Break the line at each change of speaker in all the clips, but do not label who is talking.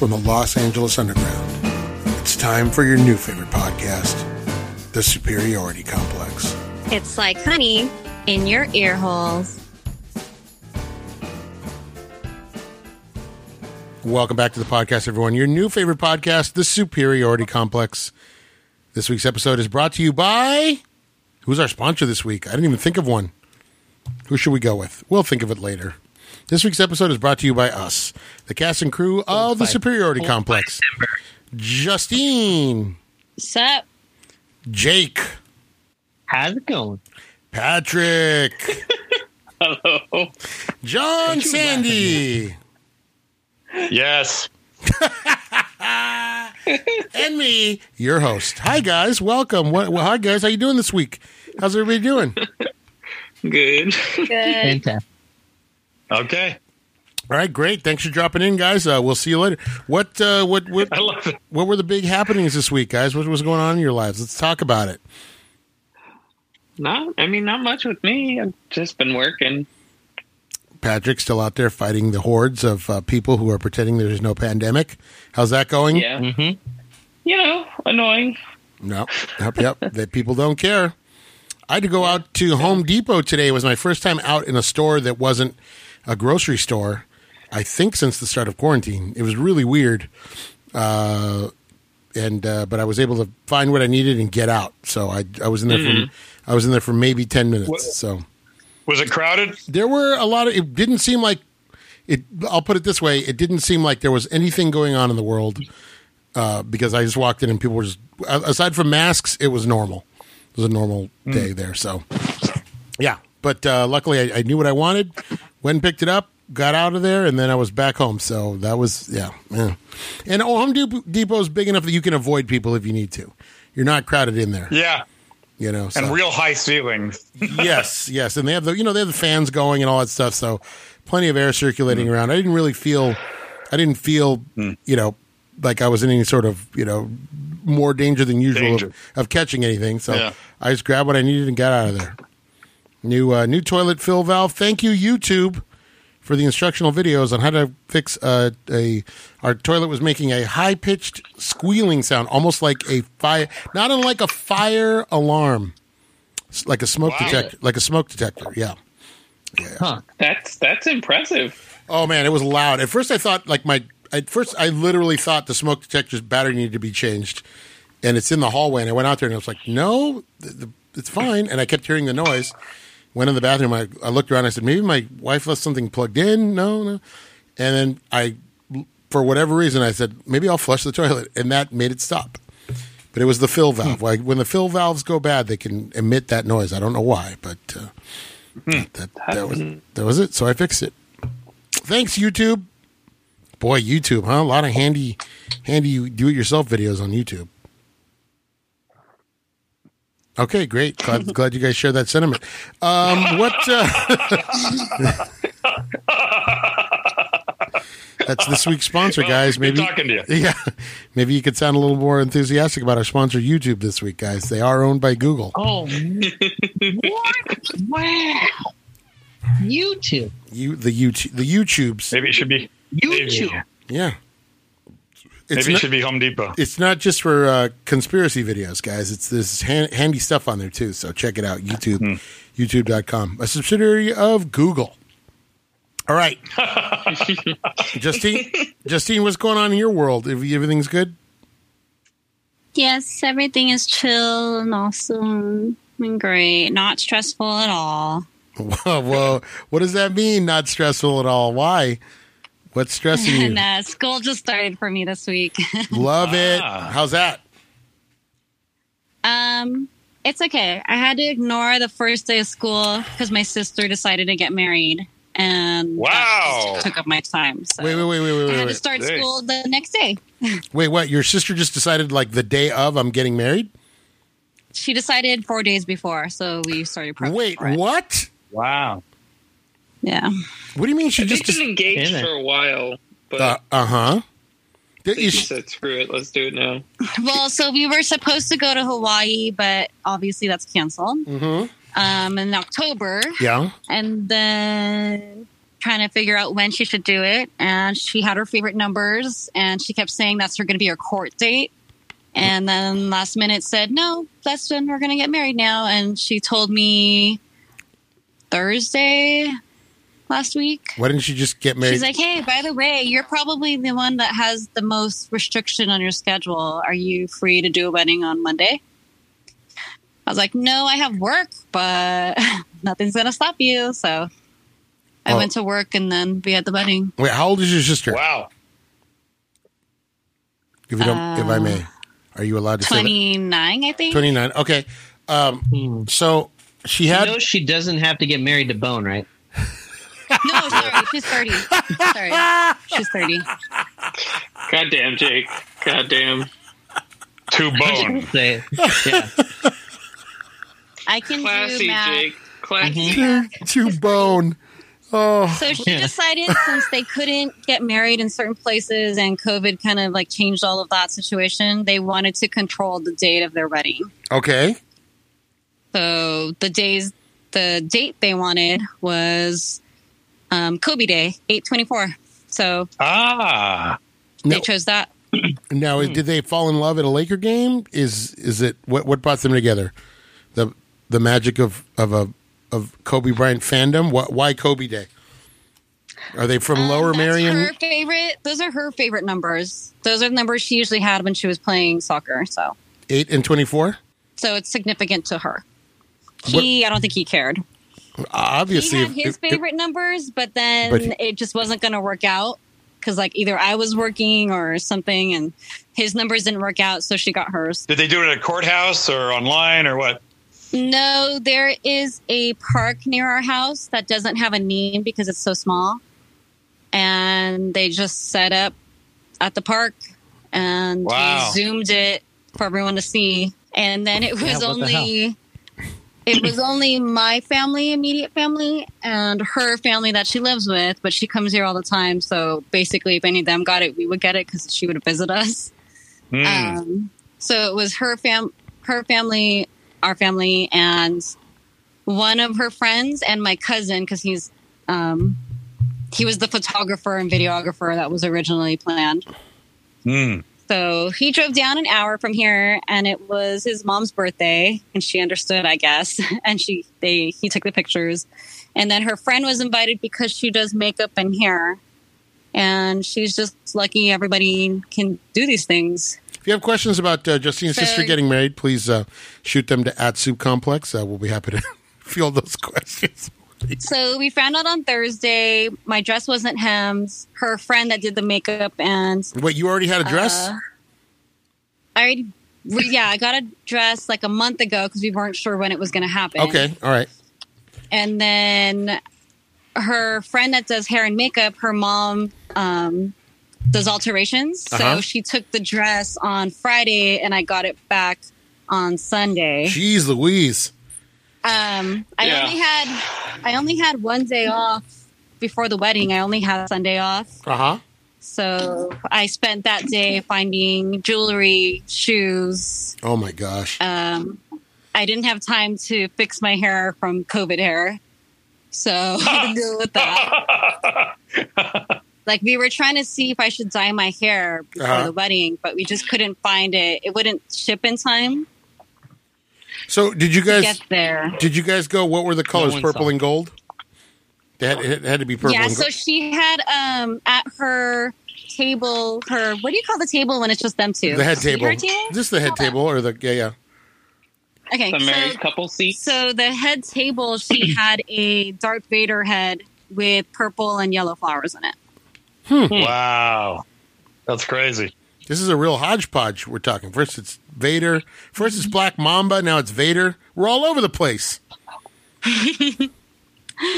the Los Angeles Underground. It's time for your new favorite podcast, The Superiority Complex.
It's like honey in your ear holes.
Welcome back to the podcast, everyone. Your new favorite podcast, The Superiority Complex. This week's episode is brought to you by. Who's our sponsor this week? I didn't even think of one. Who should we go with? We'll think of it later. This week's episode is brought to you by us, the cast and crew of The Superiority Complex. Justine,
Sup?
Jake,
How's it going?
Patrick. Hello. John Sandy.
Yes.
and me, your host. Hi guys, welcome. What, well, hi guys, how you doing this week? How's everybody doing?
Good.
Good.
Fantastic.
Okay.
All right, great. Thanks for dropping in, guys. Uh, we'll see you later. What uh, what what
I love it.
what were the big happenings this week, guys? What was going on in your lives? Let's talk about it.
Not, I mean, not much with me. I've just been working.
Patrick still out there fighting the hordes of uh, people who are pretending there's no pandemic. How's that going?
Yeah. You know, annoying.
No. Yep. Yep. that people don't care. I had to go out to Home Depot today. It was my first time out in a store that wasn't a grocery store. I think since the start of quarantine, it was really weird. Uh, and uh, but I was able to find what I needed and get out. So I I was in there for I was in there for maybe ten minutes.
What-
So
Was it crowded?
there were a lot of it didn't seem like it i'll put it this way it didn't seem like there was anything going on in the world uh, because i just walked in and people were just a- aside from masks it was normal it was a normal
Hmm.
day there so yeah but uh, luckily I, I knew what i wanted went and picked it up got out of there and then i was back home so that was yeah, yeah. and oh, home Dep- depot is big enough that you can avoid people if you need to you're not crowded in there
Yeah.
you know so
And real high ceilings.
yes, yes, and they have the you know they have the fans going and all that stuff, so plenty of air circulating around. I didn't really feel, I didn't feel,
Hmm.
you know, like I was in any sort of you know more danger than usual
Danger.
Of, of catching anything. So
Yeah.
I just grabbed what I needed and got out of there. New uh, new toilet fill valve. Thank you YouTube for the instructional videos on how to fix uh, a our toilet was making a high pitched squealing sound, almost like a fire, not unlike a fire alarm, S- like a smoke
Wow.
detector, like a smoke detector. Yeah.
Huh.
That's that's impressive.
Oh man, it was loud. At first, I thought like my at first I literally thought the smoke detector's battery needed to be changed, and it's in the hallway. And I went out there and I was like, no, the, the, it's fine. And I kept hearing the noise. Went in the bathroom. I, I looked around. I said, maybe my wife left something plugged in. No, no. And then I, for whatever reason, I said maybe I'll flush the toilet, and that made it stop. But it was the fill valve. Like when the fill valves go bad, they can emit that noise. I don't know why, but uh, that, that was that was it. So I fixed it thanks YouTube. Boy, YouTube, huh? A lot of handy, handy do-it-yourself videos on YouTube. Okay, great. Glad, glad you guys share that sentiment. Um, what? Uh, that's this week's sponsor, guys.
Good
Maybe
talking to you.
yeah, maybe you could sound a little more enthusiastic about our sponsor, YouTube, this week, guys. They are owned by Google.
Oh, what? Wow. YouTube.
You the YouTube the YouTubes.
Maybe it should be.
YouTube.
Maybe,
Yeah,
maybe
not-
it should be Home Depot.
it's not just for uh, conspiracy videos, guys. It's this han- handy stuff on there too. So check it out, YouTube,
Hmm.
YouTube.com, a subsidiary of Google. All right, Justine, Justine, what's going on in your world? Ev- Everything's good.
Yes, everything is chill and awesome and great. Not stressful at all.
Whoa, whoa, what does that mean? Not stressful at all. Why? What's stressing
And
you?
uh, school just started for me this week.
Love it.
Ah.
How's that?
um, it's okay. I had to ignore the first day of school because my sister decided to get married, and that
Wow.
just took up my time. So
Wait, wait, wait, wait, wait,
I
wait,
had to
wait.
start
Hey.
school the next day.
Wait, what? Your sister just decided like the day of I'm getting married.
She decided four days before, so we started. prepping
Wait,
for it.
what?
Wow.
Yeah.
What do you mean she just?
They've been engaged
Isn't it?
for a while, but
Uh huh.
she said, "Screw it, let's do it now."
Well, so we were supposed to go to Hawaii, but obviously that's canceled.
Mm-hmm.
Um, in October,
Yeah.
and then trying to figure out when she should do it, and she had her favorite numbers, and she kept saying that's her going to be her court date. And then last minute said, no, that's when we're going to get married now. And she told me Thursday last week.
Why didn't you just get married?
She's like, hey, by the way, you're probably the one that has the most restriction on your schedule. Are you free to do a wedding on Monday? I was like, no, I have work, but nothing's going to stop you. So I
Oh.
went to work and then we had the wedding.
Wait, how old is your sister?
Wow.
If you don't, if I
Uh,
may, are you allowed to say
29, I think.
that? Twenty nine. Okay. Um,
Hmm.
so she
You
had.
know she doesn't have to get married to Bone, right?
No, sorry. She's 30. Sorry. She's 30.
Goddamn, Jake. Goddamn.
Two
Oh.
bone.
Say, yeah.
I can do
Classy,
math.
Jake. Classy.
two, two bone. Oh,
So she
Yeah.
decided since they couldn't get married in certain places and COVID kind of like changed all of that situation, they wanted to control the date of their wedding.
okay.
So the days, the date they wanted was um, Kobe Day, 824. So
Ah.
No.
they chose that.
Now,
Hmm.
did they fall in love at a Laker game? Is is it what what brought them together? The the magic of of a of Kobe Bryant fandom. Why, why Kobe Day? Are they from Lower
Um, that's
Marion?
Her favorite. Those are her favorite numbers. Those are the numbers she usually had when she was playing soccer. So,
Eight and twenty four.
so it's significant to her. He, I don't think he cared.
Obviously,
he
if-
had his
if- if-
favorite numbers, but then
But he-
it just wasn't going to work out because like either I was working or something, and his numbers didn't work out, so she got hers.
Did they do it at a courthouse or online or what?
No, there is a park near our house that doesn't have a name because it's so small, and they just set up at the park and we
Wow.
zoomed it for everyone to see, and then it was
Yeah, what the hell?
only. it was only my family, immediate family, and her family that she lives with, but she comes here all the time. So basically, if any of them got it, we would get it because she would visit us.
Hmm.
Uh,
Um, so it was her fam, her family, our family, and one of her friends and my cousin because he's um, he was the photographer and videographer that was originally planned.
Hmm.
So he drove down an hour from here, and it was his mom's birthday, and she understood, I guess. And she, they, he took the pictures, and then her friend was invited because she does makeup and hair, and she's just lucky everybody can do these things.
If you have questions about uh, Justine's
So-
sister getting married, please uh, shoot them to at Soup Complex. Uh, we'll be happy to field those questions.
So we found out on Thursday my dress wasn't hemmed. Her friend that did the makeup and
Wait, you already had a dress?
Uh, I already, we- yeah, I got a dress like a month ago because we weren't sure when it was going to happen.
okay, all right.
and then her friend that does hair and makeup, her mom um, does alterations.
Uh-huh.
So she took the dress on Friday, and I got it back on Sunday.
Jeez, Louise.
Um, I
Yeah.
only had I only had one day off before the wedding. I only had Sunday off,
Uh huh.
so I spent that day finding jewelry, shoes.
Oh my gosh.
Um, I didn't have time to fix my hair from COVID hair, so I had to deal with that. like we were trying to see if I should dye my hair before
Uh-huh.
the wedding, but we just couldn't find it. It wouldn't ship in time
So did you
to
guys
get there.
did you guys go? What were the colors?
one
purple
saw.
and gold. They had, it had to be purple.
Yeah,
and
so
gold.
she had um at her table her what do you call the table when it's just them two?
the head table.
Her table?
This is the head table or the yeah yeah.
Okay.
The married
So,
couple seat.
so the head table she had a Darth Vader head with purple and yellow flowers in it.
hmm.
Wow. That's crazy.
This is a real hodgepodge we're talking. First it's Vader. First it's Black Mamba. Now it's Vader. We're all over the place.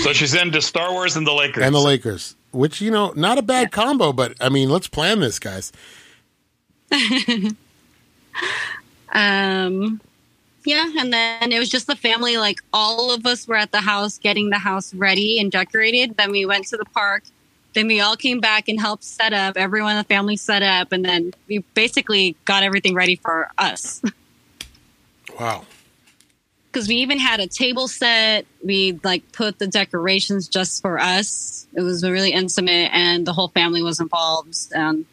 So she's into Star Wars and the Lakers.
And the Lakers, which you know, not a bad combo. But I mean, let's plan this, guys.
Um yeah, and then it was just the family. Like all of us were at the house getting the house ready and decorated. Then we went to the park. Then we all came back and helped set up. Everyone in the family set up, and then we basically got everything ready for us.
Wow.
because we even had a table set. We like put the decorations just for us. It was really intimate, and the whole family was involved. Um,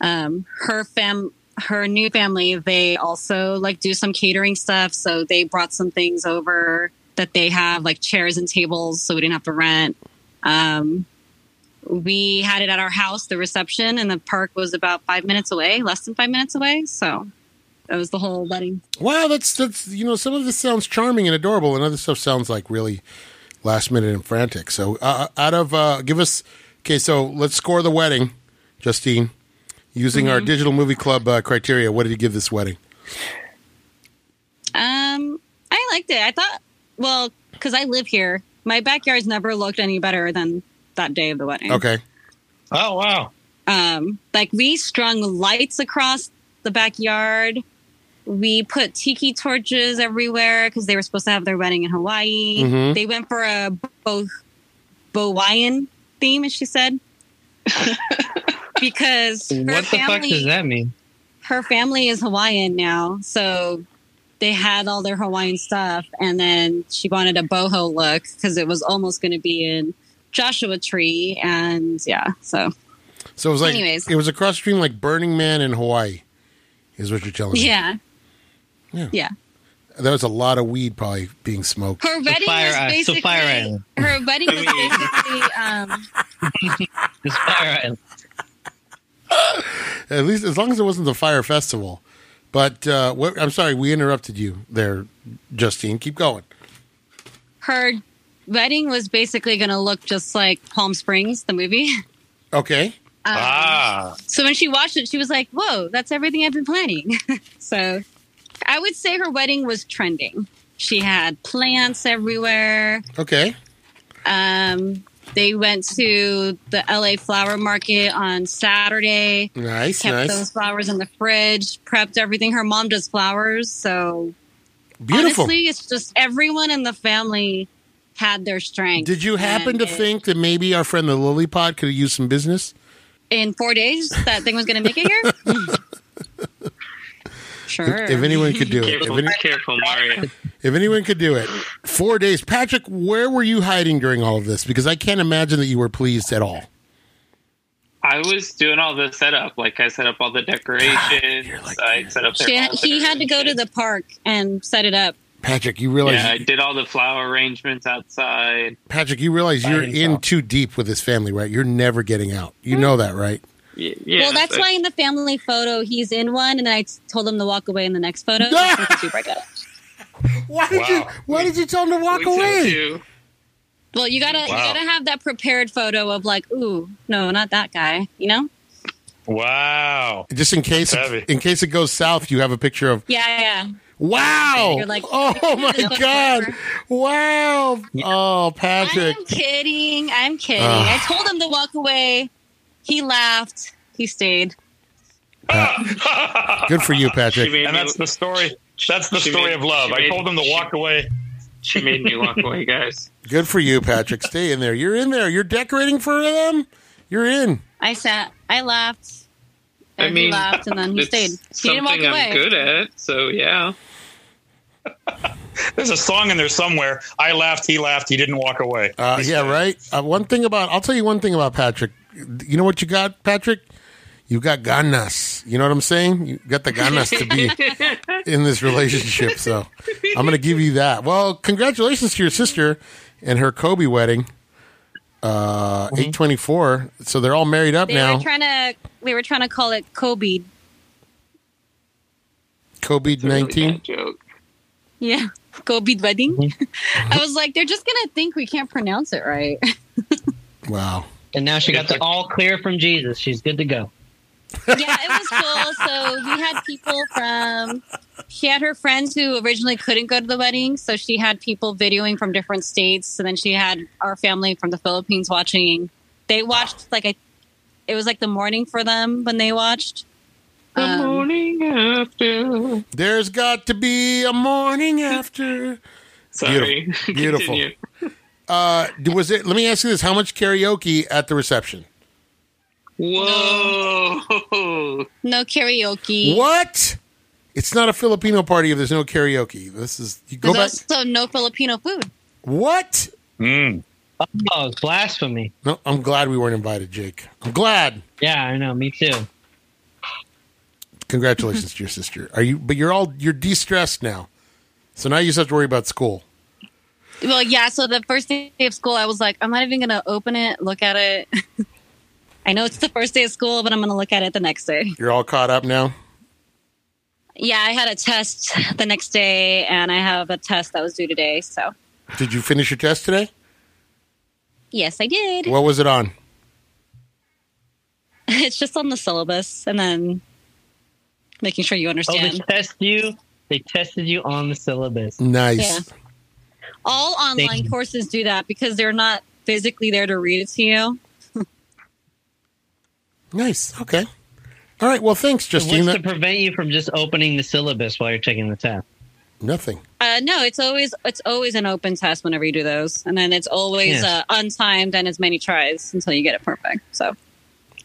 um, her fam, her new family, they also like do some catering stuff. So they brought some things over that they have, like chairs and tables, so we didn't have to rent. Um, we had it at our house, the reception, and the park was about five minutes away, less than five minutes away. So that was the whole wedding.
Wow, that's that's you know some of this sounds charming and adorable, and other stuff sounds like really last minute and frantic. So uh, out of uh, give us okay, so let's score the wedding, Justine, using
Mm-hmm.
our digital movie club uh, criteria. What did you give this wedding?
Um, I liked it. I thought, well, because I live here, my backyard's never looked any better than that day of the wedding.
Okay,
Oh wow.
Um, like we strung lights across the backyard. We put tiki torches everywhere because they were supposed to have their wedding in Hawaii.
Mhm.
They went for a Bo- Hawaiian theme, as she said, because her
What the fuck
family-
does that mean?
her family is Hawaiian now, so they had all their Hawaiian stuff, and then she wanted a boho look because it was almost going to be in Joshua Tree, and yeah, so
so it was like
Anyways.
it was a cross between like Burning Man and Hawaii, is what you're telling me.
yeah,
Yeah.
yeah.
there was a lot of weed probably being smoked.
Her wedding
Fire
was
Island- so
basically
Fire Island.
her wedding was basically um,
It's Fire Island.
At least as long as it wasn't the Fire Festival. But uh, what, I'm sorry, we interrupted you there, Justine. Keep going.
her wedding was basically going to look just like Palm Springs, the movie.
Okay.
Um,
ah.
So when she watched it, she was like, "Whoa, that's everything I've been planning." so I would say her wedding was trending. She had plants everywhere.
Okay.
Um, they went to the LA flower market on Saturday.
Nice.
Kept
nice.
those flowers in the fridge. Prepped everything. Her mom does flowers, so
Beautiful.
honestly, it's just everyone in the family had their strength.
Did you happen
And
to
it-
think that maybe our friend the lily pod could have used some business?
in four days that thing was going to make it here? sure.
If anyone could do it. If,
Careful,
any,
careful, Mario.
if anyone could do it. Four days. Patrick, where were you hiding during all of this? Because I can't imagine that you were pleased at all.
I was doing all the setup. Like I set up all the decorations. I set up. Their
She had,
own
he had to go to the park and set it up.
Patrick, you
decorations.
realize
Yeah, I did all the flower arrangements outside.
Patrick, you realize you're
Hiding
in
stuff.
too deep with this family, right? You're never getting out. You know that, right?
Y- Yeah.
well, that's
so-
why in the family photo he's in one, and then I told him to walk away in the next photo. Because you break up.
Why did you
Wow.
why did you tell him to walk
we told
away?
you.
Well, you gotta you
Wow.
gotta have that prepared photo of like, ooh, no, not that guy. You know?
Wow.
Just in case
Heavy.
in case it goes south, you have a picture of
Yeah, yeah. yeah.
Wow.
You're like,
oh my
this is
god.
whatever.
Wow. Oh, Patrick.
I'm kidding. I'm kidding.
Ugh.
I told him to walk away. He laughed. He stayed.
Good for you,
She
Patrick.
made
And
me-
that's the story. That's the
She
story
made-
of love.
she
I
made-
told them to
she-
walk away.
she made me walk away, guys.
Good for you, Patrick. Stay in there. You're in there. You're decorating for them. You're in.
I sat. I laughed.
I
And he
mean,
laughed, and then he
It's
stayed. He
Something
didn't walk away.
I'm good at. So yeah.
There's a song in there somewhere. I laughed. He laughed. He didn't walk away.
Uh,
He
yeah,
stayed.
right. Uh, one thing about I'll tell you one thing about Patrick. You know what you got, Patrick? You got ganas. You know what I'm saying? You got the ganas to be in this relationship. So I'm going to give you that. Well, congratulations to your sister and her Kobe wedding. Uh, 824. So they're all married up
Mm-hmm. They
now.
were trying to. They were trying to call it Kobe.
COVID
Really
19.
bad joke.
Yeah, Kobe wedding.
Mm-hmm.
I was like, they're just gonna think we can't pronounce it right.
wow.
And now she got the all clear from Jesus. She's good to go.
yeah, it was cool. So we had people from. She had her friends who originally couldn't go to the wedding, so she had people videoing from different states. So then she had our family from the Philippines watching. They watched like I. It was like the morning for them when they watched.
The
Um,
morning after.
There's got to be a morning after.
Sorry.
Beautiful.
Continue.
Uh, was it? Let me ask you this: How much karaoke at the reception?
Whoa.
No karaoke.
What? Is It's not a Filipino party if there's no karaoke. This is you go back.
There's also no Filipino food.
What?
Mm.
Oh, it's blasphemy.
No, I'm glad we weren't invited, Jake. I'm glad.
Yeah, I know. Me too.
Congratulations to your sister. Are you? But you're all you're de-stressed now, so now you just have to worry about school.
Well, yeah. So the first day of school, I was like, I'm not even going to open it, look at it. I know it's the first day of school, but I'm going to look at it the next day.
You're all caught up now.
Yeah, I had a test the next day, and I have a test that was due today. So,
Did you finish your test today?
yes, I did.
What was it on?
it's just on the syllabus, and then making sure you
Oh, they
understand.
test you. They tested you on the syllabus.
Nice.
All online
Thank-
courses do that because they're not physically there to read it to you.
Nice. Okay. All right. Well, thanks, Justine.
What's to
That-
prevent you from just opening the syllabus while you're taking the test?
nothing.
Uh, no, it's always it's always an open test whenever you do those, and then it's always
Yes.
uh, untimed and as many tries until you get it perfect. So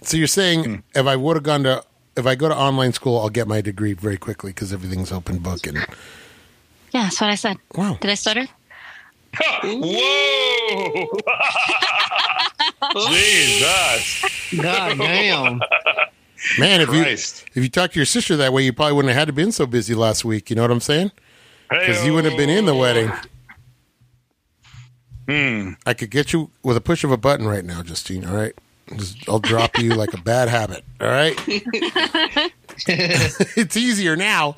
So you're saying if I would have gone to if I go to online school, I'll get my degree very quickly because everything's open book and
yeah, that's what I said.
wow.
Did I stutter?
Whoa! Jesus
God damn.
Man, if
Christ!
you if you talked to your sister that way, you probably wouldn't have had to been so busy last week. You know what I'm saying? Because you wouldn't have been in the wedding.
Hmm.
I could get you with a push of a button right now, Justine. All right, Just- I'll drop you like a bad habit. All right, it's easier now.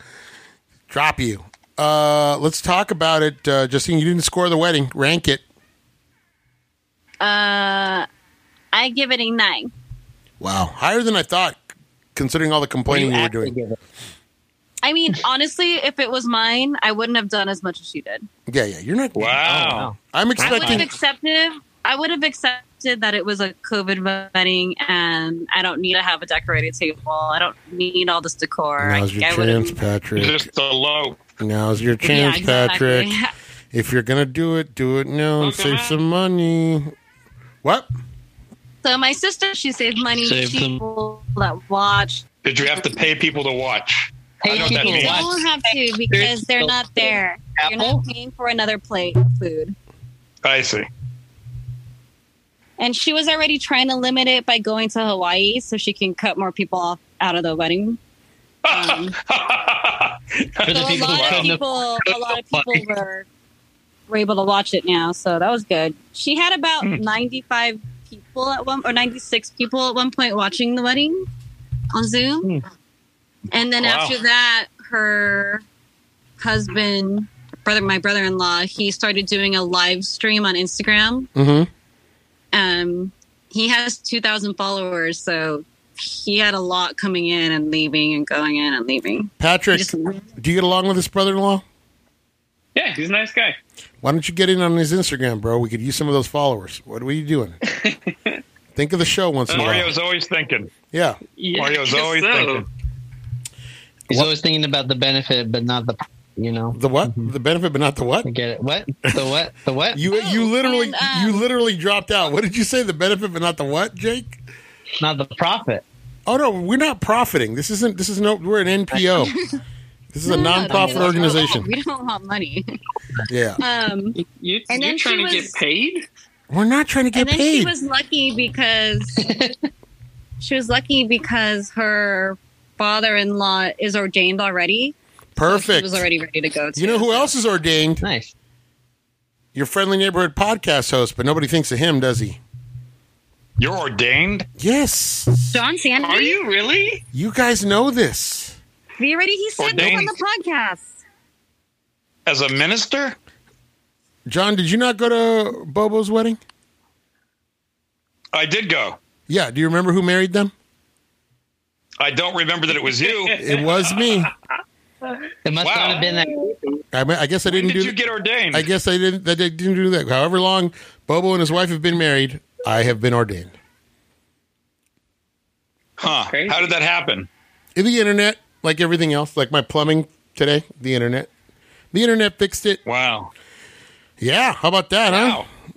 Drop you. Uh, let's talk about it, uh, Justine. You didn't score the wedding. Rank it.
Uh, I give it a nine.
Wow, higher than I thought, considering all the complaining you, were
actually
doing.
give it.
I mean, honestly, if it was mine, I wouldn't have done as much as she did.
Yeah, yeah. You're not.
Oh,
Wow.
wow.
I'm
I would have
expecting.
accepted. I would have accepted that it was a COVID wedding, and I don't need to have a decorated table. I don't need all this decor. I,
Now's your
I would
chance,
have.
Patrick.
Just a low.
Now's your
Yeah,
chance,
exactly.
Patrick. If you're gonna do it, do it now and save some money. What?
So my sister, she saved money.
Saved
she
them.
will that watch.
Did you have to pay people to watch? I
Hey,
know what that
people,
means.
watch.
Don't have to because they're not there. You're
Apple?
not paying for another plate of food.
I see.
And she was already trying to limit it by going to Hawaii so she can cut more people off out of the wedding.
Mm-hmm.
Um,
For the
so a
people
lot
who
of
couldn't afford-
people, a lot of people were were able to watch it now, so that was good. She had about ninety five people at one or ninety six people at one point watching the wedding on Zoom, and then
Wow.
after that, her husband, brother, my brother in law, he started doing a live stream on Instagram.
Mm-hmm.
Um, he has two thousand followers, so he had a lot coming in and leaving and going in and leaving.
Patrick,
Just-
do you get along with his brother-in-law?
Yeah, he's a nice guy.
Why don't you get in on his Instagram, bro? We could use some of those followers. What are you doing? Think of the show once
Oh,
in a while.
Mario's always thinking.
Yeah.
Yeah,
Mario's
I guess
always
so.
thinking.
He's always thinking about the benefit, but not the, you know.
The what? The benefit, but not the what?
I get it. What? The what? The what?
Mm-hmm. You you literally
and, um,
you literally dropped out. What did you say? The benefit, but not the what, Jake?
not the profit.
Oh no, we're not profiting. This isn't. This is no. We're an NPO. This is a
No, no, no,
nonprofit
no, no, no.
organization.
We don't want money.
Yeah,
Um,
You,
And
you're
then
trying
she
to
was-
get paid?
we're not trying to get
and then she
paid.
was lucky because she was lucky because her father-in-law is ordained already. She
Perfect.
was already ready to go. To
You know who else is ordained?
Nice.
Your friendly neighborhood podcast host, but nobody thinks of him, does he?
You're ordained?
Yes,
John Sanders.
Are you really?
you guys know this.
He already he said this on
Ordained.
the podcast.
As a minister?
John, did you not go to Bobo's wedding?
I did go.
Yeah. Do you remember who married them?
I don't remember that it was you.
It was me.
It must
Wow.
not have been that.
I, mean, I guess I didn't
Did
do.
you
th-
get ordained?
I guess I didn't. That I didn't do that. However long Bobo and his wife have been married, I have been ordained.
Huh.
Crazy.
How did that happen?
In the internet, like everything else, like my plumbing today, the internet, the internet fixed it.
Wow.
Yeah. How about that, huh?
Wow.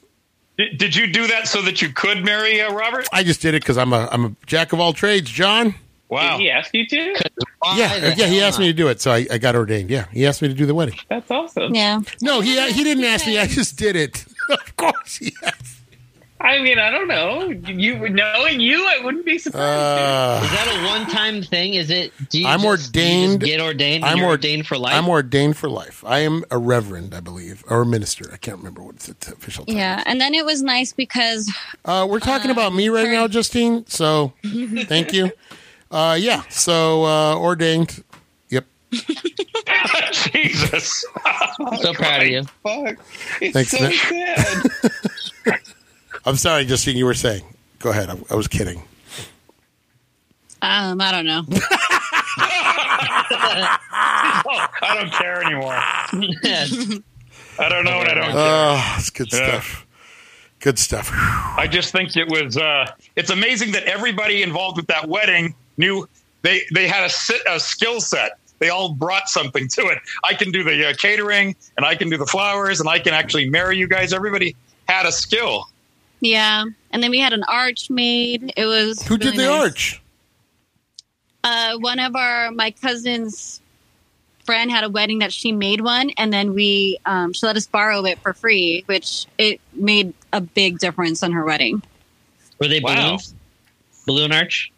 Did, did you do that so that you could marry uh, Robert?
I just did it because I'm a I'm a jack of all trades, John.
Wow.
Did he ask you to?
Why the
Yeah, yeah. He
hell
asked me to do it, so I, I got ordained. Yeah, he asked me to do the wedding.
That's awesome.
Yeah.
No, he he didn't ask me. I just did it. of course, he asked.
I mean, I don't know. You knowing you, I wouldldn't be surprised.
Uh,
Is that a one-time thing? Is it? Do you
I'm
just- do you just
ordained-
get ordained.
I'm
I'm
ord-
ordained for life.
I'm ordained for life. I am a reverend, I believe, or a minister. I can't remember what the t- official title.
Yeah. And then it was nice because
Uh, we're talking about me right now, Justine. So thank you. Uh, yeah. So uh, ordained. Yep.
Jesus.
so proud of you.
Fuck. It's
Thanks,
so
Matt.
sad.
I'm sorry, Justine. You were saying. Go ahead. I, I was kidding.
um, I don't know.
Oh, I don't care anymore. I don't know and I don't care.
Oh, it's good
Yeah.
stuff. Good stuff.
I just think it was. Uh, it's amazing that everybody involved with that wedding knew they they had a, si- a skill set. They all brought something to it. I can do the uh, catering, and I can do the flowers, and I can actually marry you guys. Everybody had a skill.
Yeah. And then we had an arch made. It was
Who did the
really nice.
arch?
Uh, one of our my cousin's friend had a wedding that she made one, and then we um, she let us borrow it for free, which it made a big difference on her wedding.
Were they
Wow.
balloons? Balloon arch.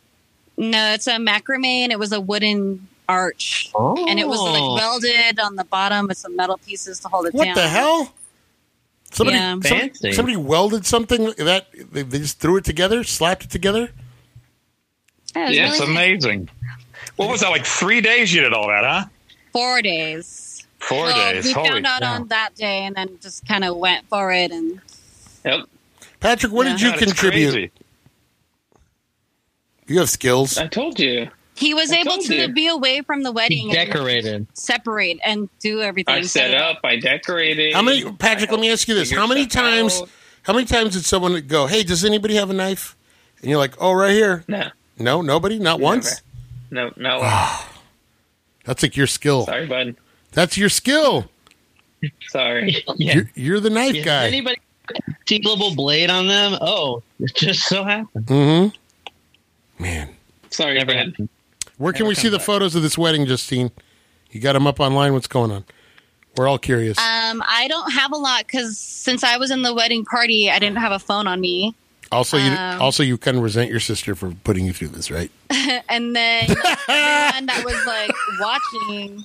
No, it's a macrame, and it was a wooden arch,
Oh.
and it was like welded on the bottom with some metal pieces to hold it
What
down.
the hell? Somebody,
Yeah.
somebody,
Fancy.
somebody welded something that they, they just threw it together, slapped it together.
Yeah, it was
Yeah,
really
It's amazing. What was that like? Three days you did all that, huh?
four days.
Four
well,
days.
We
Holy
found out
cow.
on that day, and then just kind of went for it, and
Yep.
Patrick, what
Yeah.
did you
God, it's
contribute?
crazy.
You have skills.
I told you.
he was
I
able
told
to
you.
be away from the wedding, and
decorated.
separate, and do everything.
I set
So-
up. I decorated.
How many, Patrick? Let me ask you this:
figure
How many
stuff
times?
out.
How many times did someone go, "Hey, does anybody have a knife?" And you're like, "Oh, right here."
No.
No, nobody, not once. Ah.
No. No.
That's like your skill.
Sorry, bud.
That's your skill.
Sorry.
Yeah.
You're, you're the knife
Yeah,
guy.
Anybody sealable blade on them? Oh, it just so happened.
mm-hmm. Man,
Sorry,
Never
bud.
happened.
where can we see the photos of this wedding, Justine? You got them up online. What's going on? We're all curious.
Um, I don't have a lot because since I was in the wedding party, I didn't have a phone on me.
also, you
um,
also you kind of resent your sister for putting you through this, right?
And then everyone that was like watching,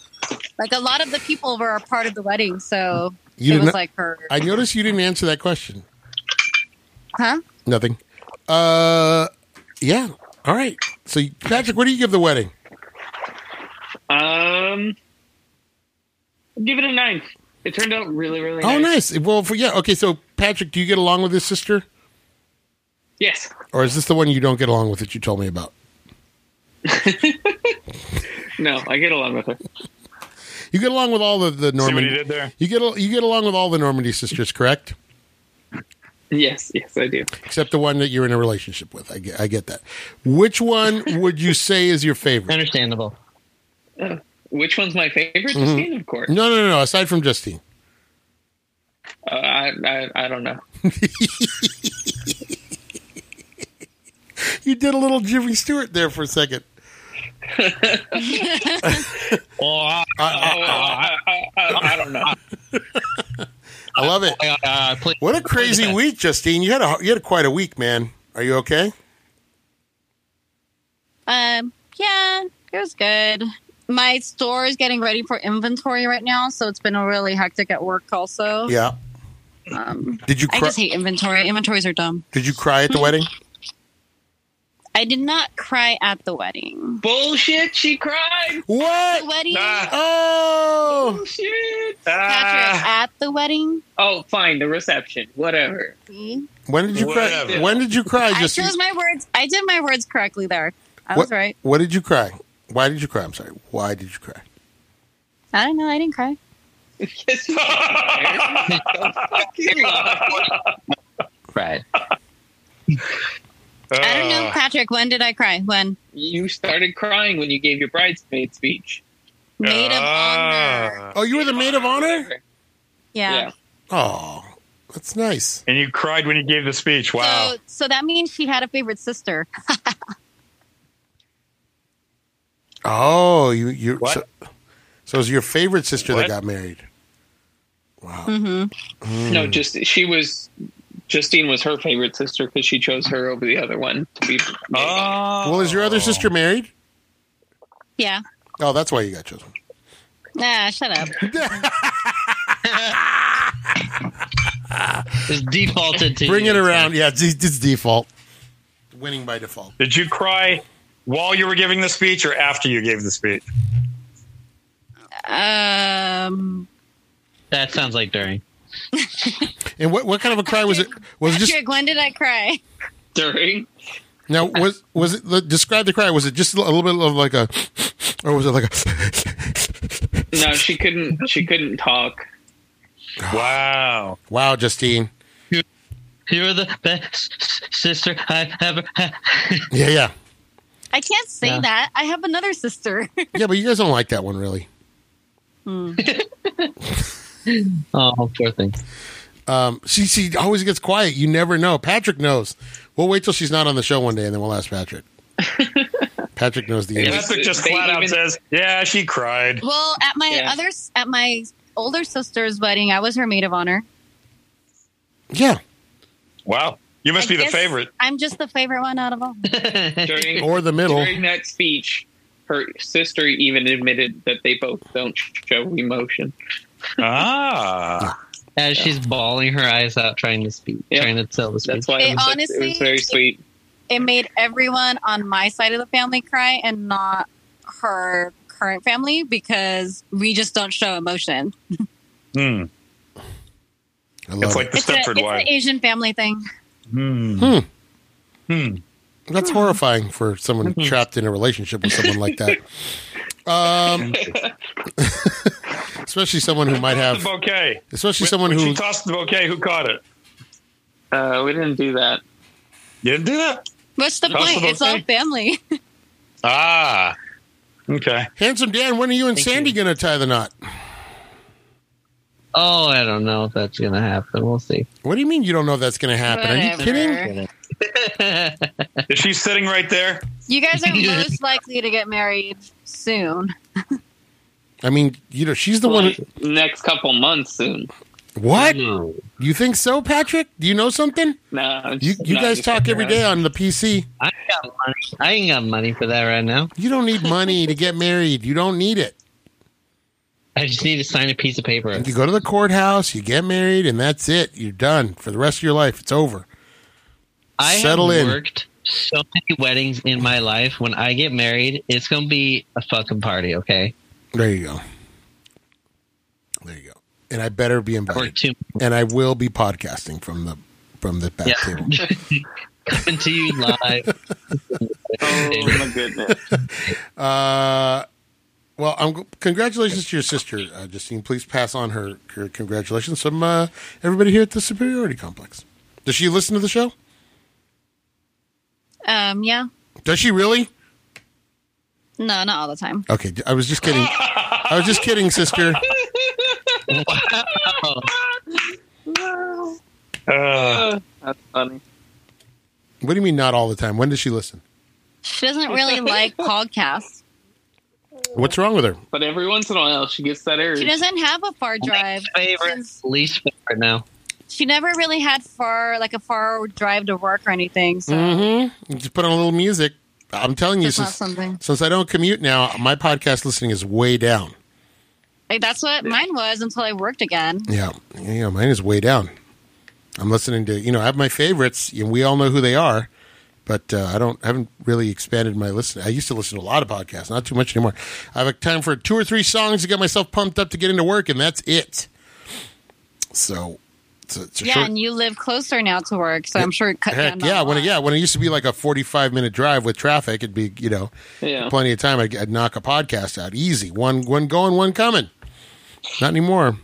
like a lot of the people were a part of the wedding, so
You
it
didn't.
was like her,
I noticed you didn't answer that question.
huh?
Nothing. Uh, yeah. All right. So, Patrick, what do you give the wedding?
Um, give it a nine. It turned out really, really.
Oh,
nice.
nice. Well, for, yeah. Okay. So, Patrick, do you get along with his sister,
Yes.
or is this the one you don't get along with that you told me about?
No, I get along with her.
You get along with all the the
See what
Normandy.
you did there?
You get al- you get along with all the Normandy sisters, correct?
Yes, yes, I do.
Except the one that you're in a relationship with. I get, I get that. Which one would you say is your favorite?
Understandable.
Which one's my favorite? Justine, of course.
Mm-hmm. No, no, no, no. Aside from Justine,
Uh, I, I, I don't know.
you did a little Jimmy Stewart there for a second.
Oh, I,
I,
Oh, I, I, I, I don't
Ah.
know.
I, I love it.
I, uh, play-
What a crazy week, Justine. You had a you had quite a week, man. Are you okay?
Um, yeah, it was good. My store is getting ready for inventory right now, so it's been really hectic at work. Also,
Yeah.
um,
Did you
I
cry,
just hate inventory. Inventories are dumb.
did you cry at the wedding?
I did not cry at the wedding.
Bullshit, she cried.
The
What?
wedding,
Ah.
Oh,
Bullshit.
Patrick,
Ah,
at the wedding.
Oh, fine, the reception, whatever.
See?
when did you cry?
Whatever.
When did you cry?
I
Justine?
chose my words. I did my words correctly there. I was
what,
right.
What did you cry? Why did you cry? I'm sorry. Why did you cry?
I don't know. I didn't cry.
Yes, you cried. Don't fucking lie.
Right.
I don't
Ah.
know,
Ah.
Patrick. When did I cry? When?
you started crying when you gave your bridesmaid speech.
Maid of honor.
Ah.
Oh, you were the maid of honor.
Whatever.
Yeah.
Oh, that's nice.
And you cried when you gave the speech. Wow.
So, so that means she had a favorite sister.
Oh, you you.
What?
So, so it was your favorite sister
What?
that got married.
Mm-hmm.
No, just she was. Justine was her favorite sister because she chose her over the other one to be.
Ah.
Oh.
Well, is your other sister married?
Yeah.
Oh, that's why you got chosen.
Nah, shut up.
It's defaulted to
Bring
you.
it around. Yeah, it's, it's default. Winning by default.
Did you cry while you were giving the speech or after you gave the speech?
Um,
That sounds like during.
And what what kind of a cry was it? Was it just
Patrick, when did I cry?
during.
now? Was was it the- describe the cry? Was it just a little bit of like a, or was it like a?
No, she couldn't. She couldn't talk.
Wow.
Wow, Justine.
You're the best s- sister I've ever had.
Yeah, yeah,
I can't say
Yeah.
that. I have another sister.
yeah. But you guys don't like that one, really.
oh, poor thing.
Um, she she always gets quiet. You never know. Patrick knows. We'll wait till she's not on the show one day, and then we'll ask Patrick. Patrick knows the answer.
Patrick just
They
flat out
even-
says, "Yeah, she cried."
well, at my
Yeah.
other s at my older sister's wedding, I was her maid of honor.
Yeah,
Wow. You must
I
be the
guess
favorite.
I'm just the favorite one out of all.
During
or the middle.
during that speech, her sister even admitted that they both don't show emotion.
Ah.
As she's bawling her eyes out, trying to speak,
Yeah.
trying to tell the speech.
That's why it,
It
was, it
honestly-
was very sweet.
It made everyone on my side of the family cry, and not her current family because we just don't show emotion.
Hmm.
I love
It's
it.
like the
It's, a, it's
Stepford
an
wife.
Asian family thing.
Hmm.
Hmm.
Hmm.
That's horrifying for someone trapped in a relationship with someone like that. Um, especially someone who might
The
have,
bouquet.
especially
When-
Uh, someone
when
who.
she tossed the bouquet. Who caught it?
Uh, we didn't do that.
You didn't do that.
What's the
That's
point?
what I'm
It's all
saying.
family.
Ah. Okay.
Handsome Dan, when are you and
Thank
Sandy
you.
going to tie the knot?
Oh, I don't know if that's gonna happen. We'll see.
What do you mean you don't know if that's going to happen? Are you
Whatever.
kidding?
Is she sitting right there?
You guys are most likely to get married soon.
I mean, you know, she's the one.
Like, next couple months soon.
What?
No.
You think so, Patrick? Do you know something?
No, I'm
You,
just-
you
no,
guys
just
talk
kidding
every
around.
day on the PC.
I ain't got money. I ain't got money for that right now.
You don't need money to get married. You don't need it.
I just need to sign a piece of paper.
You go to the courthouse, you get married, and that's it. You're done for the rest of your life. It's over.
I
Settle
have
in.
worked so many weddings in my life. When I get married, it's gonna be a fucking party. Okay,
There you go. There you go. And I better be
I worked
invited.
too.
And I will be podcasting from the from the back
Yeah.
table.
Coming to you live.
Oh my goodness!
Uh, well, I'm congratulations to your sister, uh, Justine. Please pass on her, her congratulations from uh, everybody here at the Superiority Complex. Does she listen to the show?
Um, yeah.
Does she really?
No, not all the time.
Okay, I was just kidding. I was just kidding, sister.
Wow.
Uh,
That's funny.
What do you mean not all the time? When does she listen?
She doesn't really like podcasts.
What's wrong with her?
But every once in a while, she gets that urge.
She doesn't have a far drive.
favorite,
Since
least favorite now.
She never really had far like a far drive to work or anything. So
Mm-hmm. Just put on a little music. I'm telling you,
it's not
since,
something.
since I don't commute now, my podcast listening is way down.
Like, that's what mine was until I worked again.
Yeah, yeah, mine is way down. I'm listening to you know I have my favorites, and we all know who they are, but uh, I don't I haven't really expanded my listen. I used to listen to a lot of podcasts, not too much anymore. I have a time for two or three songs to get myself pumped up to get into work, and that's it. So, it's a, it's a
yeah,
short.
and you live closer now to work, so I'm sure it cut
Heck
down.
yeah, when it,
it,
yeah, when it used to be like a forty-five minute drive with traffic, it'd be you know
Yeah.
plenty of time. I'd, I'd knock a podcast out easy. One one going, one coming. Not anymore.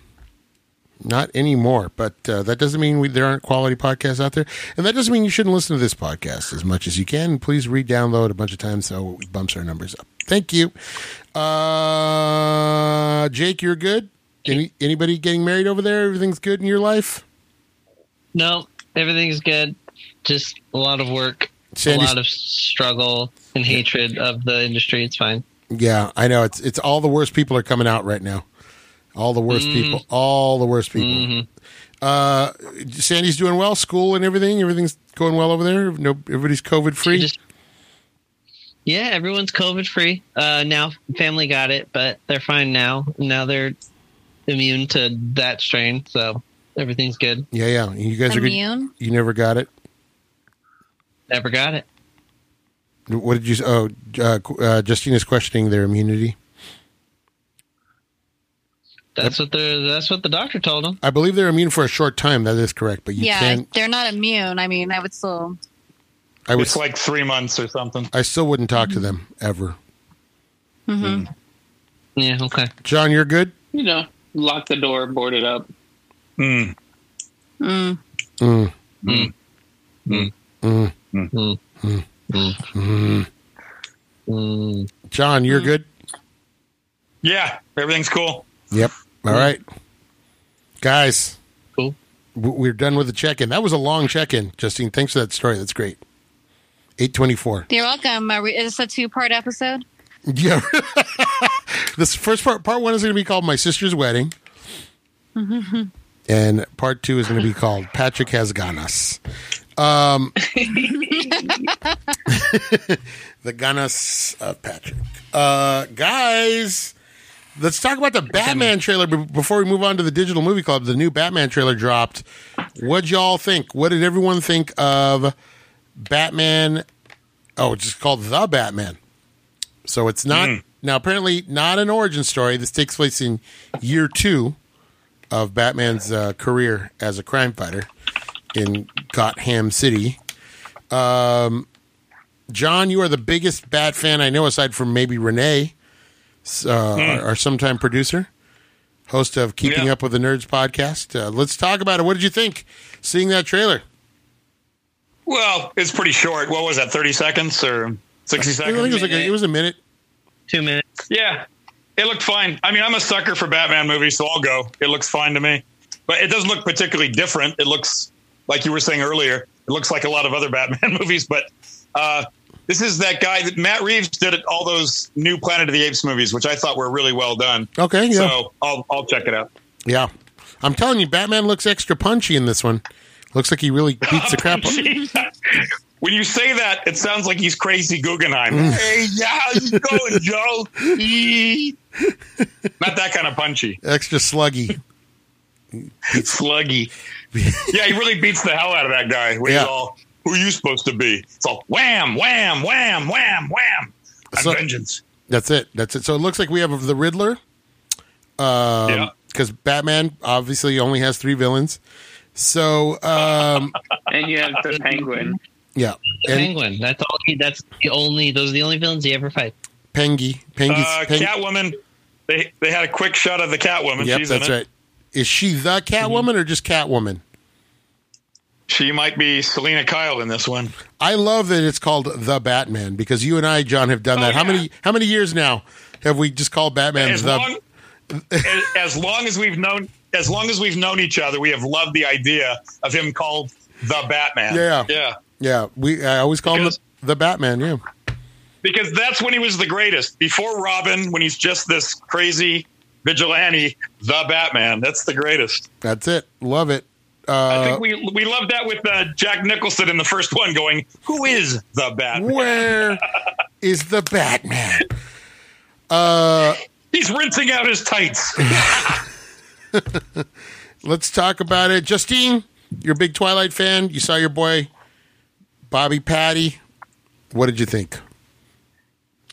Not anymore. But uh, that doesn't mean we, there aren't quality podcasts out there, and that doesn't mean you shouldn't listen to this podcast as much as you can. Please re-download a bunch of times so it bumps our numbers up. Thank you, uh, Jake. You're good. Any, anybody getting married over there? Everything's good in your life.
No, everything's good. Just a lot of work,
Sandy's-
a lot of struggle and hatred of the industry. It's fine.
Yeah, I know. It's it's all the worst people are coming out right now. All the worst
Mm.
people. All the worst people.
Mm-hmm.
Uh, Sandy's doing well. School and everything. Everything's going well over there. No, everybody's COVID free.
Just- yeah, everyone's COVID free. Uh, now family got it, but they're fine now. Now they're immune to that strain, so everything's good.
yeah, yeah. You guys are
Immune?
good. You never got it.
Never got it.
What did you? s- Oh, uh, qu- uh, Justina's questioning their immunity.
That's what the that's what the doctor told them.
I believe they're immune for a short time. That is correct, but you
yeah,
can't.
they're not immune. I mean, I would still.
I would.
It's like three months or something.
I still wouldn't talk to them ever. Mm.
Mhm.
Yeah, okay.
John, you're good.
You know, lock the door, board it up.
Mm.
Mm.
Mm.
Mm.
Mm.
Mm.
Mm. Mm.
Mm.
Mm.
John, you're good.
Yeah, everything's cool.
Yep. All right, guys.
Cool.
w- We're done with the check-in. That was a long check-in, Justine. Thanks for that story. That's great. Eight twenty-four.
You're welcome. Are we, is this a two part episode?
Yeah. this first part, part one is going to be called "My Sister's Wedding," and part two is going to be called "Patrick Has Ganas." Um, the Ganas of Patrick, uh, guys. Let's talk about the Batman trailer be- before we move on to the Digital Movie Club. The new Batman trailer dropped. What'd y'all think? What did everyone think of Batman? Oh, it's just called The Batman. So it's not now apparently not an origin story. This takes place in year two of Batman's uh, career as a crime fighter in Gotham City. Um, John, you are the biggest Bat fan I know, aside from maybe Renee, s- uh, our, our sometime producer, host of Keeping
Yeah.
Up with the Nerds podcast. Uh, let's talk about it. What did you think seeing that trailer?
Well, it's pretty short. What was that? Thirty seconds or sixty
I think it
seconds?
was like a, it was a minute.
Two minutes.
Yeah, it looked fine. I mean, I'm a sucker for Batman movies, so I'll go. It looks fine to me, but it doesn't look particularly different. It looks like you were saying earlier. It looks like a lot of other Batman movies, but uh, this is that guy that Matt Reeves did at all those new Planet of the Apes movies, which I thought were really well done.
Okay, yeah.
So I'll I'll check it out.
Yeah. I'm telling you, Batman looks extra punchy in this one. Looks like he really beats the crap up.
When you say that, it sounds like he's crazy Guggenheim.
Mm.
hey, yeah, how you going, Joe? Eee. Not that kind of punchy.
Extra sluggy.
Sluggy. yeah, he really beats the hell out of that guy. Where
Yeah.
He's all, who are you supposed to be? It's all wham, wham, wham, wham, wham. I'm
So-
vengeance.
That's it. That's it. So it looks like we have the Riddler.
yeah.
Because Batman obviously only has three villains. So um
And you have the penguin.
yeah. And
Penguin. That's all. He, that's the only. Those are the only villains he ever fights.
Pengy. Pengy's
Uh,
Peng-
Catwoman. They, they had a quick shot of the Catwoman.
Yep,
She's
that's
in it.
right. Is she the Catwoman or just Catwoman?
She might be Selena Kyle in this one.
I love that it's called the Batman because you and I, John, have done
Oh,
that. How
yeah.
many how many years now have we just called Batman
as
the
long as, as long as we've known as long as we've known each other, we have loved the idea of him called the Batman.
Yeah.
yeah,
Yeah. We I always call
Because-
him the, the Batman, yeah.
because that's when he was the greatest. Before Robin, when he's just this crazy vigilante, the Batman. That's the greatest.
That's it. Love it. Uh,
I think we we loved that with uh, Jack Nicholson in the first one, going, "Who is the Batman?"
where is the Batman? Uh,
He's rinsing out his tights.
let's talk about it. Justine, you're a big Twilight fan. You saw your boy Bobby Patty. What did you think?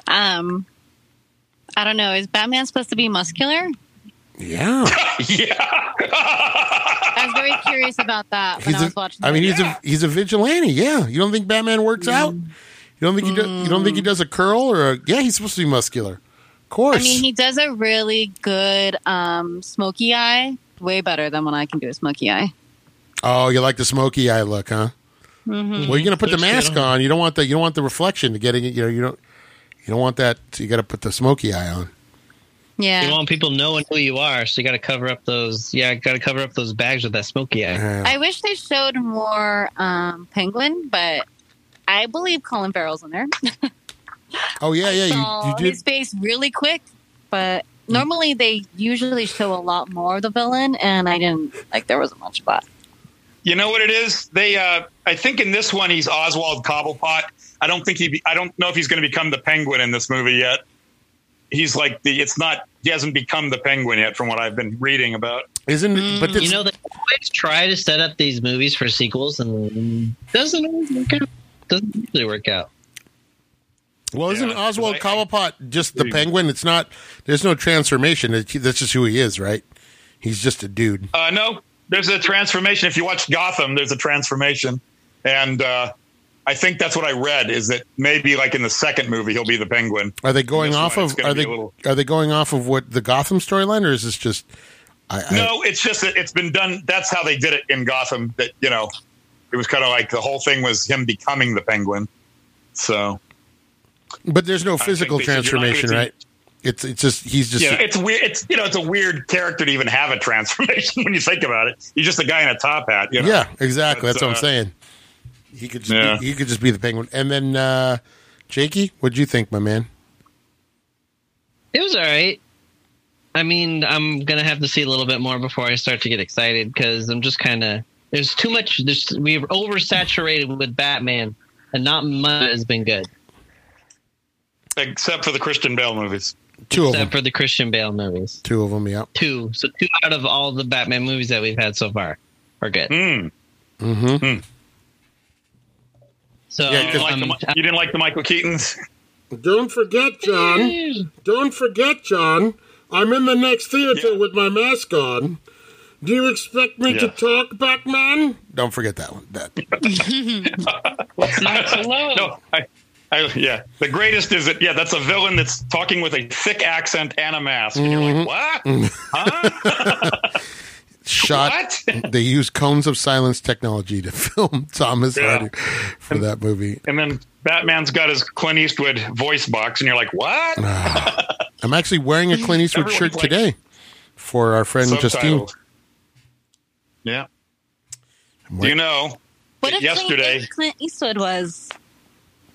Um, I don't know. Is Batman supposed to be muscular?
Yeah,
yeah,
I was very curious about that when I was
a,
watching. Mm.
I mean,
it.
he's a he's a vigilante. Yeah, you don't think Batman works out? You don't think he do, you don't think he does a curl or a yeah? He's supposed to be muscular. Of course.
Mm. I mean, he does a really good um, smoky eye, way better than when I can do a smoky eye.
oh, you like the smoky eye look, huh?
hmm
Mm-hmm.
Well, you're gonna put the
Push that
mask on. You don't want the you don't want the reflection to getting it. You know, you don't you don't want that. So you got to put the smoky eye on.
You
Yeah,
want people knowing who you are, so you got to cover up those. Yeah, got to cover up those bags with that smoky eye.
Yeah.
I wish they showed more um, penguin, but I believe Colin Farrell's in there.
Oh yeah, yeah.
saw
You, you did.
his face really quick, but normally they usually show a lot more of the villain, and I didn't like there wasn't much of that.
You know what it is? They, uh, I think in this one he's Oswald Cobblepot. I don't think he. Be, I don't know if he's going to become the Penguin in this movie yet. He's like the. It's not. He hasn't become the Penguin yet, from what I've been reading about.
Isn't it?
Mm-hmm.
But this,
you know, they always try to set up these movies for sequels, and doesn't always work out. Doesn't usually work out.
well, isn't
yeah,
Oswald
but I-
Cobblepot just the penguin? It's not. There's no transformation. It, that's just who he is, right? He's just a dude.
Uh, no, there's a transformation. If you watch Gotham, there's a transformation, and uh, I think that's what I read is that maybe like in the second movie he'll be the Penguin.
Are they going
This
off
one,
of?
it's gonna
Are
be
they
a little-
are they going off of what the Gotham storyline, or is this just? I, I-
No, it's just that it's been done. That's how they did it in Gotham. That you know, it was kind of like the whole thing was him becoming the Penguin. So
but there's no
think
physical
they should not
transformation,
be-
right? It's it's just he's just
yeah, it's weird. It's you know, it's a weird character to even have a transformation when you think about it. You're just a guy in a top hat. You know?
yeah, exactly.
But,
That's what I'm
uh,
saying. He could just
Yeah.
be, he could just be the penguin, and then uh, Jakey, what'd you think, my man?
It was all right. I mean, I'm gonna have to see a little bit more before I start to get excited because I'm just kind of there's too much. There's we're oversaturated with Batman, and not much has been good
Except for the Christian Bale movies.
Two of them.
except for the Christian Bale movies.
Two of them. Yeah.
Two, so two out of all the Batman movies that we've had so far are good.
Hmm.
Mm-hmm.
So
Yeah,
You didn't, like
um,
the, you didn't like the Michael Keatons?
Don't forget, John. Don't forget, John. I'm in the next theater
Yeah.
with my mask on. Do you expect me
to Yeah.
talk, Batman? Don't forget that one. That
It's not so low.
No, I, I, yeah. The greatest is that, yeah, that's a villain that's talking with a thick accent and a mask. And you're
Mm-hmm.
like, what? Huh?
shot.
what?
they use cones of silence technology to film Thomas
Yeah.
Hardy for that movie.
And then Batman's got his Clint Eastwood voice box, and you're like, what?
I'm actually wearing a Clint Eastwood
Everyone's
shirt
like-
today for our friend Justine.
Subtitled. Yeah. Do you know
What if Clint-
Yesterday.
Clint Eastwood was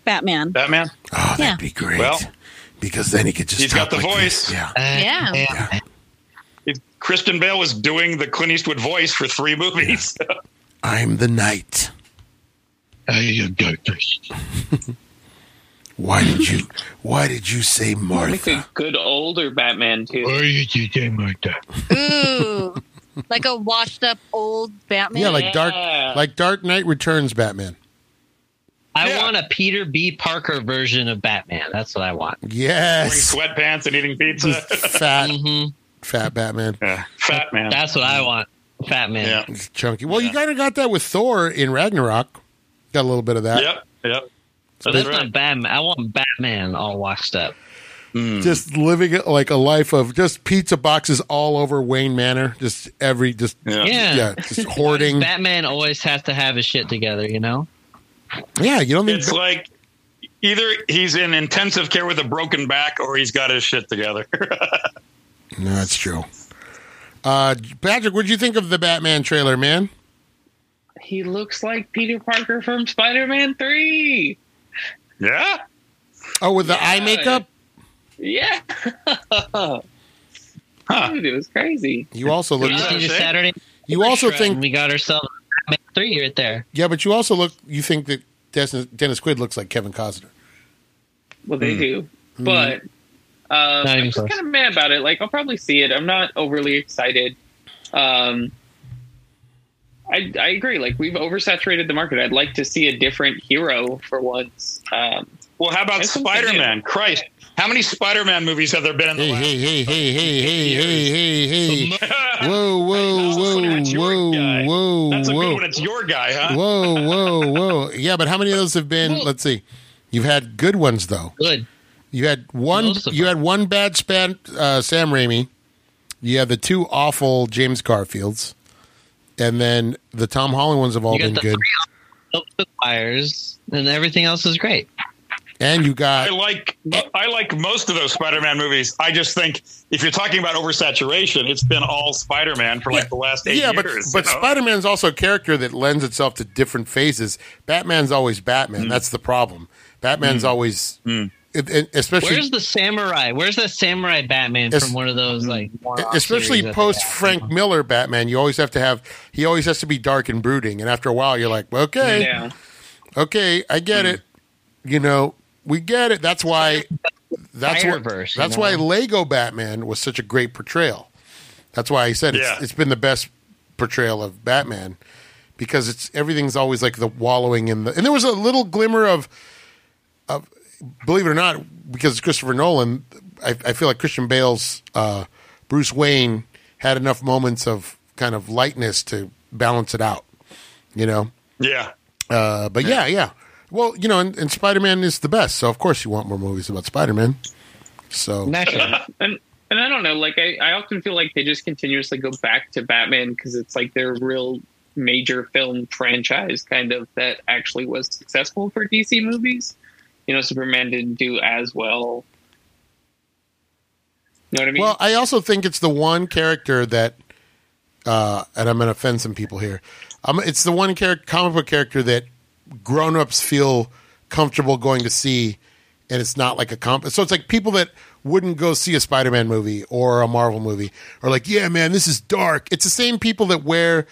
Batman?
Batman?
Oh, that'd
Yeah.
be great.
Well,
because then he could just
he's got
talk
the
like
voice.
this. Yeah.
Yeah.
Uh,
If Kristen Bale was doing the Clint Eastwood voice for three movies.
I'm the knight. Why did you why did you say
Make a
Martha?
good older Batman too.
Ooh, like a washed-up old Batman.
Yeah, like Dark
Yeah.
like Dark Knight Returns Batman.
I
Yeah.
want a Peter B. Parker version of Batman. That's what I want.
Wearing
Yes.
sweatpants and eating pizza.
fat
hmm
fat Batman.
yeah. Fat man.
That's what I want. Fat man.
yeah.
He's chunky. Well, you kind of got that with Thor in Ragnarok. Got a little bit of that.
Yep. Yep.
So that's not Batman. I want Batman all washed up.
Just living it like a life of just pizza boxes all over Wayne Manor. Just every just
Yeah.
Yeah.
yeah, just hoarding.
Batman always has to have his shit together, you know?
Yeah, you don't need
It's like either he's in intensive care with a broken back or he's got his shit together.
No, that's true. Uh, Patrick, what'd you think of the Batman trailer, man?
He looks like Peter Parker from Spider-Man Three.
yeah.
Oh, with the eye
Yeah.
makeup?
Yeah,
Huh.
dude, it was crazy.
You also look
Did you
Yeah,
see the
sure.
Saturday?
you also
Night Shred?
think
we got ourselves a Batman three right there.
yeah, but you also look you think that Dennis, Dennis Quid looks like Kevin Costner. Mm.
Well,
Hmm.
they do, but um,
Mm-hmm. even
I'm just
close.
kind of mad about it. Like, I'll probably see it. I'm not overly excited. Um, I I agree. Like, we've oversaturated the market. I'd like to see a different hero for once. Um,
Well, how about
That's
Spider Man? Christ. How many Spider Man movies have there been in the
Hey,
last?
hey, hey, hey, hey, hey, hey, hey, hey. Whoa, whoa,
That's
whoa,
when it's your
whoa,
guy.
whoa,
That's a good
whoa.
one. It's your guy, huh?
Whoa, whoa, whoa. Yeah, but how many of those have been let's see. You've had good ones though.
Good.
You had one.
Most of
You
them.
had one bad span, uh, Sam Raimi. You have the two awful James Garfields, and then the Tom Holland ones have all
You
been
got the
good.
three open fires and everything else is great.
And you
I
got
like I like most of those Spider Man movies. I just think if you're talking about oversaturation, it's been all Spider Man for like the last eight
yeah, but
years.
but
you know?
Spider Man's also a character that lends itself
Mm.
to different phases. Batman's always Batman. That's the problem. Batman's always it- and especially
Where's the samurai? Where's the samurai Batman
Es-
from one of those like one-off
e, especially
series that they
post
have?
Frank Miller Batman, you always have to have he always has to be dark and brooding, and after a while, you're like, okay,
Yeah.
okay, I get it. You know, we get it. That's why. That's why.
Fireverse, you
That's
know?
why Lego Batman was such a great portrayal. That's why I said it's,
Yeah.
it's been the best portrayal of Batman because it's everything's always like the wallowing in the and there was a little glimmer of believe it or not, because it's Christopher Nolan, I, I feel like Christian Bale's uh, Bruce Wayne had enough moments of kind of lightness to balance it out, you know.
Yeah.
Uh, but yeah, yeah. Well, you know, and, and Spider Man is the best, so of course you want more movies about Spider Man. So
Naturally.
and and I don't know, like I, I often feel like they just continuously go back to Batman because it's like their real major film franchise kind of that actually was successful for DC movies. You know, Superman didn't do as well. You know what I mean?
Well, I also think it's the one character that, uh, and I'm going to offend some people here. Um, it's the one character, comic book character that grown-ups feel comfortable going to see, and it's not like a comp. So it's like people that wouldn't go see a Spider-Man movie or a Marvel movie are like, "Yeah, man, this is dark." It's the same people that wear.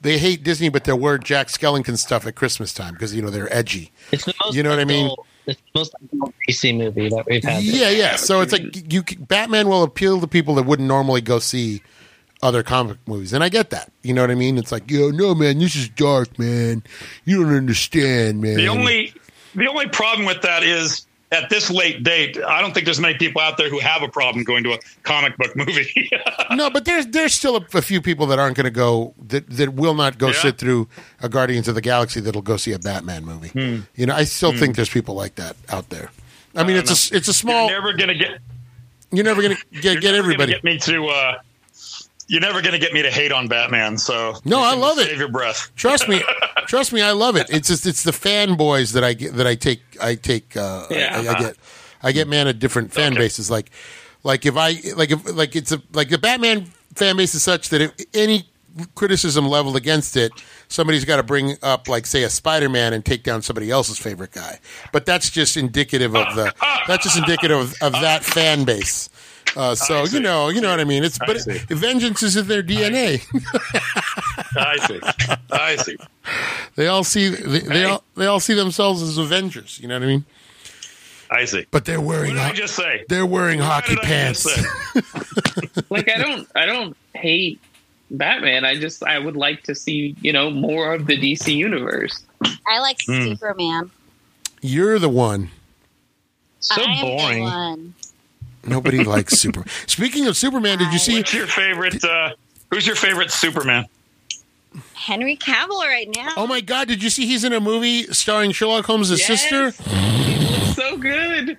They hate Disney, but they'll wear Jack Skellington stuff at Christmas time because you know they're edgy.
It's the most
You know what I mean?
adult- It's the most adult DC movie that we've had.
Yeah, yeah. So it's like you c- Batman will appeal to people that wouldn't normally go see other comic movies, and I get that. You know what I mean? It's like, yo, no, man, this is dark, man. You don't understand, man.
The only the only problem with that is at this late date, I don't think there's many people out there who have a problem going to a comic book movie.
no, but there's there's still a, a few people that aren't going to go that that will not go
Yeah.
sit through a Guardians of the Galaxy that'll go see a Batman movie.
Hmm.
You know, I still think there's people like that out there. I mean, it's a s- it's a small.
you're never gonna get
You're never, going to
you're
get, get
never gonna
everybody.
get me to uh, you're never gonna get me to hate on Batman. So
No,
you
I
can
love it.
Save your breath.
Trust me, trust me, I love it. It's just it's the fanboys that I get that I take I take uh,
Yeah.
I, I get I get man at different fan bases like like if I like if like it's a like the Batman fan base is such that if any criticism leveled against it, somebody's got to bring up like say a Spider Man and take down somebody else's favorite guy. But that's just indicative of the that's just indicative of, of that fan base. Uh, so you
see.
know you know what I mean. It's but
see.
vengeance is in their DNA.
I see. I see.
They all see they, they all they all see themselves as Avengers. You know what I mean?
I see.
But they're wearing
What did I
ho-
just say?
they're wearing
What
hockey
did I just
pants.
say?
like I don't I don't hate Batman. I just I would like to see, you know, more of the DC universe.
I like
Hmm.
Superman.
You're the one.
So
I am the
boring.
one.
Nobody likes Superman. Speaking of Superman,
Ah,
did you see?
What's your favorite? Uh, who's your favorite Superman?
Henry Cavill right now.
Oh my God! Did you see he's in a movie starring Sherlock Holmes'
Yes.
sister?
So good.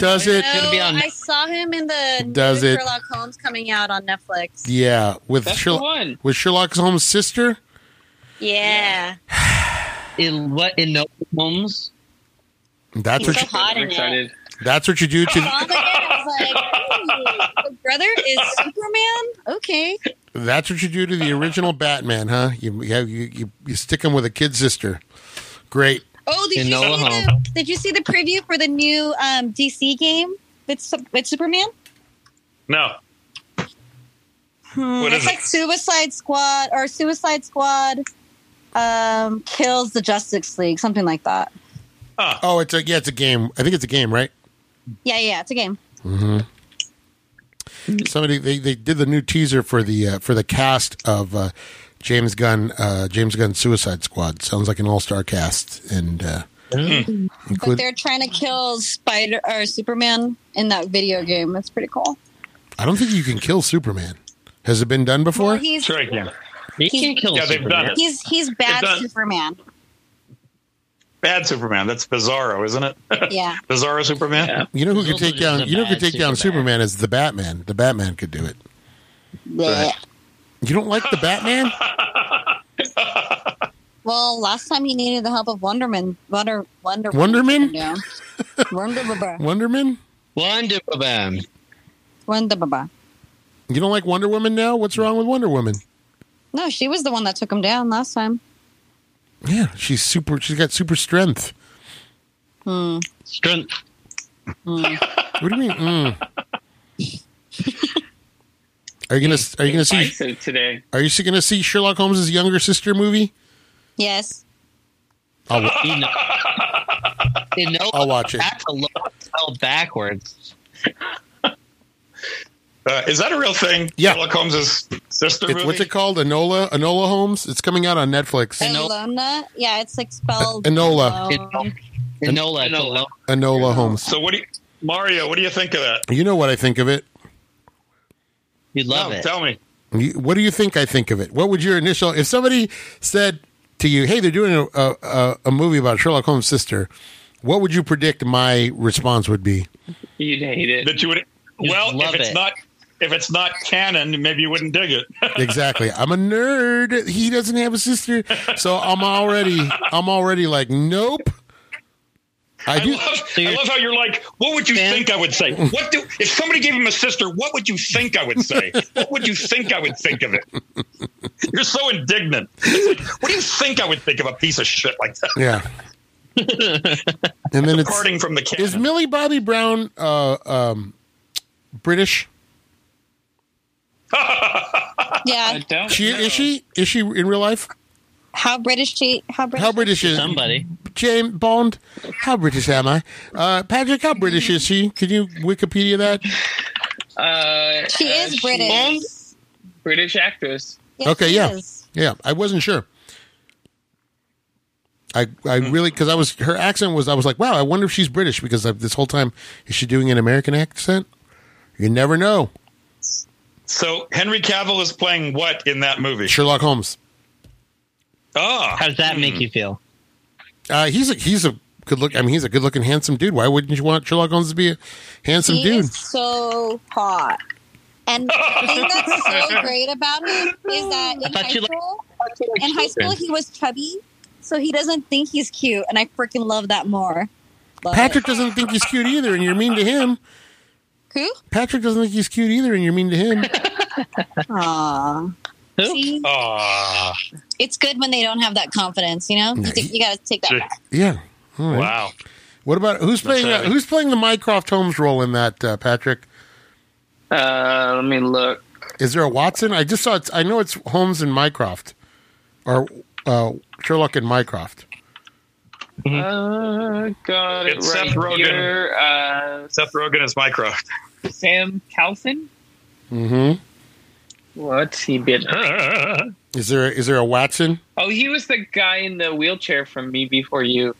Does it?
No,
gonna be on-
I saw him in the new
Does it-
Sherlock Holmes coming out on Netflix. Yeah.
Yeah, with
That's the
Sherlock
one.
with Sherlock Holmes' sister.
In what in no homes?
That's
He's
what
so
you,
hot in
I'm
it.
excited.
that's what you do
Saw
to
him again, I was like, "Ooh, the brother is Superman. Okay,
that's what you do to the original Batman, huh? You you you, you stick him with a kid sister. Great.
Oh, did
In
you,
Nola
see
Home.
the, did you see the preview for the new um, DC game with, Sup- with Superman?
No.
Hmm,
What
it's
is
like
it?
Suicide Squad or Suicide Squad um, kills the Justice League, something like that.
Huh.
Oh, it's a yeah, it's a game. I think it's a game, right?
Yeah, yeah, it's a game.
Mm-hmm.
Mm.
somebody they, they did the new teaser for the uh, for the cast of uh, James Gunn uh, James Gunn Suicide Squad. Sounds like an all star cast and uh,
But
include.
they're trying to kill Spider or Superman in that video game. That's pretty cool.
I don't think you can kill Superman. Has it been done
Well,
before?
he's,
Sure, I can.
He
He-
can kill.
Yeah, they've
Superman.
done it.
he's he's bad
done.
Superman.
Bad Superman. That's Bizarro, isn't it?
Yeah.
Bizarro Superman.
Yeah.
You know who could
Also
take
just
down
a
you know who
bad
could take down
Superman.
Superman is the Batman. The Batman could do it.
Blech.
You don't like the Batman?
Well, last time he needed the help of Wonderman. Wonder Wonder
Wonderman?
Yeah. Wonder Baba.
Wonderman?
Wonder Woman.
Wonder Baba.
You don't like Wonder Woman now? What's wrong with Wonder Woman?
No, she was the one that took him down last time.
Yeah, she's super she's got super strength.
Strength.
What do you mean? Mm. Are you gonna Are you gonna see
so today.
Are you gonna see Sherlock Holmes's younger sister movie?
Yes.
I'll, wa-
You know, you know
I'll watch it.
that's a low spell backwards.
Uh, is that a real thing?
Yeah.
Sherlock Holmes's sister
It's,
movie?
what's it called? Enola Enola Holmes. It's coming out on Netflix.
Eno-
Elona. Yeah, it's Um, like spelled.
Enola.
Elone.
Enola, it's a low.
Enola Holmes.
so what do you, Mario? What do you think of that?
You know what I think of it.
You love
No,
it.
Tell me.
You- What do you think I think of it? What would your initial if somebody said to you, "Hey, they're doing a a, a, a movie about Sherlock Holmes' sister." What would you predict my response would be?
You'd hate it.
that you would. Well,
love
if it's
it.
not if it's not canon, maybe you wouldn't dig it.
Exactly. I'm a nerd. He doesn't have a sister, so I'm already I'm already like, nope. I
I
do.
love,
So
I
you're-
love how you're like, what would you
Fan-
think I would say? What do if somebody gave him a sister? What would you think I would say? what would you think I would think of it? You're so indignant. It's like, what do you think I would think of a piece of shit like that?
Yeah. and then it's
Parting from the
is
canon.
Millie Bobby Brown uh, um, British?
Yeah.
I don't.
She
know.
is she is she in real life?
How British she? How British?
How British is
Somebody.
James Bond? How British am I? Uh, Patrick, how British is she? Can you Wikipedia that?
Uh,
She
uh,
is British.
Bond? British actress.
Yes,
Okay,
she
yeah.
is.
Yeah, I wasn't sure. I I really because I was her accent was I was like wow I wonder if she's British because I, this whole time is she doing an American accent? You never know.
So Henry Cavill is playing what in that movie?
Sherlock Holmes.
Oh,
How does that make you feel?
Uh, he's a he's a good look. I mean, he's a good looking, handsome dude. Why wouldn't you want Sherlock Holmes to be a handsome
He
dude?
is so hot. And the thing that's so great about him is that in
thought
high
you liked-
school, in high school he was chubby, so he doesn't think he's cute, and I freaking love that more. Love it.
Patrick doesn't think he's cute either, and you're mean to him.
who?
Patrick doesn't think he's cute either, and you're mean to him.
Aw.
Who?
See,
oh,
it's good when they don't have that confidence. You know, you, think- you gotta take that.
Sure.
back.
Yeah. All right.
wow.
What about who's playing uh,
right.
who's playing the Mycroft Holmes role in that? Uh, Patrick,
Uh, let me look.
is there a Watson? I just saw. It's, I know it's Holmes and Mycroft, or uh, Sherlock and Mycroft.
Uh, got it
Mm-hmm. It's
right
Seth Rogen.
here. Uh,
Seth Rogen is Mycroft.
Sam Calvin.
Mm-hmm.
What's he been?
Is there is there a Watson?
Oh, he was the guy in the wheelchair from Me Before You.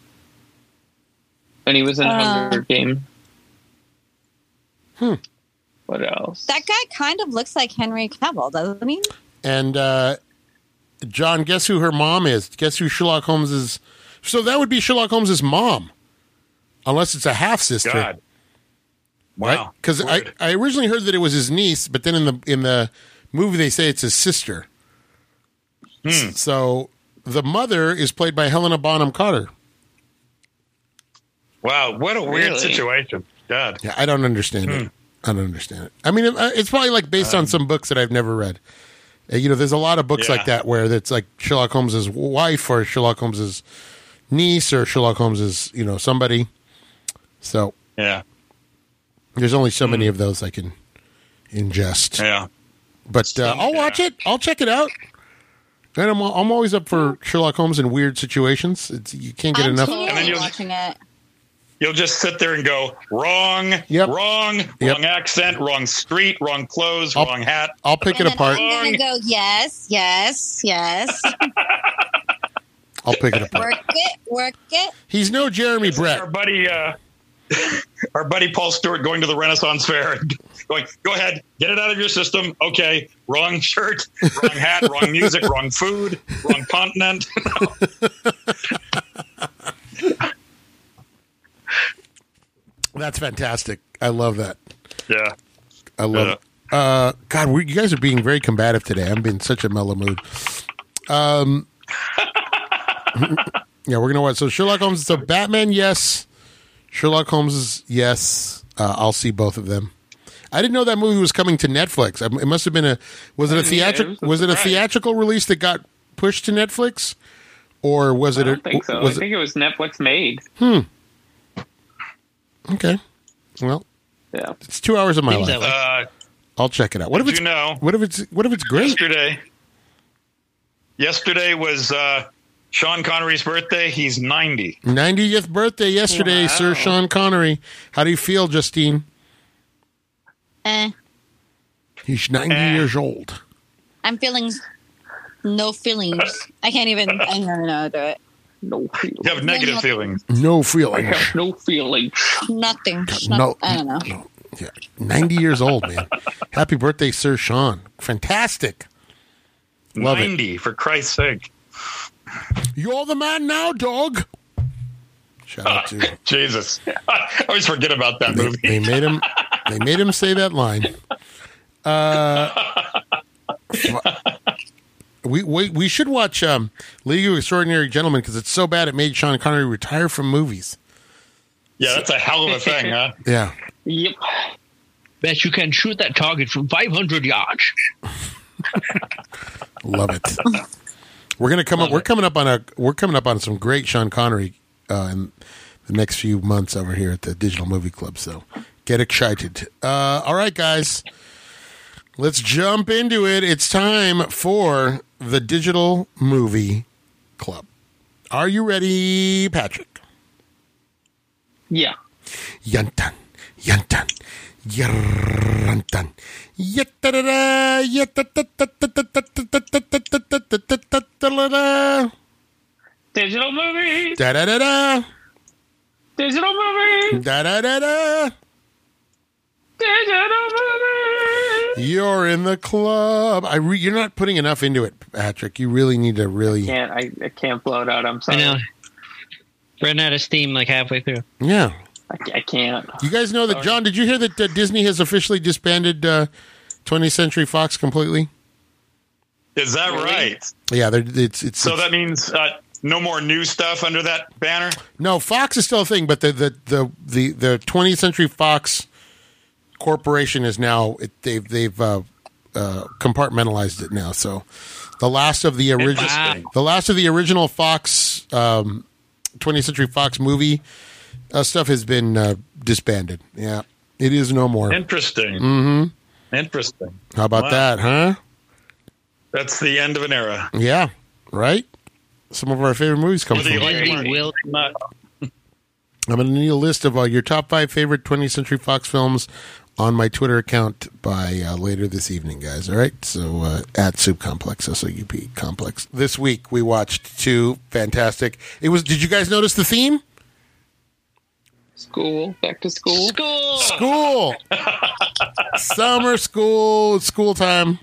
When he was in
Uh.
Hunger Game.
Hmm.
What else?
That guy kind of looks like Henry Cavill, doesn't he?
And uh, John, guess who her mom is? Guess who Sherlock Holmes is? So that would be Sherlock Holmes' mom, unless it's a half sister,
God. Wow.
Because I,
Weird.
I originally heard that it was his niece, but then in the in the movie they say it's his sister.
Hmm.
So the mother is played by Helena Bonham Carter.
Wow. What a weird
Really?
situation. God.
Yeah, I don't understand it.
Hmm.
I don't understand it. I mean, it- uh, it's probably like
Um,
based on some books that I've never read. Uh, You know, there's a lot of books
Yeah.
like that where it's like Sherlock Holmes's wife or Sherlock Holmes's niece or Sherlock Holmes's, you know, somebody. So
Yeah.
there's only so
Hmm.
many of those I can ingest.
Yeah.
But uh, I'll
Yeah.
watch it. I'll check it out. And I'm I'm always up for Sherlock Holmes in weird situations. It's, you can't get
I'm
enough.
totally
And then you'll-
watching it.
You'll just sit there and go, wrong,
Yep.
wrong, wrong accent, wrong street, wrong clothes,
I'll-
wrong hat.
I'll pick
and
it
then
apart.
I'm gonna go. Yes, yes, yes.
I'll pick it apart.
work it, work it.
He's no Jeremy Brett.
Our buddy, uh, our buddy Paul Stewart going to the Renaissance Fair and going, go ahead, get it out of your system. Okay, wrong shirt, wrong hat, wrong music, wrong food, wrong continent.
That's fantastic. I love that.
yeah.
I love
Yeah.
it. Uh, God, we, you guys are being very combative today. I'm in such a mellow mood. Um, yeah, we're gonna watch. So Sherlock Holmes. So Batman, yes. Sherlock Holmes is yes. Uh, I'll see both of them. I didn't know that movie was coming to Netflix. I- It must have been a was it a theatrical
it was a
was it a
surprise.
theatrical release that got pushed to Netflix, or was
I
it?
don't
a,
think so. I
was it-
think it was Netflix made.
okay. Well,
Yeah.
it's two hours of my
Seems that
life.
way.
Uh,
I'll check it out. What if
did
it's
you know
what if it's what if it's great?
yesterday? Yesterday was uh, Sean Connery's birthday. He's ninety.
90th birthday yesterday, Sir Sean Connery. How do you feel, Justine?
Eh,
He's 90
Eh.
years old.
I'm feeling no feelings. I can't even. I don't know how to do it.
No feelings.
You have negative
Yeah.
feelings.
No
I
feelings.
have no feelings.
Nothing.
No,
I don't know.
no. Yeah. 90 years old, man. Happy birthday, Sir Sean. Fantastic. Love it.
ninety for Christ's sake.
You're the man now, dog. Shout out to
Jesus, I always forget about that
they,
movie.
they made him they made him say that line. Uh We, we we should watch um, League of Extraordinary Gentlemen because it's so bad it made Sean Connery retire from movies.
yeah, that's a hell of a thing, huh?
Yeah,
Yep.
Bet you can shoot that target from 500 yards.
love it. We're gonna come up. We're coming up on a. We're coming up on some great Sean Connery uh, in the next few months over here at the Digital Movie Club. So get excited. Uh, all right, guys, let's jump into it. It's time for the Digital Movie Club. Are you ready, Patrick?
Yeah.
Yantan, yantan, yarrantan. Yatta-da-da, yatta-ta-ta-ta-ta-ta-ta-ta-ta-ta-ta-ta-ta-ta-ta-ta.
Digital movies.
Da-da-da-da,
Digital movies.
da-da-da-da.
Digital movies.
You're in the club. I re- you're not putting enough into it, Patrick. You really need to really
Can't I, I can't blow it out. I'm
I
sorry.
know.
I,
Ran out of steam like halfway through.
yeah.
ca- I can't.
You guys know that John. Did you hear that uh, Disney has officially disbanded uh, 20th Century Fox completely?
Is that
Really?
right?
Yeah, they're, it's it's
So that means uh, no more new stuff under that banner.
No, Fox is still a thing, but the the the the, the 20th Century Fox Corporation is now it, they've they've uh, uh, compartmentalized it now. So the last of the original
Interesting.
the last of the original Fox um, 20th Century Fox movie uh, stuff has been uh, disbanded. Yeah, it is no more.
Interesting.
Mm-hmm.
Interesting.
How about
Wow.
that, huh?
That's the end of an era.
Yeah, right. Some of our favorite movies come
Whether
from.
you like
Disney
them or
will-
not.
I'm going to need a list of uh, your top five favorite 20th Century Fox films on my Twitter account by uh, later this evening, guys. All right. So uh, at Soup Complex, S O U P Complex. This week we watched two fantastic. It was. Did you guys notice the theme?
School. Back to school.
School!
School. Summer school. It's school time.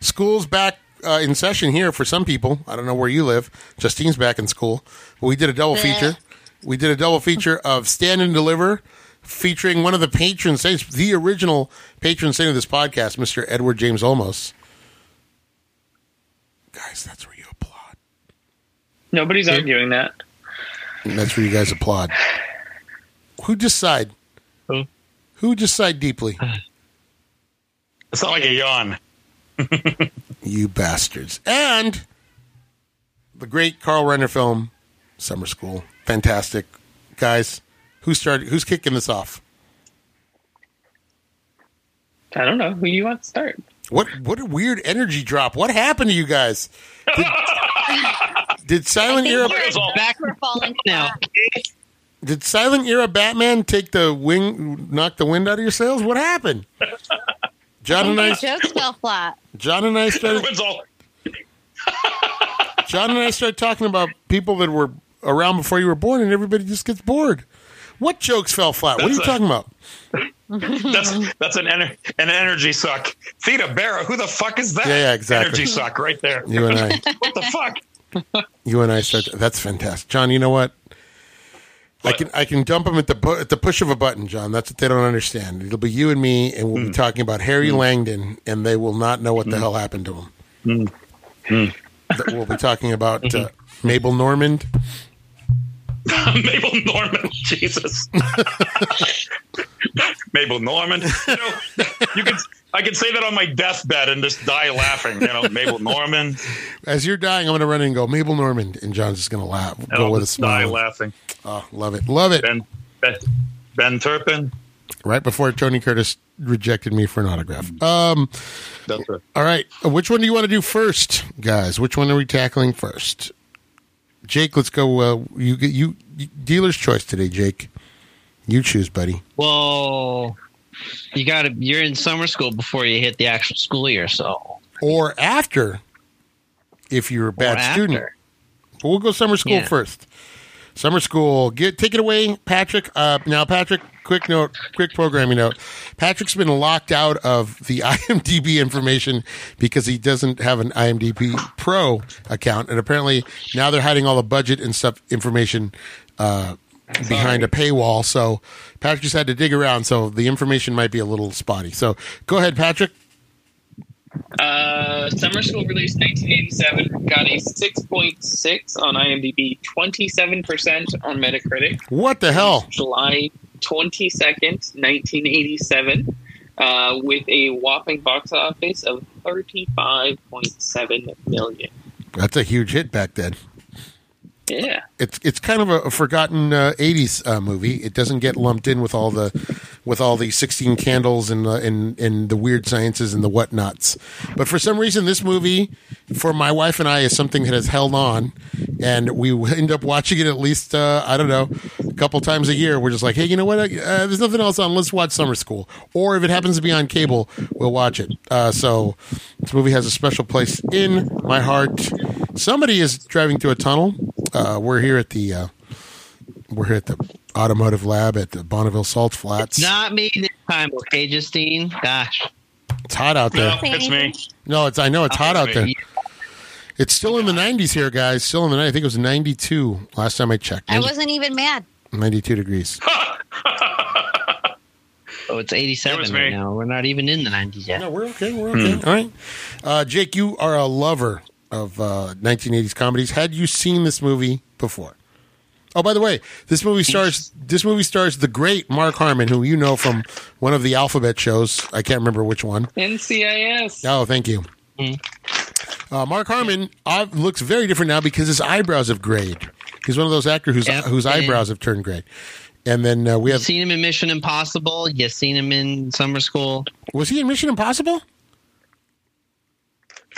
School's back uh, in session here for some people. I don't know where you live. Justine's back in school. But we did a double feature. We did a double feature of Stand and Deliver featuring one of the patron saints, the original patron saint of this podcast, Mr. Edward James Olmos. Guys, that's where you applaud.
Nobody's arguing that.
And that's where you guys applaud. Who decide?
Who?
Who decide deeply?
It's not like a yawn.
You bastards. And the great Carl Renner film, Summer School. Fantastic. Guys, who started who's kicking this off?
I don't know who you want to start.
What what a weird energy drop. What happened to you guys? Did, did Silent Era
Where's all-
back. We're falling
Now,
flat.
did Silent Era Batman take the wing knock the wind out of your sails? What happened? John and
My
I
jokes fell flat.
John and I started
Everyone's all.
John and I started talking about people that were around before you were born and everybody just gets bored. What jokes fell flat? What are you
That's a-
talking about? Mm-hmm.
That's that's an ener- an energy suck. Theta Barra, who the fuck is that?
Yeah, yeah, exactly.
Energy suck right there.
You and I
What the fuck?
You and I start. That's fantastic, John. You know what? I
What?
can I can dump them at the bu- at the push of a button, John. That's what they don't understand. It'll be you and me, and we'll be
Mm.
talking about Harry Langdon, and they will not know what the hell happened to him.
Mm.
That We'll be talking about
Mm-hmm.
uh, Mabel Normand.
Mabel Norman, Jesus. Mabel Norman. You know, you could I could say that on my deathbed and just die laughing. You know, Mabel Norman.
As you're dying, I'm going to run in and go Mabel Normand, and John's just going to laugh,
And
go
I'll
with a
just die
smile.
laughing.
Oh, love it, love it.
Then, Ben Turpin.
right before Tony Curtis rejected me for an autograph. Um,
That's right.
all right, uh, which one do you want to do first, guys? Which one are we tackling first? Jake, let's go. Uh, you get you, you dealer's choice today, Jake. You choose, buddy.
Well, you got to. You're in summer school before you hit the actual school year, so
Or after, if you're a bad
or after.
student. But we'll go summer school
Yeah.
first. Summer school, get take it away, Patrick. Uh, now, Patrick, quick note, quick programming note. Patrick's been locked out of the IMDb information because he doesn't have an IMDb Pro account, and apparently now they're hiding all the budget and stuff information uh, behind a paywall. So Patrick just had to dig around, so the information might be a little spotty. So go ahead, Patrick.
Uh, Summer School released 1987 got a 6.6 on IMDb, 27% on Metacritic.
What the hell?
July 22nd, 1987, uh, with a whopping box office of 35.7 million.
That's a huge hit back then.
Yeah.
it's it's kind of a, a forgotten uh, '80s uh, movie. It doesn't get lumped in with all the with all the 16 candles and uh, and and the weird sciences and the whatnots. But for some reason, this movie for my wife and I is something that has held on, and we end up watching it at least uh, I don't know a couple times a year. We're just like, hey, you know what? Uh, there's nothing else on. Let's watch Summer School, or if it happens to be on cable, we'll watch it. Uh, so this movie has a special place in my heart. Somebody is driving through a tunnel uh, we're here at the uh, we're here at the automotive lab at the Bonneville Salt Flats.
Not me this time, okay, Justine? Gosh.
It's hot out
No,
there.
it's me.
No, it's I know it's hot out there.
You-
It's still in the 90s here, guys. Still in the 90s. I think it was 92 last time I checked.
I wasn't even mad.
92 degrees.
Oh, it's
It was
87
me.
right now. We're not even in the 90s yet.
No, we're okay. We're okay. All right, uh, Jake, you are a lover of uh, 1980s comedies. Had you seen this movie before? Oh, by the way, this movie stars this movie stars the great Mark Harmon, who you know from one of the Alphabet shows. I can't remember which one.
NCIS.
Oh, thank you. Uh, Mark Harmon uh, looks very different now because his eyebrows have grayed. He's one of those actors whose
Yep.
whose eyebrows have turned gray. And then uh, we
You
have
seen him in Mission Impossible? You seen him in summer school?
was he in Mission Impossible?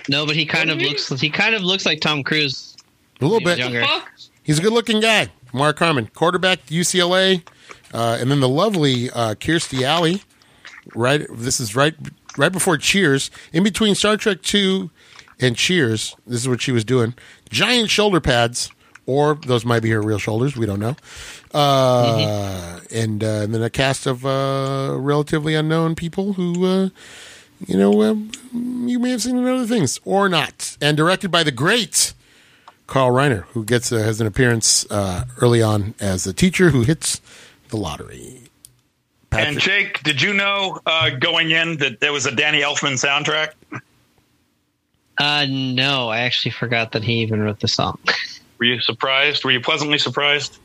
No, but he kind of looks he kind of looks like Tom Cruise.
A little bit.
Younger.
Fuck.
He's a good looking guy. Mark Harmon, quarterback UCLA, uh, and then the lovely uh, Kirstie Alley. Right, this is right right before Cheers, in between Star Trek Two and Cheers. This is what she was doing: giant shoulder pads, or those might be her real shoulders. We don't know. Uh, and, uh, and then a cast of uh, relatively unknown people who. Uh, you know, um, you may have seen in other things or not. And directed by the great Carl Reiner, who gets uh, has an appearance uh, early on as a teacher who hits the lottery.
And Jake, did you know uh, going in that there was a Danny Elfman soundtrack?
Uh no, I actually forgot that he even wrote the song.
Were you surprised? Were you pleasantly surprised?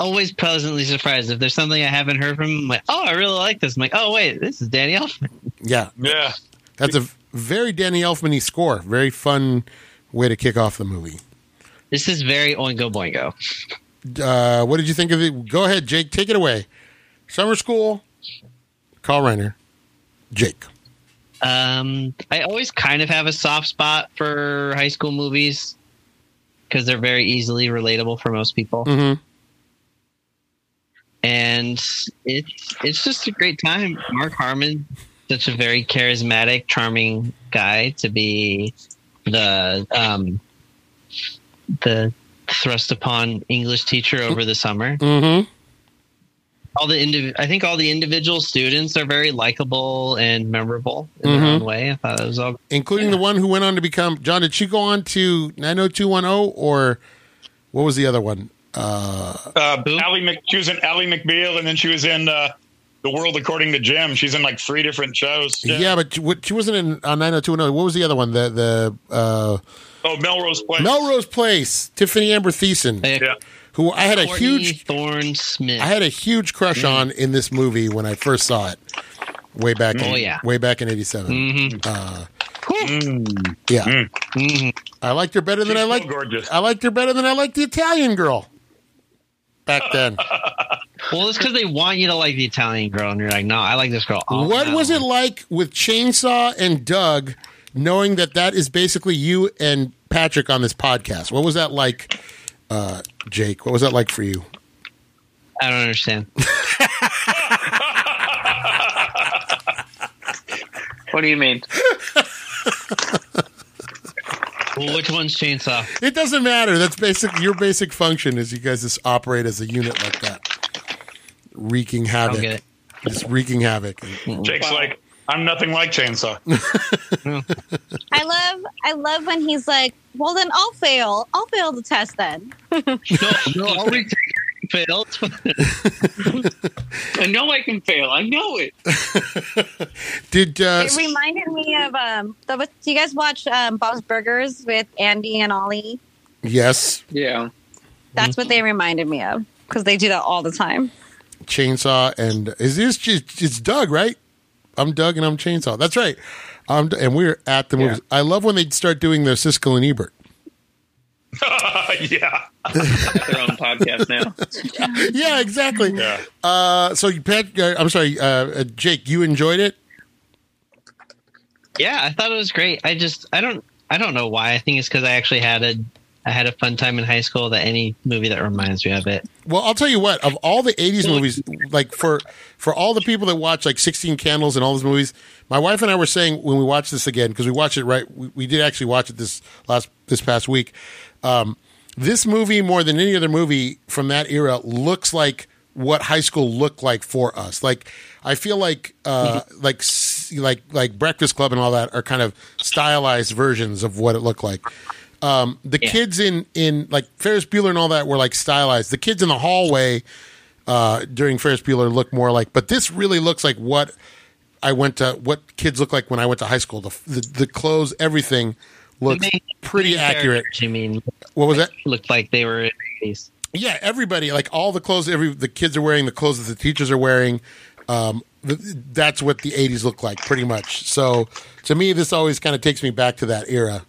Always pleasantly surprised. If there's something I haven't heard from him, I'm like, oh, I really like this. I'm like, oh wait, this is Danny Elfman.
Yeah,
Yeah.
that's a very Danny Elfman score. Very fun way to kick off the movie.
This is very Oingo Boingo.
Uh, what did you think of it? Go ahead, Jake. Take it away. Summer school. Carl Reiner. Jake.
Um, I always kind of have a soft spot for high school movies because they're very easily relatable for most people,
Mm-hmm.
and it's it's just a great time. Mark Harmon, such a very charismatic, charming guy to be the um, the thrust upon English teacher over the summer.
Mm-hmm.
all the indiv- I think all the individual students are very likable and memorable in their
Mhm.
own way. I thought it was all
Including the one who went on to become John. Did she go on to 90210 or what was the other one?
Uh,
Who?
Ally Mc, she was in Ally McBeal, and then she was in uh, The World According to Jim. She's in like three different shows.
Yeah, but she, what, she wasn't in on 90210. What was the other one? The the uh,
Oh, Melrose Place.
Melrose Place. Tiffany Amber Thiessen,
Eh,
Yeah.
who I had a
Courtney Mm.
huge
Thorne Smith.
I had a huge crush on in this movie when I first saw it. Way back, in,
Oh, yeah.
way back in '87.
hmm
Uh,
Mm.
yeah,
Mm.
hmm
I liked her better than
She's
I liked.
so gorgeous.
I liked her better than I liked the Italian girl back then.
Well, it's because they want you to like the Italian girl, and you're like, no, I like this girl. all
what
night
was it
long."
like with Chainsaw and Doug, knowing that that is basically you and Patrick on this podcast? What was that like, uh, Jake? What was that like for you?
I don't understand.
What do you mean?
well, which one's chainsaw?
It doesn't matter. That's basic. Your basic function is you guys just operate as a unit like that, wreaking
I
havoc.
don't get it. Hmm.
Just wreaking havoc.
Jake's like, I'm nothing like Chainsaw.
I love I love when he's like, well then I'll fail. I'll fail the test then.
No, no, I'll retake it. failed.
I know I can fail. I know it.
Did uh,
It reminded me of um. The, do you guys watch um, Bob's Burgers with Andy and Ollie?
yes,
Yeah.
That's
Mm-hmm.
what they reminded me of because they do that all the time.
Chainsaw and is this just it's Doug right? I'm Doug and I'm Chainsaw. That's right. I'm and we're at the
Yeah.
movies. I love when they start doing their Siskel and Ebert.
yeah.
Their own podcast now.
yeah, exactly.
Yeah.
Uh, so you, Pat, uh, I'm sorry, uh, uh, Jake, you enjoyed it.
yeah, I thought it was great. I just, I don't, I don't know why. I think it's because I actually had a, I had a fun time in high school. That any movie that reminds me of it.
Well, I'll tell you what. Of all the '80s movies, like for for all the people that watch like 16 Candles and all those movies, my wife and I were saying when we watched this again because we watched it right. We, we did actually watch it this last this past week. Um, this movie, more than any other movie from that era, looks like what high school looked like for us. Like I feel like uh, like s- like like Breakfast Club and all that are kind of stylized versions of what it looked like um, the kids in in like Ferris Bueller and all that were like stylized. The kids in the hallway uh, during Ferris Bueller look more like, but this really looks like what I went to. What kids look like when I went to high school. The the, the clothes, everything looks
The main-
pretty accurate.
I mean,
What was that?
looked like they were in the 80s.
Yeah, everybody like all the clothes. Every the kids are wearing the clothes that the teachers are wearing. Um, th- that's what the '80s look like, pretty much. So to me, this always kind of takes me back to that era.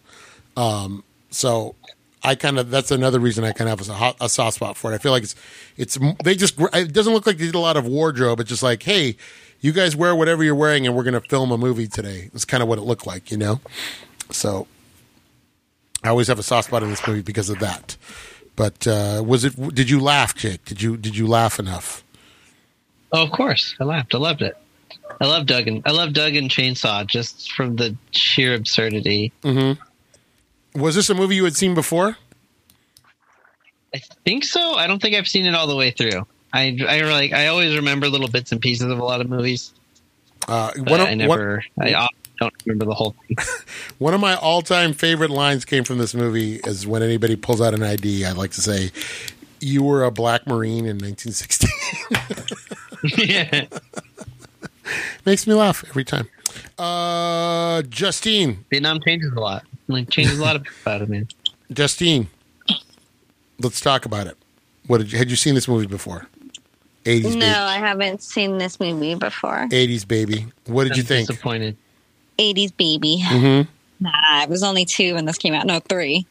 Um, so I kind of that's another reason I kind of have a, hot, a soft spot for it. I feel like it's it's m- they just gr- it doesn't look like they did a lot of wardrobe. It's just like, hey, you guys wear whatever you're wearing, and we're going to film a movie today. It's kind of what it looked like, you know. So I always have a soft spot in this movie because of that. But uh, was it? Did you laugh, Jake? Did you did you laugh enough?
Oh, of course, I laughed. I loved it. I love Doug and I love Doug and Chainsaw just from the sheer absurdity.
Was this a movie you had seen before?
I think so. I don't think I've seen it all the way through. I I like I always remember little bits and pieces of a lot of movies.
Uh,
but
one, of, one,
I never. I often don't remember the whole thing.
one of my all time favorite lines came from this movie is when anybody pulls out an ID, I like to say, "You were a black marine in 1960."
yeah.
Makes me laugh every time. Uh, Justine,
Vietnam changes a lot. Like changes a lot of about it, man.
Justine, let's talk about it. What did you, had you seen this movie before? 80s,
No,
baby.
I haven't seen this movie before.
80s baby. What did you
I'm
think?
Disappointed.
80s baby.
hmm
Nah, I was only two when this came out. No, three.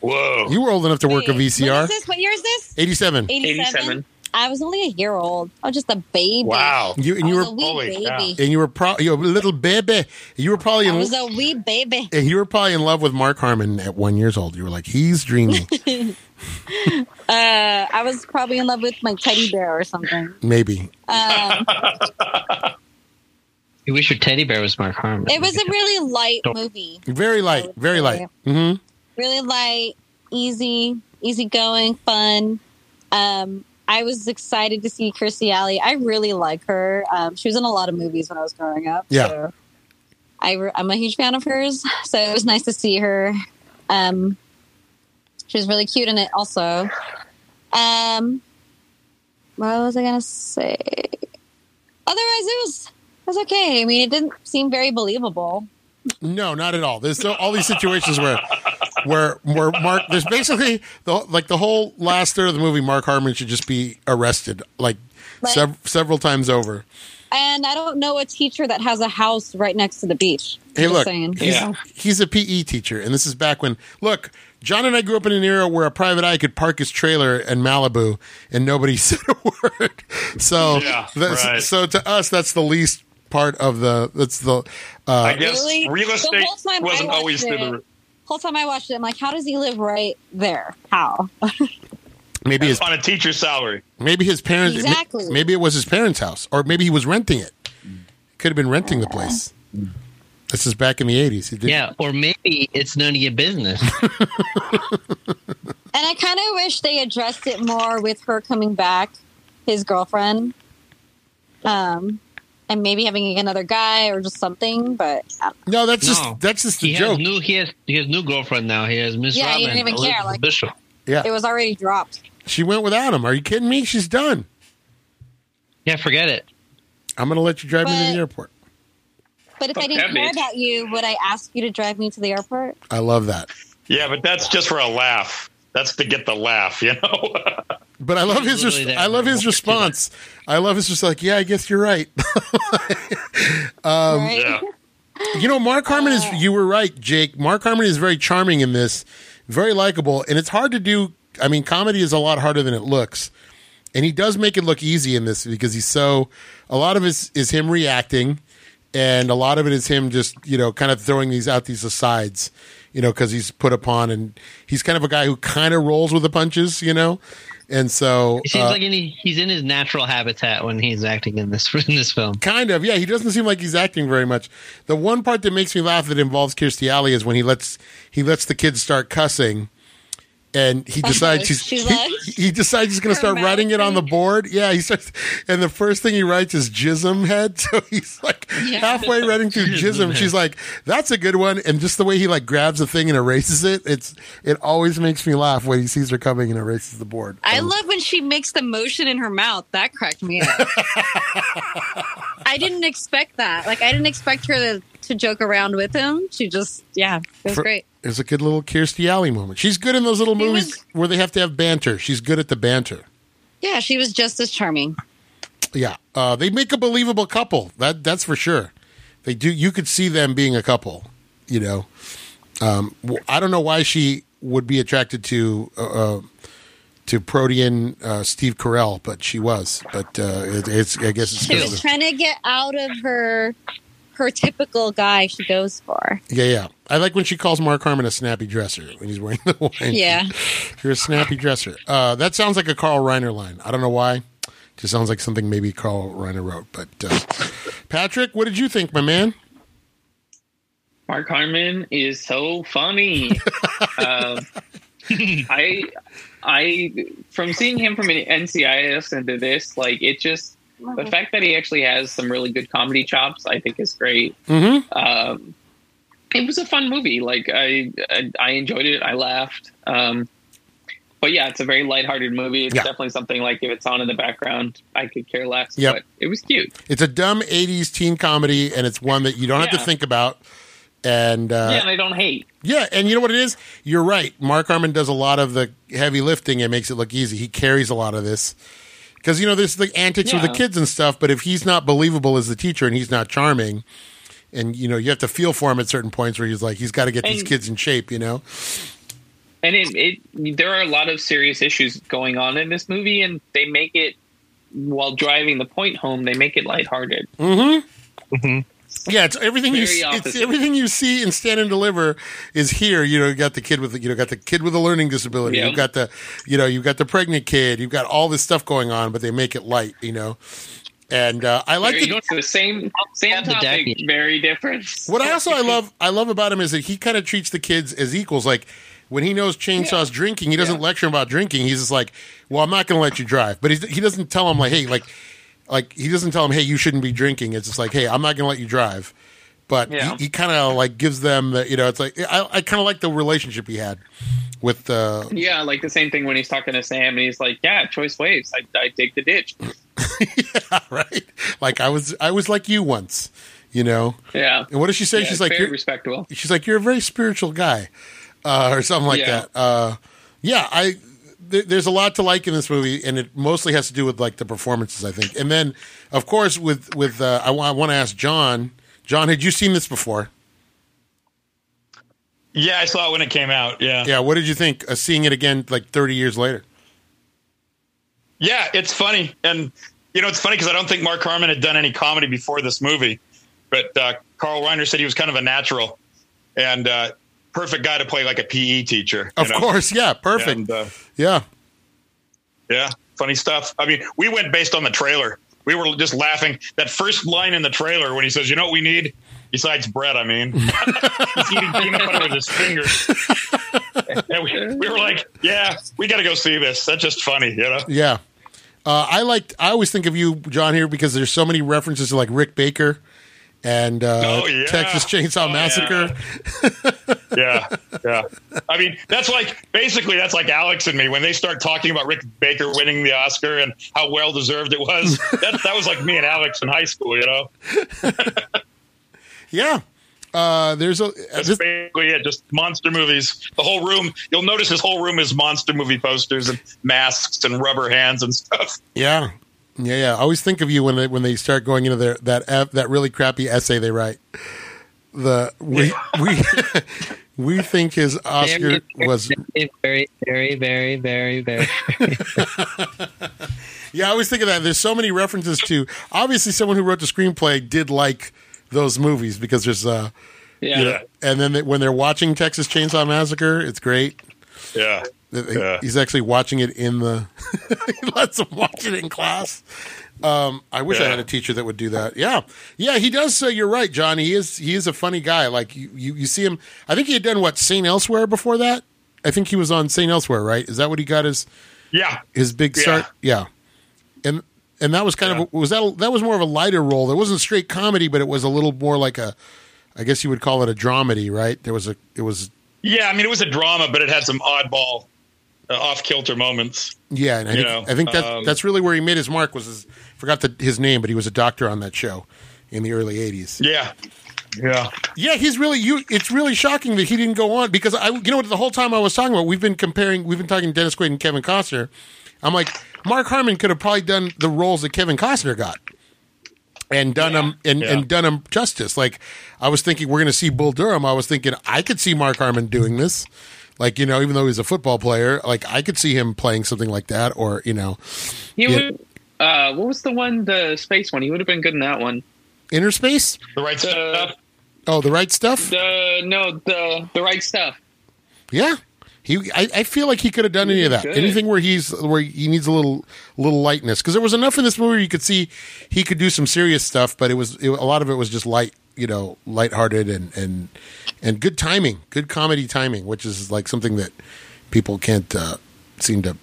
Whoa.
You were old enough to work E a
Wait, What,
VCR.
is this? what year is this?
87.
87.
I was only a year old. I was just a baby.
Wow.
You and you
I
were
was a wee
holy
baby.
cow.
and you were pro- you were a little baby. You were probably
I
in,
was a wee baby.
and you were probably in love with Mark Harmon at one years old. You were like, he's dreaming,
Uh, I was probably in love with my teddy bear or something.
maybe.
Um,
You wish your teddy bear was Mark Harmon.
it was a really light movie.
Very light, very light. hmm
really light, easy, easygoing, fun. Um, I was excited to see Kirstie Alley. I really like her. Um, she was in a lot of movies when I was growing up.
Yeah.
so I re- I'm a huge fan of hers, so it was nice to see her. Um, she was really cute in it, also. Um, what was I gonna say? Otherwise, it was it was okay. I mean, it didn't seem very believable.
No, not at all. There's so- all these situations where where where Mark. There's basically the like the whole last third of the movie. Mark Harmon should just be arrested like
Like-
sev- several times over.
And I don't know a teacher that has a house right next to the beach. I'm
Hey,
just
look,
saying.
he's,
Yeah.
he's a PE teacher, and this is back when. Look, John and I grew up in an era where a private eye could park his trailer in Malibu, and nobody said a word. So,
Yeah,
that's-
right.
so to us, that's the least part of the. That's the. Uh,
I guess
Really?
real
The
estate
whole time I
wasn't
watched
always through the
it,
roof.
Whole time I watched it, I'm like, how does he live right there? How?
maybe his
on a teacher's salary.
maybe his parents ma-
Exactly.
maybe it was his parents' house, or maybe he was renting it. Could have been renting the place. This is back in the eighties.
Yeah, or maybe it's none of your business.
And I kind of wish they addressed it more with her coming back, his girlfriend, um, and maybe having another guy or just something. But uh,
No, that's
No.
just that's just the
He
joke.
has new he has he has new girlfriend now. He has Miss
Yeah,
Robin.
he didn't even care,
Elizabeth
like-
Bishop.
it was already dropped.
she went without him. Are you kidding me? She's done.
Yeah, forget it.
I'm going to let you drive me to the
But-
airport.
But if
Fuck
I didn't
Oh, that
care
bitch.
about you, would I ask you to drive me to the airport?
I love that.
Yeah, but that's just for a laugh. That's to get the laugh, you know.
But I love his
Literally
res-
that
I love
one.
his response. I love his just like, yeah, I guess you're right. Um,
right?
yeah,
you know, Mark Harmon is you were right, Jake. Mark Harmon is very charming in this, very likable, and it's hard to do I mean, comedy is a lot harder than it looks. And he does make it look easy in this because he's so a lot of it is, is him reacting and a lot of it is him just, you know, kind of throwing these out these asides, you know, cuz he's put upon and he's kind of a guy who kind of rolls with the punches, you know. And so
He seems
uh,
like any, he's in his natural habitat when he's acting in this in this film.
Kind of, yeah. He doesn't seem like he's acting very much. The one part that makes me laugh that involves Kirstie Alley is when he lets he lets the kids start cussing, and he decides he's,
She's
he,
like-
he decides he's going to
Her
start
mouth
writing it on the
thing.
board. Yeah, he starts, and the first thing he writes is "jism head." So he's like halfway writing through
Jism
"jism."
head.
She's like, "That's a good one," and just the way he like grabs the thing and erases it, it's it always makes me laugh when he sees her coming and erases the board.
I love when she makes the motion in her mouth. That cracked me up. I didn't expect that. Like I didn't expect her to, to joke around with him. She just yeah, it was
For-
great.
It was a good little Kirstie Alley moment. She's good in those little
She
movies
was-
where they have to have banter. She's good at the banter.
Yeah, she was just as charming.
Yeah, uh, they make a believable couple. That that's for sure. They do. You could see them being a couple. You know, um, w- I don't know why she would be attracted to uh, uh, to Protean uh, Steve Carell, but she was. But uh, it, it's I guess it's
She
'cause
was
of-
trying to get out of her her typical guy she goes for.
yeah, yeah. I like when she calls Mark Harmon a snappy dresser when he's wearing the wine.
Yeah.
You're a snappy dresser. Uh, that sounds like a Carl Reiner line. I don't know why. Just sounds like something maybe Carl Reiner wrote. But uh, Patrick, what did you think, my man?
Mark Harmon is so funny. um, I, I, from seeing him from NCIS into this, like it just the fact that he actually has some really good comedy chops, I think is great.
Mm-hmm.
Um, it was a fun movie. Like I, I, I enjoyed it. I laughed. Um, but yeah, it's a very lighthearted movie. It's
Yeah.
definitely something like if it's on in the background, I could care less.
Yep.
But it was cute.
It's a dumb '80s teen comedy, and it's one that you don't have to
Yeah.
think about. And uh,
yeah, and I don't hate.
Yeah, and you know what it is? You're right. Mark Harmon does a lot of the heavy lifting and makes it look easy. He carries a lot of this. Because, you know, there's the antics with
Yeah.
the kids and stuff, but if he's not believable as the teacher and he's not charming, and, you know, you have to feel for him at certain points where he's like, he's got to get these
And-
kids in shape, you know?
and it, it there are a lot of serious issues going on in this movie and they make it while driving the point home they make it lighthearted
Mm-hmm. Yeah, it's everything you
Very
see- it's
opposite.
everything you see in Stand and Deliver is here. You know, you got the kid with you know got the kid with a learning disability.
Yeah.
You've got the you know you've got the pregnant kid. You've got all this stuff going on, but they make it light. You know, and uh, I like
Very-
the,
it's the same same
Have the
topic
deputy.
very different
what I also I love I love about him is that he kind of treats the kids as equals. Like when he knows Chainsaw's drinking, he doesn't
Yeah.
lecture him about drinking. He's just like, "Well, I'm not going to let you drive," but he he doesn't tell him like, "Hey, like." Like he doesn't tell him, "Hey, you shouldn't be drinking." It's just like, "Hey, I'm not going to let you drive," but
Yeah.
he, he kind of like gives them, the, you know, it's like I, I kind of like the relationship he had with uh,
yeah like the same thing when he's talking to sam and he's like yeah choice waves i, I dig the ditch
right, like I was I was like you once, you know.
yeah
And what does she say?
Yeah,
She's like,
very
"You're-
respectable
she's like, "You're a very spiritual guy," uh, or something like
Yeah.
that. Uh, yeah, I there- there's a lot to like in this movie, and it mostly has to do with like the performances, I think. And then, of course, with with uh, I want to ask John. John, had you seen this before?
Yeah, I saw it when it came out. Yeah.
Yeah. What did you think uh, seeing it again, like 30 years later?
Yeah, it's funny, and you know it's funny because I don't think Mark Harmon had done any comedy before this movie, but uh, Carl Reiner said he was kind of a natural and uh, perfect guy to play like a PE teacher. you
Of
know?
course, yeah, perfect.
And, uh,
yeah,
yeah, funny stuff. I mean, we went based on the trailer. We were just laughing. That first line in the trailer when he says, "You know what we need." Besides bread, I mean, he's eating peanut butter with his fingers. and we, we were like, "Yeah, we got to go see this. That's just funny, you know."
yeah. Uh, I liked. I always think of you, John, here because there's so many references to like Rick Baker and uh,
Oh, yeah.
Texas Chainsaw
Oh,
Massacre.
yeah, yeah. I mean, that's like basically that's like Alex and me when they start talking about Rick Baker winning the Oscar and how well deserved it was. That that was like me and Alex in high school, you know.
Yeah. Uh, there's a
That's
this-
basically it. Just monster movies. The whole room. You'll notice this whole room is monster movie posters and masks and rubber hands and stuff.
yeah, yeah, yeah. I always think of you when they when they start going into their that F, that really crappy essay they write. The we we we think his Oscar was
very, very, very, very, very.
Yeah, I always think of that. There's so many references to obviously someone who wrote the screenplay did like those movies because there's uh
Yeah.
Yeah,
and then they, when they're watching Texas Chainsaw Massacre, it's great.
yeah.
That they-
Yeah.
He's actually watching it in the he lets him watch it in class. Um, I wish I
Yeah.
had a teacher that would do that. Yeah, yeah, he does. So you're right, John. He is he is a funny guy. Like you, you, you see him. I think he had done what Saint Elsewhere before that. I think he was on Saint Elsewhere, right? Is that what he got his
Yeah.
his big start. Yeah, and and that was kind of was that that was more of a lighter role. There wasn't straight comedy, but it was a little more like a, I guess you would call it a dramedy, right? There was a it was
Yeah, I mean, it was a drama, but it had some oddball, uh, off kilter moments.
yeah, and I
You
think,
know,
I think that
um,
that's really where he made his mark. Was his, forgot the, his name, but he was a doctor on that show in the early eighties.
Yeah, yeah.
Yeah, he's really you. It's really shocking that he didn't go on because I, you know, what the whole time I was talking about, we've been comparing, we've been talking Dennis Quaid and Kevin Costner. I'm like, Mark Harmon could have probably done the roles that Kevin Costner got, and done them and,
Yeah.
and done them justice. Like I was thinking, we're going to see Bull Durham. I was thinking I could see Mark Harmon doing this. Like you know, even though he's a football player, like I could see him playing something like that, or you know,
He
Yeah.
would. Uh, what was the one? The space one. He would have been good in that one.
Inner Space.
The right stuff.
Oh, the right stuff.
The no, the the right stuff.
Yeah. He, I, I feel like he could have done any of that.
Good.
Anything where he's where he needs a little little lightness because there was enough in this movie you could see he could do some serious stuff, but it was it, a lot of it was just light, you know, lighthearted and and and good timing, good comedy timing, which is like something that people can't uh, seem to,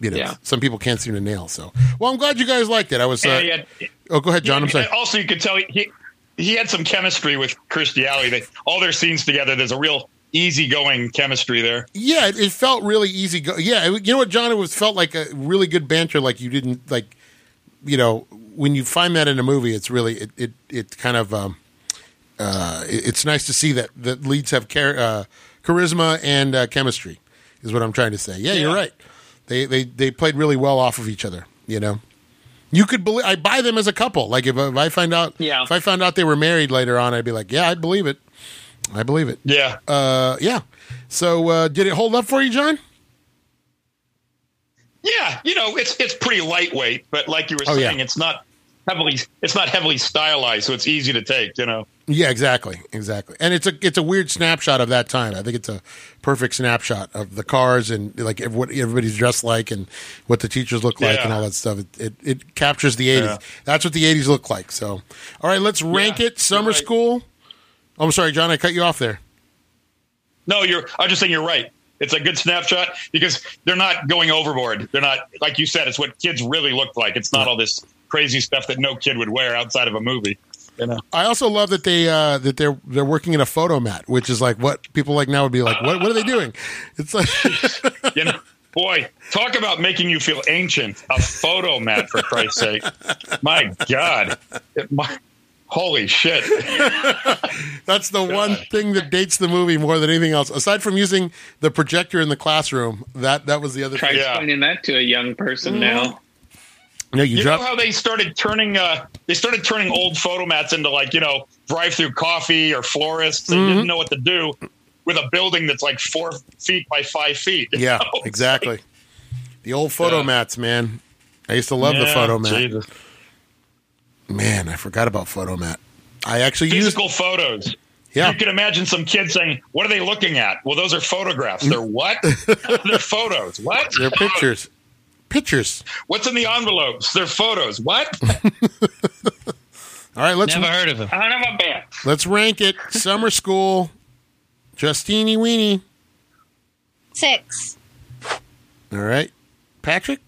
you know,
Yeah.
some people can't seem to nail. So, well, I'm glad you guys liked it. I was, uh,
And yet-
oh, go ahead, John. I'm sorry.
And Also, you could tell he he had some chemistry with Kirstie Alley. That all their scenes together, there's a real easygoing chemistry there.
Yeah, it, it felt really easy. Go- yeah, it- you know what, John? It was felt like a really good banter. Like you didn't like, you know, when you find that in a movie, it's really it it, it kind of um, uh, it- it's nice to see that that leads have char- uh, charisma and uh, chemistry. Is what I'm trying to say. Yeah, you're right. They they they played really well off of each other. You know, you could believe I buy them as a couple. Like if, if I find out
Yeah.
if I found out they were married later on, I'd be like, yeah, I believe it. I believe it
Yeah,
uh, yeah. So uh, did it hold up for you, John?
yeah. You know, it's it's pretty lightweight, but like you were
Oh, yeah.
saying, it's not heavily it's not heavily stylized, so it's easy to take. You know,
Yeah, exactly, exactly. And it's a it's a weird snapshot of that time. I think it's a perfect snapshot of the cars and like ev- what everybody's dressed like and what the teachers look like
Yeah.
and all that stuff. It it, it captures the eighties.
Yeah.
That's what the eighties look like. So, all right, let's rank
Yeah,
it. Summer
you're right.
school. I'm sorry, John. I cut you off there.
no, you're. I'm just saying you're right. It's a good snapshot because they're not going overboard. They're not like you said. It's what kids really look like. It's not all this crazy stuff that no kid would wear outside of a movie. You know.
I also love that they uh, that they're they're working in a photo mat, which is like what people like now would be like. What what are they doing? It's like
you know, boy, talk about making you feel ancient. A photo mat, for Christ's sake. My God. It- my- Holy shit!
That's the one thing that dates the movie more than anything else. Aside from using the projector in the classroom, that that was the other
Try
thing.
Yeah.
explaining that to a young person
Mm-hmm.
now.
No, you,
You
drop.
know how they started turning uh, they started turning old photomats into like you know drive through coffee or florists. They
Mm-hmm.
didn't know what to do with a building that's like four feet by five feet. you
yeah,
know?
exactly. The old photo
Yeah.
mats, man. I used to love the
Yeah,
photo mat.
Jesus.
Man, I forgot about photo mat. I actually used.
Physical photos.
Yeah,
You can imagine some kid saying, "What are they looking at?" Well, those are photographs. They're what? They're photos. What?
Mm-hmm. they're pictures. Pictures.
What's in the envelopes? They're photos. What?
All right, let's
Never heard of him.
I don't know about
let's rank it. Summer school. Justini Weenie.
Six.
All right, Patrick.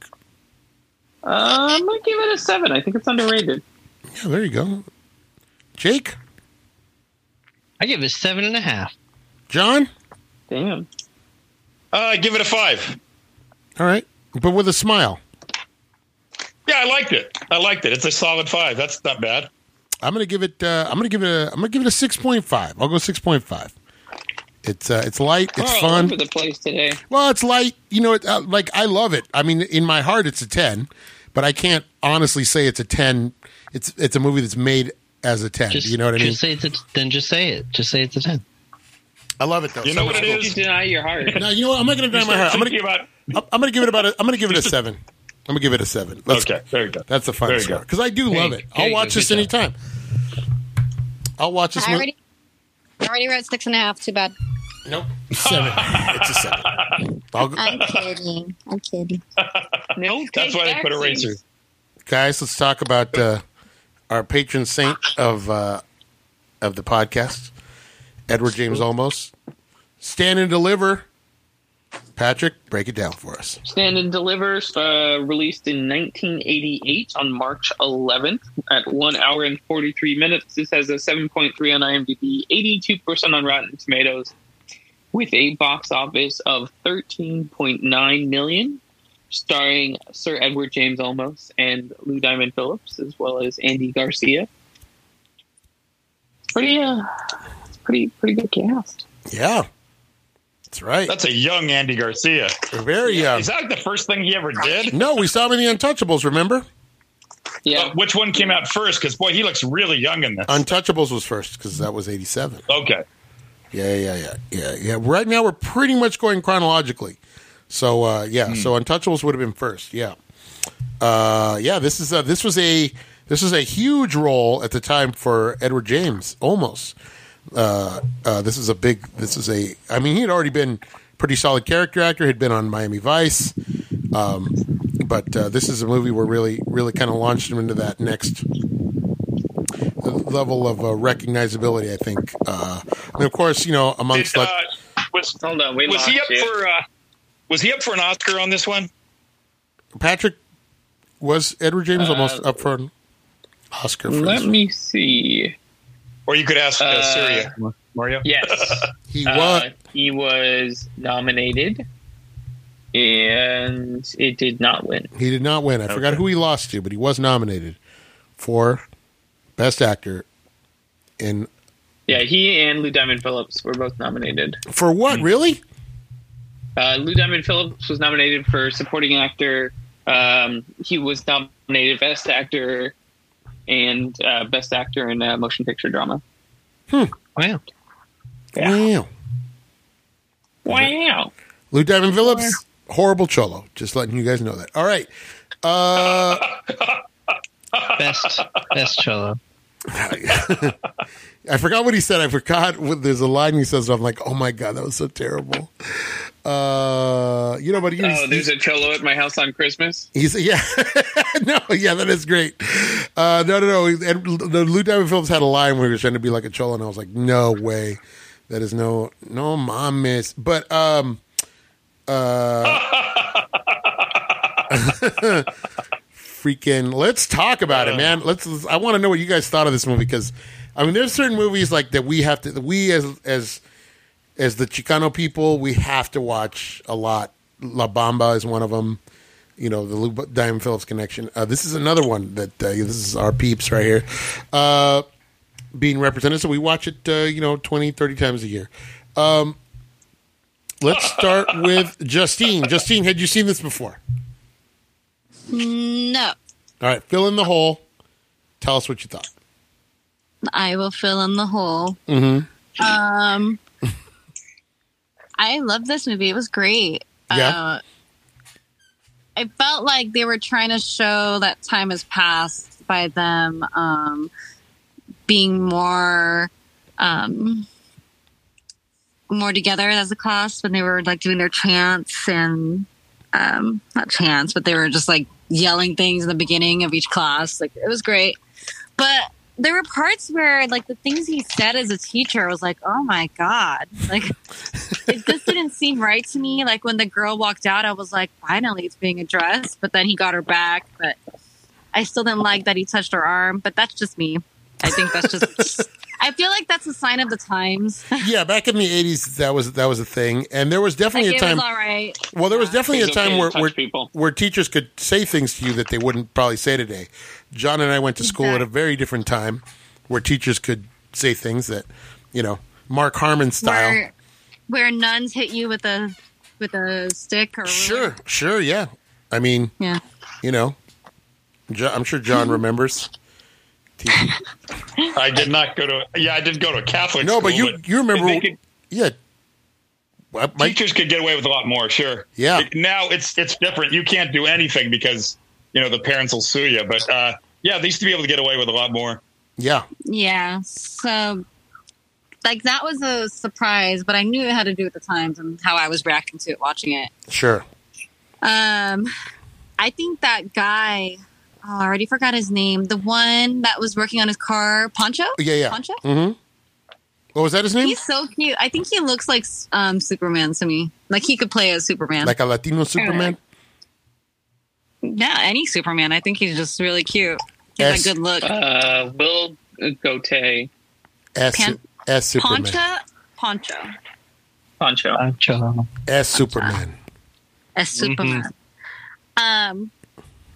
Um, I'm gonna give it a seven. I think it's underrated.
Yeah, there you go. Jake,
I give it seven and a half.
John.
Damn.
Uh, give it a five.
All right, but with a smile.
Yeah, I liked it. I liked it. It's a solid five. That's not bad.
I'm gonna give it. Uh, I'm gonna give it a. I'm gonna give it a six point five. I'll go six point five. It's uh, it's light. It's
We're all
fun.
over the place today.
Well, it's light. You know, it, uh, like I love it. I mean, in my heart, it's a ten, but I can't honestly say it's a ten. It's it's a movie that's made as a ten.
Just
you know what I mean?
Just say it's a, then just say it. Just say it's a ten.
I love it though.
You know what it
Don't
is?
you deny your heart.
No, you know what? I'm not gonna deny my heart. I'm
Thinking
gonna
about-
I'm- I'm gonna give it about. A, I'm gonna give it a seven. I'm gonna give it a seven. Let's-
okay, there you go.
that's the final
There you go.
score because I do
There
love
you-
it.
there
I'll
you
watch
go.
this
Good
anytime. I'll watch this
I
one.
already, I already wrote six and a half. Too bad.
Nope, seven. it's a seven. I'll go-
I'm kidding. I'm kidding.
No,
That's why they put a racer.
guys let's talk about uh, our patron saint of uh, of the podcast edward james olmos stand and deliver patrick break it down for us
Stand and Deliver, uh, released in 1988 on March 11th at 1 hour and 43 minutes. This has a 7.3 on IMDb, 82% on Rotten Tomatoes, with a box office of 13.9 million, starring Sir Edward James Olmos and Lou Diamond Phillips, as well as Andy Garcia. Pretty, uh, it's pretty, pretty good cast.
yeah that's right
That's a young Andy Garcia.
very young
Is that like the first thing he ever did?
no we saw him in the untouchables remember
Yeah,
Uh, which one came out first? Because boy, he looks really young in this.
untouchables was first because that was 87
okay.
yeah yeah yeah yeah yeah right now we're pretty much going chronologically so uh, yeah so untouchables would have been first yeah uh, yeah, this is a, this was a this was a huge role at the time for Edward James. Almost, uh, uh, this is a big. This is a. I mean, he had already been pretty solid character actor. Had been on Miami Vice, um, but uh, this is a movie where really, really kind of launched him into that next level of uh, recognizability. I think, uh, and of course, you know, amongst
Did, uh,
like,
was
hold on, wait,
was he up for uh, was he up for an Oscar on this one?
Patrick was Edward James almost up for an Oscar. For
Uh, Let
this?
me see.
Or you could ask uh,
Uh,
Syria, Mario.
Yes.
he was.
Uh, he was nominated, and it did not win.
He did not win. I forgot who he lost to, but he was nominated for Best Actor. And
Yeah, he and Lou Diamond Phillips were both nominated.
for
Mm.
what, really?
Uh, Lou Diamond Phillips was nominated for supporting actor. Um, he was nominated best actor and uh, best actor in a motion picture drama.
Wow.
Wow.
Wow.
Lou Diamond Phillips, horrible cholo. Just letting you guys know that. All right. Uh,
Best best cholo.
I forgot what he said. I forgot. What, there's a line he says, and I'm like, oh my God, that was so terrible. Uh, you know, but he was,
Oh, there's a cello at my house on Christmas.
He's yeah, no, yeah, that is great. Uh, no, no, no. And the Lou Diamond Phillips had a line where he was trying to be like a cholo, and I was like, no way, that is no, no, mom miss. But um, uh, freaking, let's talk about it, man. Let's. let's- I want to know what you guys thought of this movie because, I mean, there's certain movies like that we have to, that we as as as the Chicano people, we have to watch a lot. La Bamba is one of them you know the Lou Diamond Phillips connection. Uh, this is another one that uh, this is our peeps right here. Uh, being represented. So we watch it, uh, you know, 20, 30 times a year. Um, let's start with Justine. Justine, had you seen this before?
No,
All right, fill in the hole. Tell us what you thought.
I will fill in the hole.
Mm-hmm.
Um, I love this movie. It was great.
Yeah.
Uh, I felt like they were trying to show that time has passed by them um, being more um, more together as a class when they were like doing their chants and um, not chants, but they were just like yelling things in the beginning of each class. Like it was great, but there were parts where like the things he said as a teacher I was like, oh my god, like it just didn't seem right to me. Like when the girl walked out, I was like, finally it's being addressed. But then he got her back, but I still didn't like that he touched her arm. But that's just me. I think that's just. I feel like that's a sign of the times.
Yeah, back in the '80s, that was that was a thing, and there was
Like,
definitely
it
a time.
was all right.
Well, there was definitely a
It's okay
time
to
where
touch
where,
people.
where teachers could say things to you that they wouldn't probably say today. John and I went to school at a
Exactly.
very different time where teachers could say things that, you know, Mark Harmon style.
Where, where nuns hit you with a with a stick or a ruler.
sure, sure, yeah. I mean,
yeah.
you know, Jo- I'm sure John remembers. Teach-
I did not go to. Yeah, I did go to a Catholic.
no, but
school,
you you remember?
they could-
Yeah, Well, my-
teachers could get away with a lot more. Sure.
Yeah.
Now it's it's different. You can't do anything because you know the parents will sue you. But uh, yeah, they used to be able to get away with a lot more.
yeah,
Yeah. So, like, that was a surprise, but I knew it had to do with the times and how I was reacting to it watching it.
sure.
Um, I think that guy, oh, I already forgot his name, the one that was working on his car, Poncho?
Yeah, yeah.
Poncho?
Mm-hmm. What was that his name?
He's so cute. I think he looks like um, Superman to me. Like, he could play as Superman.
Like a Latino Superman?
yeah, any Superman. I think he's just really cute. He
Yes.
has a good look.
Uh, Will Gote
S,
Pan-
S Superman.
Poncho? Poncho.
Poncho.
Uh,
S Superman.
as
Mm-hmm.
Superman. Um,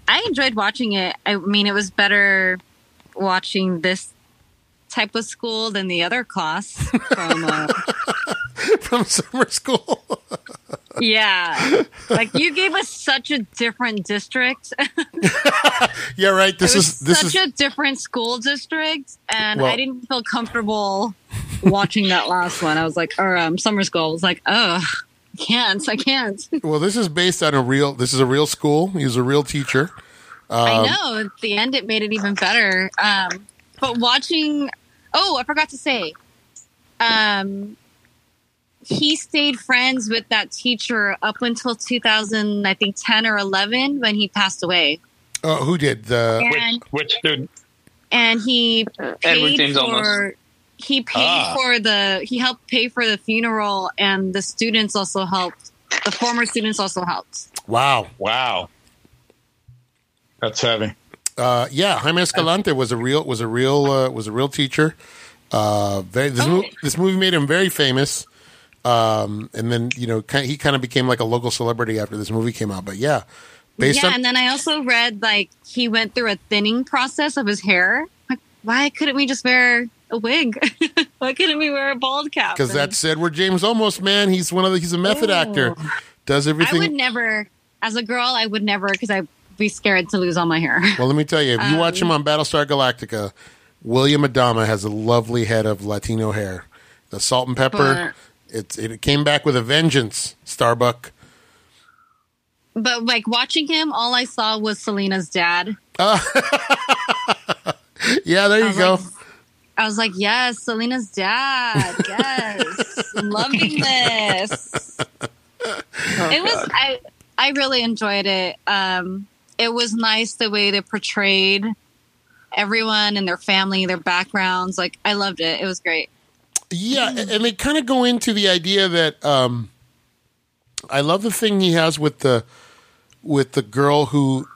I enjoyed watching it. I mean, it was better watching this type of school than the other class. From, uh,
from summer school.
yeah, like you gave us such a different district.
yeah, right. This
it was
is this
such
is
a different school district, and
Well-
I didn't feel comfortable watching that last one. I was like, or um, summer school. I was like, oh, I can't, I can't.
well. This is based on a real. This is a real school. He was a real teacher.
Um,
I know. At the end, it made it even better. Um, but watching, oh, I forgot to say, um, he stayed friends with that teacher up until 2000, I think 10 or 11 when he passed away.
Uh, who did the?
Which,
And
which dude?
and he paid
James
for
Olmos.
he paid
Ah.
for the he helped pay for the funeral, and the students also helped. The former students also helped.
Wow.
Wow. That's heavy.
Uh, yeah, Jaime Escalante was a real was a real uh, was a real teacher. Uh, very, this, mo-
Oh.
this movie made him very famous. Um, and then you know ki he kind of became like a local celebrity after this movie came out. But yeah, based
yeah,
on
and then I also read like he went through a thinning process of his hair. Like, why couldn't we just wear a wig? why couldn't we wear a bald cap?
because
And
that's Edward James Almost man. He's one of the he's a method
Ooh.
actor. Does
I
everything
would never, as a girl, I would never because I'd be scared to lose all my hair.
Well, let me tell you, if you watch
Um,
him on Battlestar Galactica, William Adama has a lovely head of Latino hair. The salt and pepper, it, it came back with a vengeance, Starbuck.
But like watching him, all I saw was Selena's dad.
Yeah, there you
was
go.
like- I was like, yes, Selena's dad. Yes, I'm loving this. it was. I I really enjoyed it. Um, it was nice the way they portrayed everyone and their family, their backgrounds. Like I loved it. It was great.
yeah, a- and they kind of go into the idea that um, I love the thing he has with the with the girl who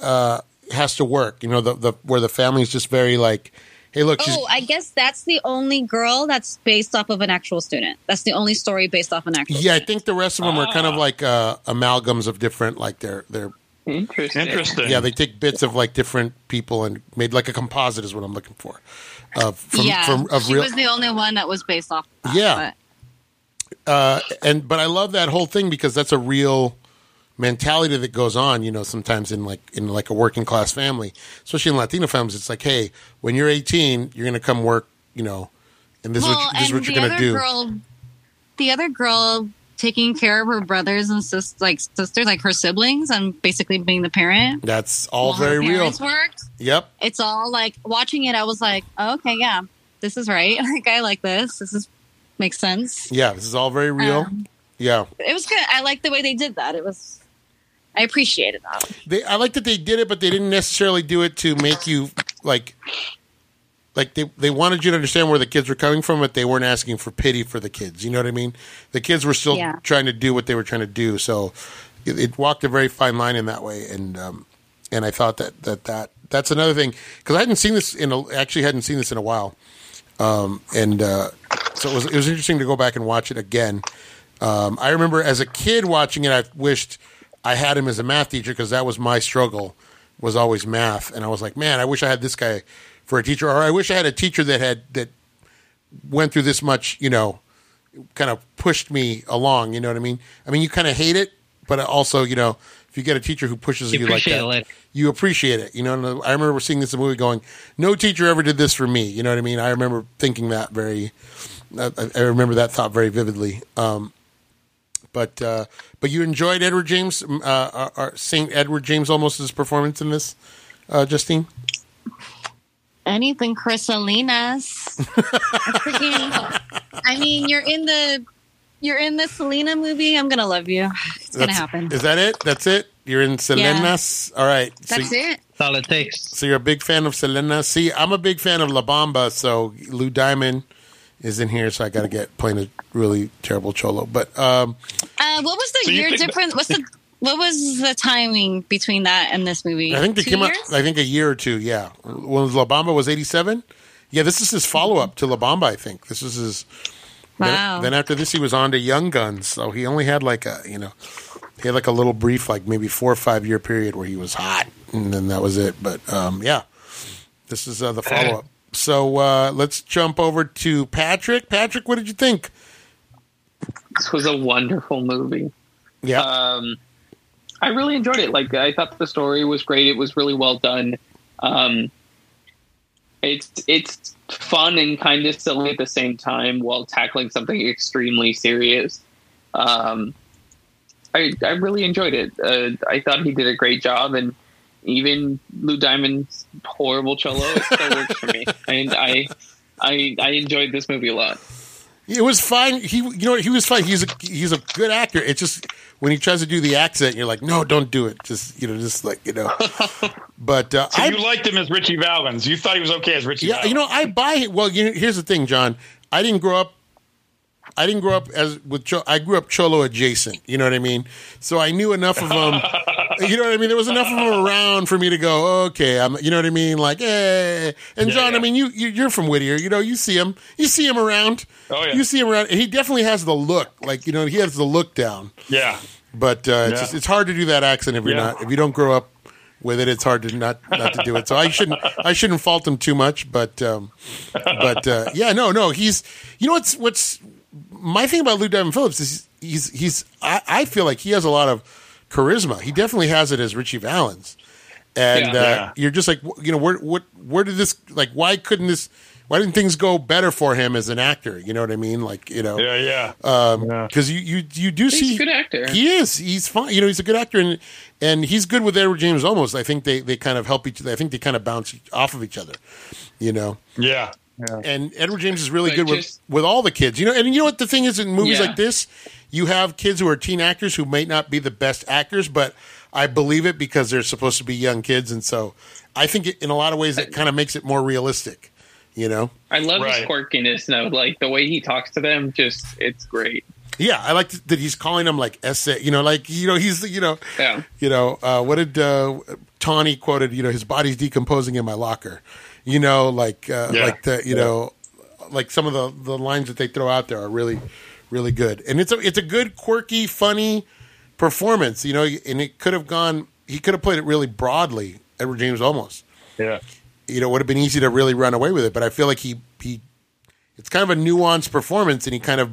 uh, has to work. You know, the, the where the family's just very like, hey, look, she's
Oh, I guess that's the only girl that's based off of an actual student. That's the only story based off an actual.
uh, Yeah, I think the rest of them are kind of like uh, amalgams of different, like their their
Interesting.
Interesting.
Yeah, they take bits of like different people and made like a composite is what I'm looking for. Of from,
yeah,
from of
she
real
was the only one that was based off. Of that,
Yeah.
but-
uh, and but I love that whole thing because that's a real mentality that goes on. You know, sometimes in like in like a working class family, especially in Latino families, it's like, hey, when you're 18, you're gonna come work. You know, and this is
well,
what, this is
and
what
the
you're gonna
other
do.
girl, the other girl taking care of her brothers and sis, like sisters, like her siblings, and basically being the parent.
that's all
while
very
her
real.
parents Worked.
Yep.
It's all like watching it. I was like, oh, okay, yeah, this is right. Like I like this. This is makes sense.
Yeah. This is all very real.
Um,
yeah.
It was good. I liked the way they did that. It was. I appreciated that.
they I like that they did it, but they didn't necessarily do it to make you like like they they wanted you to understand where the kids were coming from, but they weren't asking for pity for the kids. You know what I mean? The kids were still
Yeah.
trying to do what they were trying to do, so it, it walked a very fine line in that way. And um, and I thought that that that that's another thing because I hadn't seen this in a, actually hadn't seen this in a while, um, and uh, so it was it was interesting to go back and watch it again. Um, I remember as a kid watching it, I wished I had him as a math teacher because that was my struggle was always math, and I was like, man, I wish I had this guy for a teacher, or I wish I had a teacher that had that went through this much, you know, kind of pushed me along. You know what I mean? I mean, you kind of hate it, but also, you know, if you get a teacher who pushes you,
You
like
appreciate
that,
it later.
you appreciate it. You know, and I remember seeing this movie, going, "No teacher ever did this for me." You know what I mean? I remember thinking that very. I, I- I remember that thought very vividly. Um, but uh, but you enjoyed Edward James, uh, our- our Saint Edward James, almost his performance in this, uh, Justine.
anything Chrysalinas. Freaking- I mean, you're in the you're in the Selena movie. I'm gonna love you. It's gonna
That's-
happen.
Is that it? That's it. You're in Selenas. All right.
That's
so,
it.
That's all it takes.
So you're a big fan of Selena. See, I'm a big fan of La Bamba. So Lou Diamond is in here. So I got to get playing a really terrible cholo. But um,
Uh, what was the
So you
year
think that-
difference? What's the what was the timing between that and this movie?
I think they
Two
came
years?
out. I think a year or two. Yeah. When La Bamba was 87. Yeah, this is his follow up to La Bamba. I think this is his. then-
Wow.
Then, after this, he was on to Young Guns. So he only had like a you know, he had like a little brief, like maybe four or five year period where he was hot, and then that was it. But um, yeah, this is uh, the follow up. So uh, let's jump over to Patrick. Patrick, what did you think?
This was a wonderful movie.
Yeah,
Uh,
um, I really enjoyed it. Like I thought the story was great. It was really well done. Um, it's it's fun and kind of silly at the same time while tackling something extremely serious. Um, I I really enjoyed it. Uh, I thought he did a great job, and even Lou Diamond's horrible cello it still works for me. And I I I enjoyed this movie a lot.
it was fine. He, you know, what? he was fine. He's a he's a good actor. It's just when he tries to do the accent, you're like, no, don't do it. Just you know, just like you know. But uh,
So
I
you liked him as Richie Valens. You thought he was okay as Richie.
Yeah, you know, I buy. Well, you know, here's the thing, John. I didn't grow up. I didn't grow up as with. Cho- I grew up cholo adjacent. You know what I mean? So I knew enough of them. you know what I mean? There was enough of them around for me to go. Okay, I'm. You know what I mean? Like, eh. And
Yeah,
John, I
yeah.
mean, you, you you're from Whittier. You know, you see him. You see him around.
Oh, yeah.
You see him around. He definitely has the look. Like you know, he has the look down.
Yeah.
But uh, it's,
Yeah.
just, it's hard to do that accent if you're
Yeah.
not if you don't grow up with it. It's hard to not not to do it. So I shouldn't I shouldn't fault him too much. But um, but uh, yeah, no, no, he's you know what's what's my thing about Lou Diamond Phillips is he's he's I, I feel like he has a lot of charisma. He definitely has it as Richie Valens, and
Yeah.
uh,
Yeah.
you're just like w- you know where what where did this like why couldn't this why didn't things go better for him as an actor? You know what I mean? Like you know
Yeah. Yeah.
Uh, because you you you do see
a good actor.
He is. He's fine. You know, he's a good actor, and and he's good with Edward James. Almost, I think they they kind of help each. other. I think they kind of bounce off of each other. You know,
yeah. Yeah.
and Edward James is really
But
good
just-
with with all the kids. You know, and you know what the thing is in movies
Yeah.
like this, you have kids who are teen actors who may not be the best actors, but I believe it because they're supposed to be young kids, and so I think it, in a lot of ways that kind of makes it more realistic. You know.
I love
Right.
his quirkiness though. Like the way he talks to them, just it's great.
Yeah, I like that he's calling them like essay. You know, like you know he's you know
Yeah.
you know uh, what did uh, Tawny quoted? You know, his body's decomposing in my locker. You know, like uh,
Yeah.
like the you know like some of the the lines that they throw out there are really really good, and it's a it's a good quirky funny performance. You know, and it could have gone he could have played it really broadly, Edward James almost.
Yeah.
You know, it would have been easy to really run away with it, but I feel like he he it's kind of a nuanced performance and he kind of,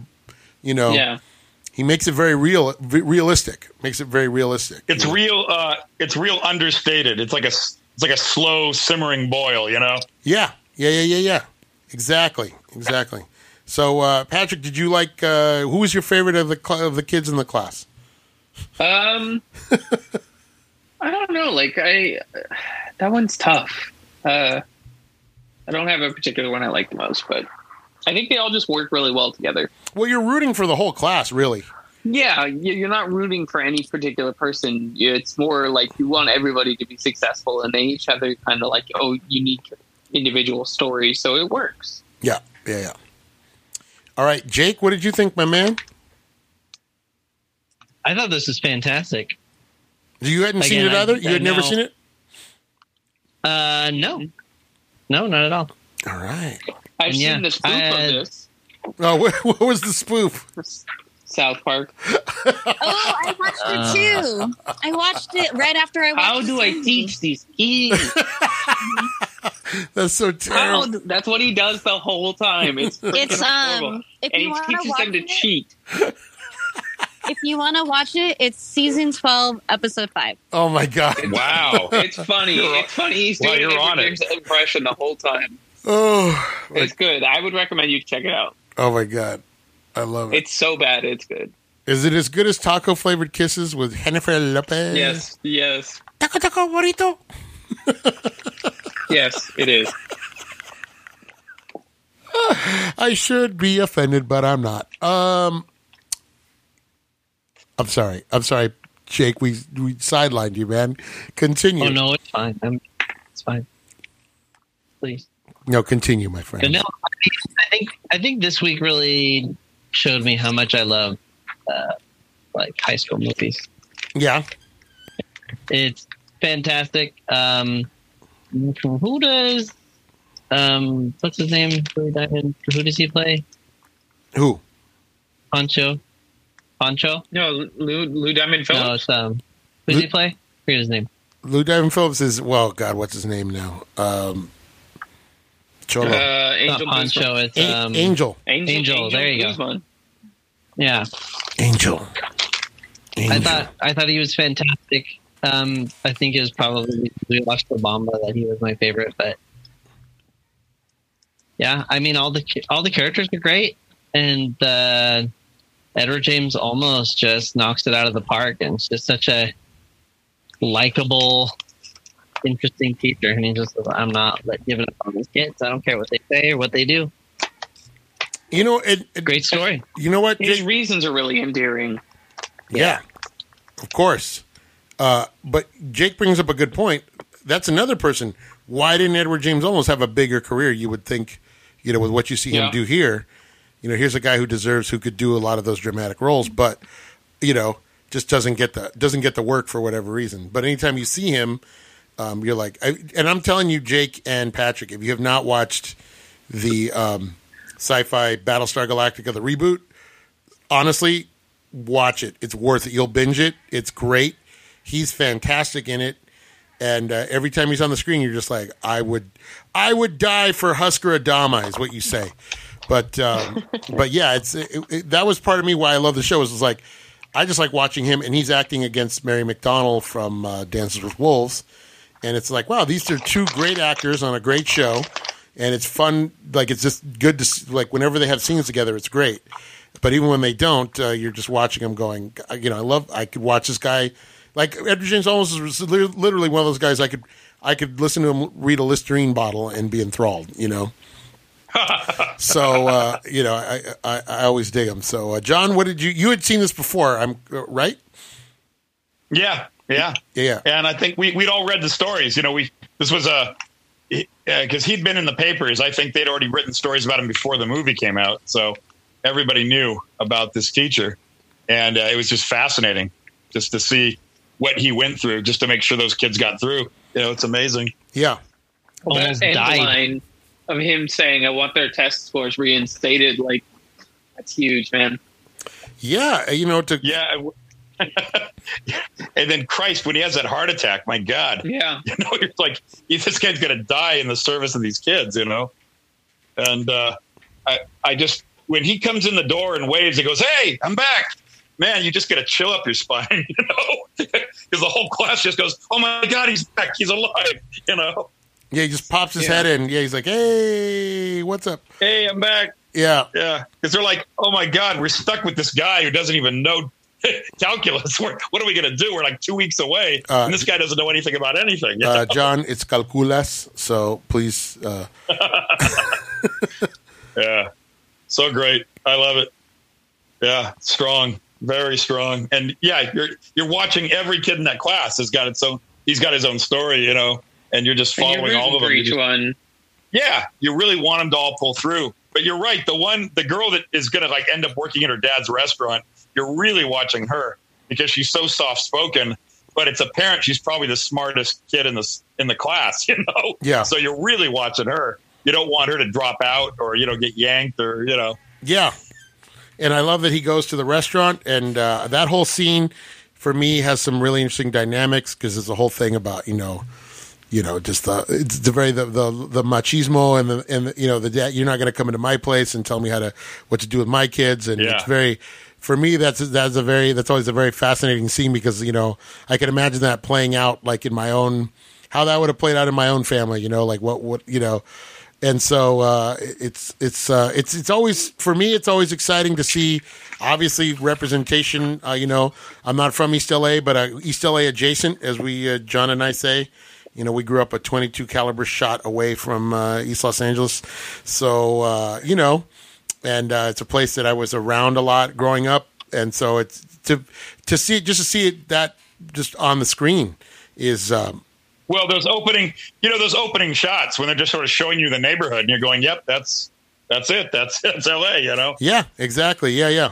you know,
yeah.
he makes it very real v- realistic. Makes it very realistic.
It's
real.
real. Uh, it's real understated. It's like a s- it's like a slow simmering boil. You know.
Yeah, yeah, yeah, yeah, yeah. Exactly, exactly. So, uh, Patrick, did you like? Uh, who was your favorite of the cl- of the kids in the class?
Um, I don't know. Like I, that one's tough. Uh, I don't have a particular one I like the most, but I think they all just work really well together.
Well, you're rooting for the whole class, really.
Yeah, you- you're not rooting for any particular person. You- It's more like you want everybody to be successful, and they each have their kind of like oh unique individual story, so it works.
Yeah, yeah, yeah. All right, Jake, what did you think, my man?
I thought this was fantastic.
You hadn't seen it
Again, I-
either. You had
I
never
know.
seen it.
Uh, no, no, not at all.
All right.
I've
And yeah,
seen the spoof
I-
of this
Oh, what, what was the spoof?
South Park.
Oh, I watched
Uh.
it too. I watched it right after I watched
How do I
this movie.
teach these kids?
That's so
How?
terrible.
That's what he does the whole time. It's
It's um if
and
you
he
want to
teaches
watch
them to
it,
cheat.
if you want to watch it, it's season 12 episode 5.
Oh my god.
Wow.
It's funny.
You're-
it's funny. He's
Well,
doing
you're
Edward
on it.
James' impression the whole time.
Oh, my,
It's good. I would recommend you check it out.
oh my god. I love it.
It's so bad. It's good.
Is it as good as taco flavored kisses with Jennifer Lopez?
Yes. Yes.
Taco taco burrito.
Yes. It is.
I should be offended, but I'm not. Um, I'm sorry. I'm sorry, Jake. We we sidelined you, man. Continue.
Oh no, it's fine. I'm, it's fine. Please.
No, continue, my friend.
But no, I think I think this week really showed me how much I love uh, like high school movies.
Yeah,
It's fantastic. Um, who does um, what's his name? Billy Diamond. Who does he play?
who?
Pancho. Pancho?
No, Lou, Lou Diamond
No,
Phillips.
it's um. Who does he play? I forget his name.
Lou Diamond Phillips is well. God, what's his name now? Um, Cholo.
uh,
It's
Angel
not Pancho. It's
A-
um.
Angel.
Angel,
Angel, there you go.
Guzman.
Yeah.
Angel. Angel.
I thought I thought he was fantastic. Um, I think it was probably we watched Obama that he was my favorite, but yeah, I mean all the all the characters are great, and uh, Edward James almost just knocks it out of the park, and it's just such a likable, interesting teacher, and he just says, "I'm not like, giving up on these kids. I don't care what they say or what they do."
you know. It, it-
Great story.
You know what?
His
Jake?
reasons are really endearing.
Yeah, of course. Uh, but Jake brings up a good point. That's another person. Why didn't Edward James almost have a bigger career? You would think, you know, with what you see him
Yeah.
do here. You know, here's a guy who deserves, who could do a lot of those dramatic roles, but you know, just doesn't get the doesn't get the work for whatever reason. But anytime you see him, um, you're like, I, and I'm telling you, Jake and Patrick, if you have not watched the um, sci-fi Battlestar Galactica, the reboot, honestly, watch it. It's worth it. You'll binge it. It's great. He's fantastic in it. And uh, every time he's on the screen, you're just like, I would, I would die for Husker Adama, is what you say. But, um, but yeah, it's it, it, that was part of me why I love the show. Is was like, I just like watching him, and he's acting against Mary McDonnell from uh, Dances with Wolves, and it's like, wow, these are two great actors on a great show, and it's fun. Like it's just good to s- like whenever they have scenes together, it's great. But even when they don't, uh, you're just watching them going, you know, I love, I could watch this guy. Like Edward James almost is li- literally one of those guys I could, I could listen to him read a Listerine bottle and be enthralled, you know? so, uh, you know, I, I, I always dig him. So, uh, John, what did you, you had seen this before, I'm uh, right?
Yeah. Yeah.
Yeah.
And I think we, we'd all read the stories. You know, we this was a because he'd been in the papers. I think they'd already written stories about him before the movie came out, so everybody knew about this teacher, and uh, it was just fascinating just to see what he went through, just to make sure those kids got through. You know, it's amazing.
Yeah.
Almost
that end
died.
line of him saying, "I want their test scores reinstated." Like that's huge, man.
Yeah. You know, to,
Yeah. I w- And then Christ, when he has that heart attack, my God,
Yeah.
you know, you're like, this guy's gonna die in the service of these kids, you know. And uh, I, I just when he comes in the door and waves, he goes, "Hey, I'm back." Man, you just get a chill up your spine, you know, because the whole class just goes, "Oh my God, he's back! He's alive!" You know,
Yeah, he just pops his
Yeah.
head in. Yeah, he's like, hey, what's up?
hey, I'm back.
Yeah.
Yeah, because they're like, "Oh my God, we're stuck with this guy who doesn't even know calculus. We're, what are we gonna do? We're like two weeks away,
Uh,
and this guy doesn't know anything about anything." you
Uh, John, it's calculas, so please. Uh,
Yeah. So great. I love it. Yeah. Strong. Very strong. And yeah, you're you're watching every kid in that class has got its own he's got his own story, you know, and you're just
And you're
following
rooting
all of
for
them. You
each
just-
one.
yeah. You really want them to all pull through. But you're right, the one the girl that is gonna like end up working at her dad's restaurant, you're really watching her because she's so soft spoken. But it's apparent she's probably the smartest kid in the s- in the class, you know.
yeah.
So you're really watching her. You don't want her to drop out or you know get yanked or you know
Yeah. And I love that he goes to the restaurant, and uh, that whole scene for me has some really interesting dynamics because there's a whole thing about you know, you know, just the it's the very the the, the machismo and the and the, you know the dad you're not going to come into my place and tell me how to what to do with my kids, and
Yeah.
it's very for me that's that's a very that's always a very fascinating scene because you know I can imagine that playing out like in my own how that would have played out in my own family, you know, like what what you know and so uh, it's it's uh, it's it's always for me it's always exciting to see obviously representation uh, you know i'm not from east la but uh, east la adjacent as we uh, john and i say you know we grew up a 22 caliber shot away from uh, east los angeles so uh, you know and uh, it's a place that i was around a lot growing up and so it's to to see it just to see it that just on the screen is um,
Well, those opening, you know, those opening shots when they're just sort of showing you the neighborhood, and you're going, "Yep, that's that's it. That's that's L.A." You know,
yeah exactly yeah yeah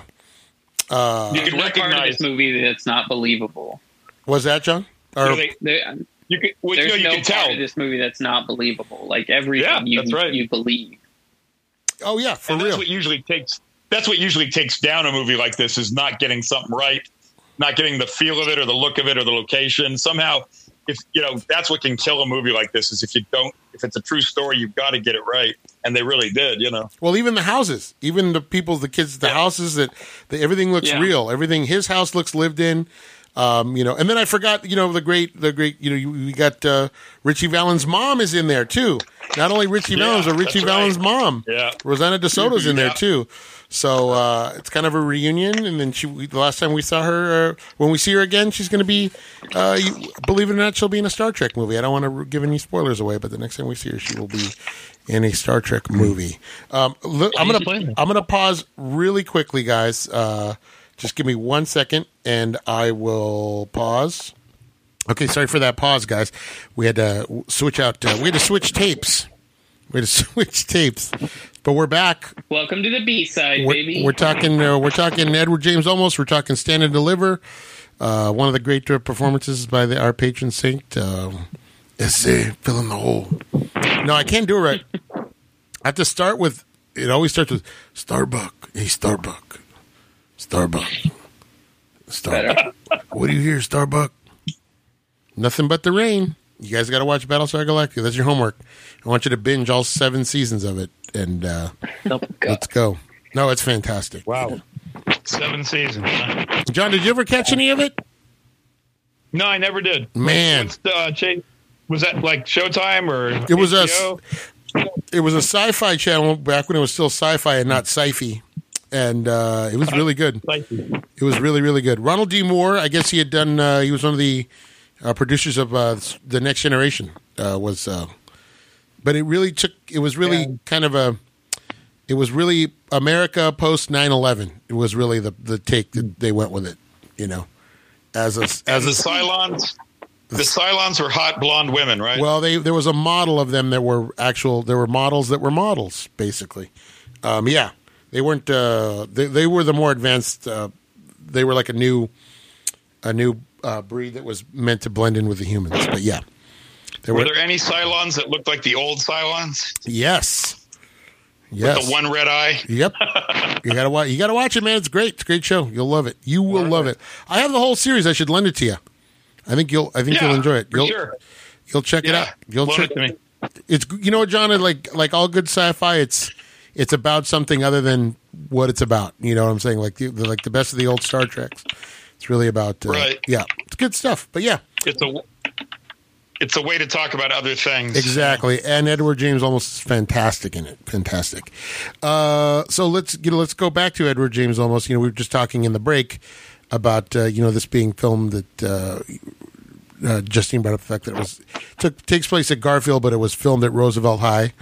Uh,
you
There's
can
no part of
recognize.
this movie that's not believable.
was that john
You,
or
know, they-
There,
you can, well, you,
there's
know, you
no
can
part of
tell.
this movie that's not believable. Like everything
Yeah,
you,
that's right.
you believe.
oh yeah for
And
real
that's what usually takes. That's what usually takes down a movie like this is not getting something right, not getting the feel of it or the look of it or the location. Somehow, if you know, that's what can kill a movie like this is if you don't. If it's a true story, you've got to get it right, and they really did. You know,
Well, even the houses, even the people, the kids, the houses that, that everything looks
Yeah.
real. Everything his house looks lived in. Um, you know, and then I forgot, you know, the great, the great, you know, you, you got uh, Richie Valens' mom is in there too. Not only Richie
Yeah,
Valens, but
that's
Richie
right.
Valens' mom,
yeah.
Rosanna DeSoto's in there
Yeah.
too. So uh, it's kind of a reunion. And then she, we, the last time we saw her, uh, when we see her again, she's going to be, uh, you, believe it or not, she'll be in a Star Trek movie. I don't want to give any spoilers away, but the next time we see her, she will be in a Star Trek movie. Um, look, I'm gonna
spoiler.
I'm gonna pause really quickly, guys. Uh, just give me one second, and I will pause. Okay, sorry for that pause, guys. We had to w- switch out. Uh, we had to switch tapes. We had to switch tapes, but we're back.
Welcome to the B side,
We're,
baby.
we're talking. Uh, we're talking Edward James Olmos. We're talking Stand and Deliver. Uh, one of the great uh, performances by the, our patron saint. Um, is uh, fill in the hole. No, I can't do it right. I have to start with. It always starts with Starbuck. Hey, Starbuck. Starbuck. Starbuck. what do you hear, Starbuck? Nothing but the rain. You guys got to watch Battlestar Galactica. That's your homework. I want you to binge all seven seasons of it, and uh, let's go. No, it's fantastic.
Wow. Seven seasons. huh?
John, did you ever catch any of it?
No, I never did.
Man,
Uh, Jay, was that like Showtime or
It was us.
HBO?
it was a sci-fi channel back when it was still sci-fi and not sci-fi, and uh, it was really good.
Thank you.
It was really, really good. Ronald D. Moore, I guess he had done. Uh, he was one of the uh, producers of uh, the Next Generation. Uh, was, uh, but it really took. It was really kind of a. It was really America post 9-11. It was really the the take that they went with it. You know, as a
As
as
the
a
Cylons, the Cylons were hot blonde women, right?
Well, they there was a model of them that were actual. There were models that were models, basically. Um, yeah, they weren't. Uh, they they were the more advanced. Uh, they were like a new, a new uh, breed that was meant to blend in with the humans. But yeah, there
were
were.
there any Cylons that looked like the old Cylons?
Yes, yes.
The one red eye.
Yep. you gotta watch. You gotta watch it, man. It's great. It's a great show. You'll love it. You will love it. I have the whole series. I should lend it to you. I think you'll I think
Yeah,
you'll enjoy it.
for
You'll
sure.
you'll check it
Yeah.
out. You'll
Loan
check
it to me.
it's you know what John like like all good sci-fi it's it's about something other than what it's about. You know what I'm saying? Like the, the like the best of the old Star Treks. It's really about uh,
Right.
yeah, it's good stuff. But yeah,
It's a it's a way to talk about other things.
Exactly, and Edward James almost is fantastic in it. Fantastic. Uh, so let's you know let's go back to Edward James almost. You know we were just talking in the break about uh, you know this being filmed that uh, uh, Justine brought up the fact that it was took takes place at Garfield, but it was filmed at Roosevelt High.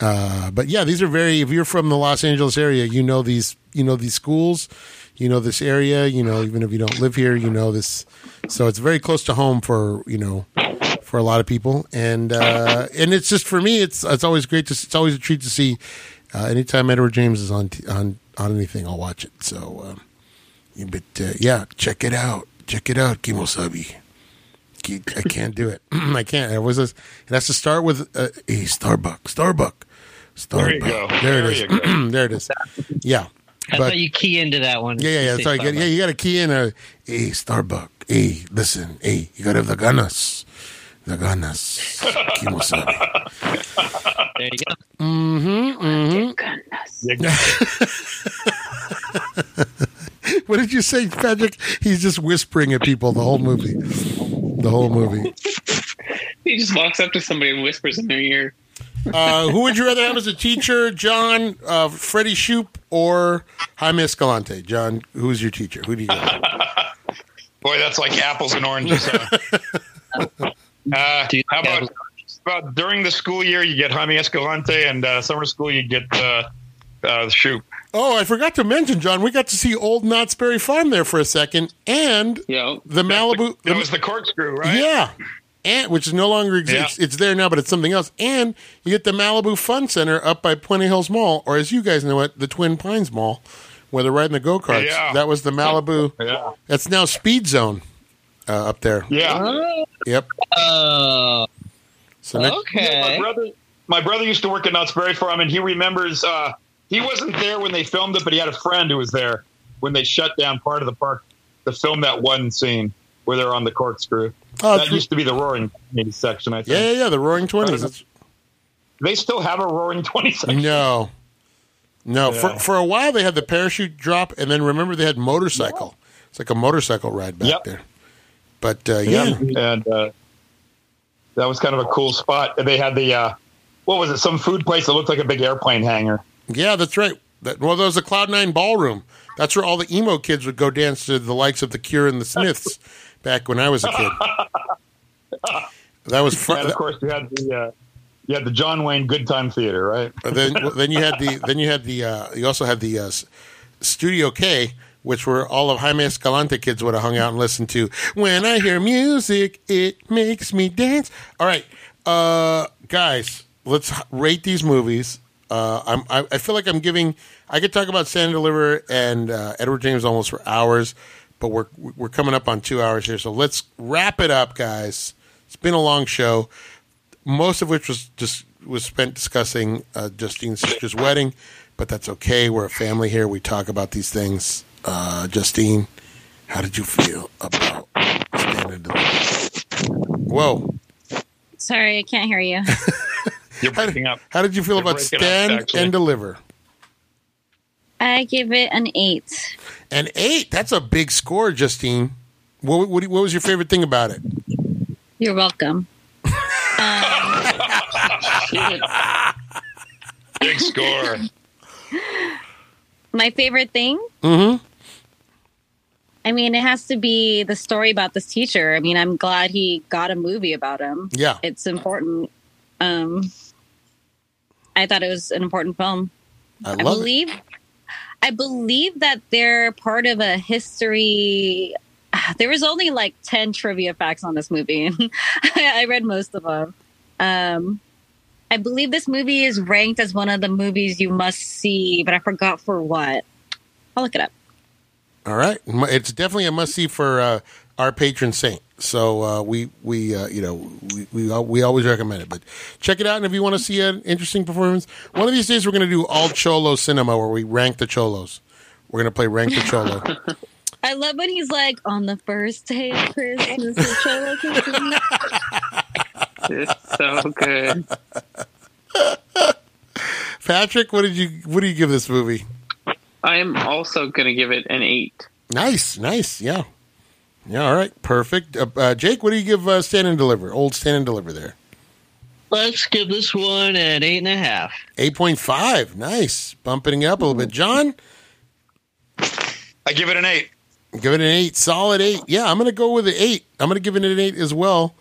Uh, but yeah, these are very. If you're from the Los Angeles area, you know these. You know these schools. You know this area. You know even if you don't live here, you know this. So it's very close to home for you know for a lot of people, and uh, and it's just for me. It's it's always great to. It's always a treat to see. Uh, anytime Edward James is on t- on on anything, I'll watch it. So, um, yeah, but uh, yeah, check it out. Check it out, Kimosabi. Ki- I can't do it. I can't. It was a, it has to start with uh, a Starbuck. Starbuck. Starbuck.
There you go.
There it
There
is.
you go.
there it is. Yeah.
That's how you key into that one.
Yeah, yeah, yeah.
You
That's how
say
you get. Yeah,
Starbucks.
you got to key in a hey Starbuck. Hey, listen. Hey, you got to have the ganas. The ganas. Kimosabe.
There you go.
what did you say, Patrick? He's just whispering at people the whole movie. The whole movie.
He just walks up to somebody and whispers in their ear.
Uh, who would you rather have as a teacher, John, uh, Freddie Shoup, or Jaime Escalante? John, who's your teacher? Who do you? Have?
Boy, that's like apples and oranges. huh? uh,
Do you
how
like
about,
apples?
about during the school year you get Jaime Escalante, and uh, summer school you get uh, uh, Shoop.
Oh, I forgot to mention, John. We got to see Old Knott's Berry Farm there for a second, and
You know,
the Malibu.
That was the corkscrew, right?
Yeah. And which is no longer exists. It's there now, but it's something else. And you get the Malibu Fun Center up by Pointy Hills Mall, or as you guys know it, the Twin Pines Mall, where they're riding the go karts.
Yeah.
That was the Malibu.
Yeah.
That's now Speed Zone uh, up there.
Yeah.
Yep.
Oh,
So next-
My
okay.
brother, my brother used to work at Knott's Berry Farm, and he remembers uh, he wasn't there when they filmed it, but he had a friend who was there when they shut down part of the park to film that one scene where they're on the corkscrew.
Oh,
that
it's-
used to be the Roaring Twenties section, I think.
yeah, yeah, yeah. The Roaring Twenties. That's-
They still have a Roaring Twenties section.
No, no.
Yeah.
For for a while, they had the parachute drop, and then remember they had motorcycle. It's like a motorcycle ride back
Yep.
there. But uh, yeah,
and uh, that was kind of a cool spot. And They had the uh, what was it? Some food place that looked like a big airplane hangar.
Yeah, that's right. That, well, there was a Cloud Nine ballroom. That's where all the emo kids would go dance to the likes of the Cure and the Smiths back when I was a kid. That was fun.
And of course, you had the uh, you had the John Wayne Good Time Theater, right?
then, then you had the then you had the uh, you also had the uh, S- Studio K, which were all of Jaime Escalante kids would have hung out and listened to. When I hear music, it makes me dance. All right, uh, guys, let's h- rate these movies. Uh, I'm, I, I feel like I'm giving. I could talk about Sand and Deliver and uh, Edward James almost for hours, but we're we're coming up on two hours here, so let's wrap it up, guys. It's been a long show most of which was just was spent discussing uh, Justine's sister's wedding, but that's okay. We're a family here. We talk about these things. Uh, Justine, how did you feel about standard? Whoa!
Sorry, I can't hear you.
You're
How
breaking
did,
up.
how did you feel
You're
about
breaking up,
stand
actually.
and deliver?
I give it an eight.
An eight. That's a big score, Justine. What, what, what was your favorite thing about it?
You're welcome. Um,
Big score.
My favorite thing?
Mm-hmm.
I mean, it has to be the story about this teacher. I mean, I'm glad he got a movie about him.
Yeah.
It's important. Um, I thought it was an important film.
I
I
love it.
believe I believe that they're part of a history. There was only like ten trivia facts on this movie. I I read most of them. Um, I believe this movie is ranked as one of the movies you must see, but I forgot for what. I'll look it up.
All right, M- it's definitely a must see for uh, our patron saint. So uh, we we uh, you know we, we al- we always recommend it. But check it out, and if you want to see an interesting performance, one of these days we're going to do all cholo cinema where we rank the cholos. We're going to play rank the cholo.
I love when he's like, on the first day of Christmas, the trailer continues."
Uh-huh.
It's so good.
Patrick, what did you what do you give this movie?
I am also going to give it an eight.
Nice, nice, yeah, yeah. All right, perfect. Uh, uh, Jake, what do you give uh, Stand and Deliver? Old Stand and Deliver there.
Let's give this one an eight and a half.
8.5. Nice. Bumping it up a little bit. John,
I give it an eight.
give it an 8. Solid 8. Yeah, I'm going to go with an 8. I'm going to give it an 8 as well.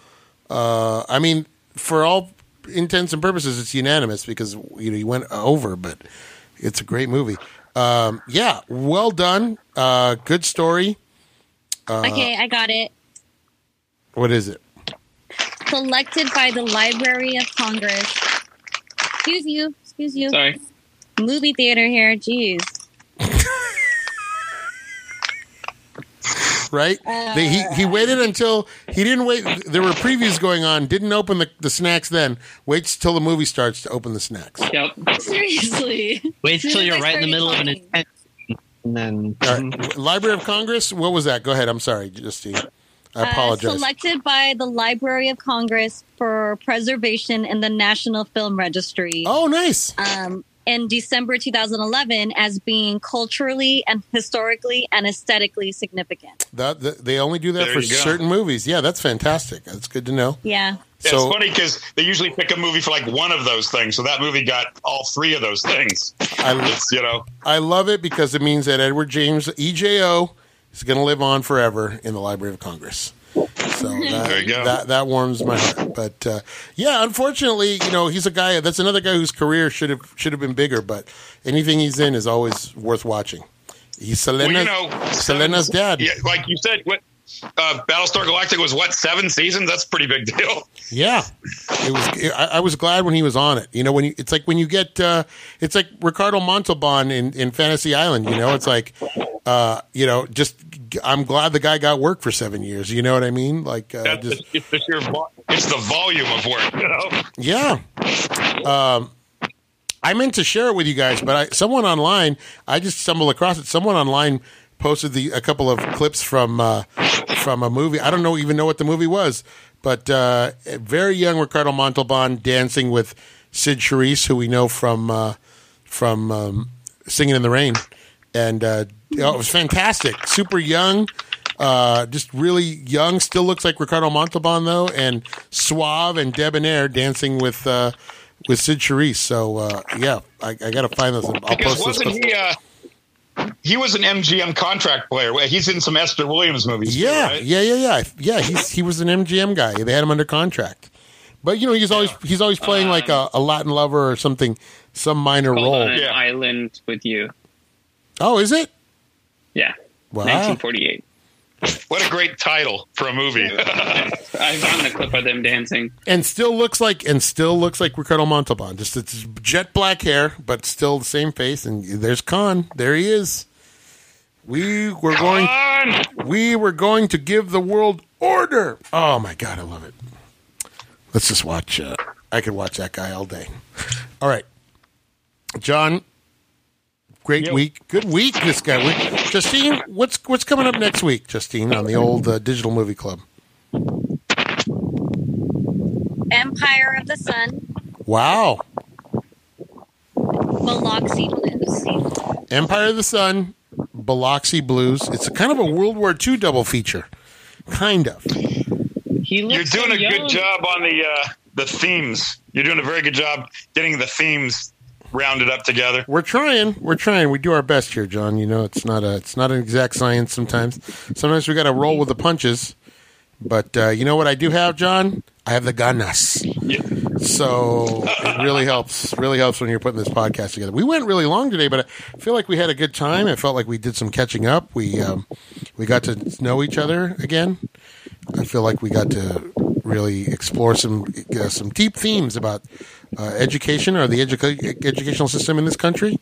Uh, I mean, for all intents and purposes, it's unanimous because you know you went over, but it's a great movie. Um, yeah, well done. Uh, good story.
okay, I got it.
What is it?
Selected by the Library of Congress. Excuse you. Excuse you.
Sorry.
Movie theater here. Jeez.
Right? They, he he waited until he didn't wait. There were previews going on. Didn't open the, the snacks then. Waits till the movie starts to open the snacks.
Yep.
Seriously.
Wait till
Soon as
you're
I
right in the
started
middle of an
talking.
intense. And then
All right. Library of Congress. What was that? Go ahead. I'm sorry, Justine. I apologize.
Uh, selected by the Library of Congress for preservation in the National Film Registry
oh, nice.
um, in December 2011 as being culturally and historically and aesthetically significant.
That, that- they only do that
There
for
you go.
certain movies. Yeah, that's fantastic. That's good to know.
Yeah.
Yeah,
so,
it's funny because they usually pick a movie for like one of those things. So that movie got all three of those things.
I,
It's, you know,
I love it because it means that Edward James EJO is going to live on forever in the Library of Congress. So that,
There you go.
that that warms my heart. But uh, yeah, unfortunately, you know, he's a guy. That's another guy whose career should have should have been bigger. But anything he's in is always worth watching. He's Selena.
well, you know,
Selena's dad.
Yeah, like you said, what uh, Battlestar Galactic was what seven seasons? That's a pretty big deal.
Yeah, it was. I, I was glad when he was on it. You know, when you, it's like when you get, uh, it's like Ricardo Montalban in, in Fantasy Island. You know, it's like, uh, you know, just I'm glad the guy got work for seven years. You know what I mean? Like, uh,
That's,
just
it's, just your vo- it's the volume of work. You know,
yeah. Um, I meant to share it with you guys, but I, someone online, I just stumbled across it. Someone online posted the a couple of clips from uh, from a movie. I don't know even know what the movie was, but uh, very young Ricardo Montalban dancing with Sid Charisse, who we know from uh, from um, Singing in the Rain, and uh, oh, it was fantastic. Super young. Uh, just really young, still looks like Ricardo Montalban though, and suave and debonair dancing with uh, with Sid Charisse. So uh, yeah, I, I got to find this. I'll
because
post this.
wasn't he? Uh, he was an MGM contract player. He's in some Esther Williams movies. too,
yeah,
right?
yeah, yeah, yeah, yeah. He's he was an MGM guy. They had him under contract, but you know he's always he's always playing like a, a Latin lover or something, some minor
Hold
role.
on an
Yeah.
island with you.
Oh, is it?
Yeah.
Wow.
1948.
What a great title for a movie.
I found the clip of them dancing.
And still looks like and still looks like Ricardo Montalban. Just it's jet black hair, but still the same face. And there's Khan. There he is. We were going.
On!
We were going to give the world order. Oh my god, I love it. Let's just watch. Uh, I could watch that guy all day. All right, John. Great week, good week. This guy, We- Justine. What's what's coming up next week, Justine, on the old uh, Digital Movie Club?
Empire of the Sun,
Wow,
Biloxi Blues.
Empire of the Sun, Biloxi Blues. It's a kind of a World War II double feature, kind of.
He
You're
looks
doing
so
a
young.
good job on the uh, the themes. You're doing a very good job getting the themes rounded up together.
We're trying. We're trying. We do our best here, John. You know, it's not a it's not an exact science. Sometimes, sometimes we got to roll with the punches. But uh, you know what I do have, John? I have the ganas. So it really helps. Really helps when you're putting this podcast together. We went really long today, but I feel like we had a good time. I felt like we did some catching up. We um, we got to know each other again. I feel like we got to really explore some uh, some deep themes about uh, education or the educa- educational system in this country.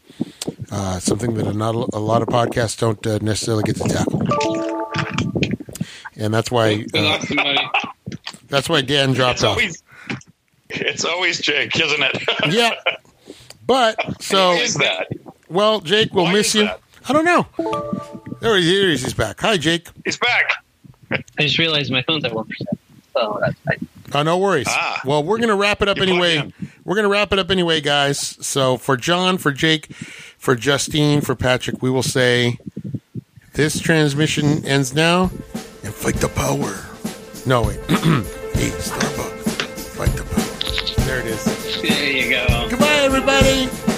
Uh, something that a, not a lot of podcasts don't uh, necessarily get to tackle. And that's why
We
uh,
lost somebody.
that's why Dan dropped
It's
off.
always it's always Jake, isn't it?
Yeah. But
Who
so
is that?
well, Jake, we'll
Why
miss
is
you.
that?
I don't know. There he is. He's back. Hi, Jake.
He's back.
I just realized my phone's at one percent. So that's fine.
Oh, no worries.
Ah.
well, we're going to wrap it up
You plugged
anyway.
in.
We're going to wrap it up anyway, guys. So for John, for Jake, for Justine, for Patrick, we will say this transmission ends now. And fight the power. No, wait. hey, Starbucks. Fight the power. There it is.
There you go.
Goodbye, everybody.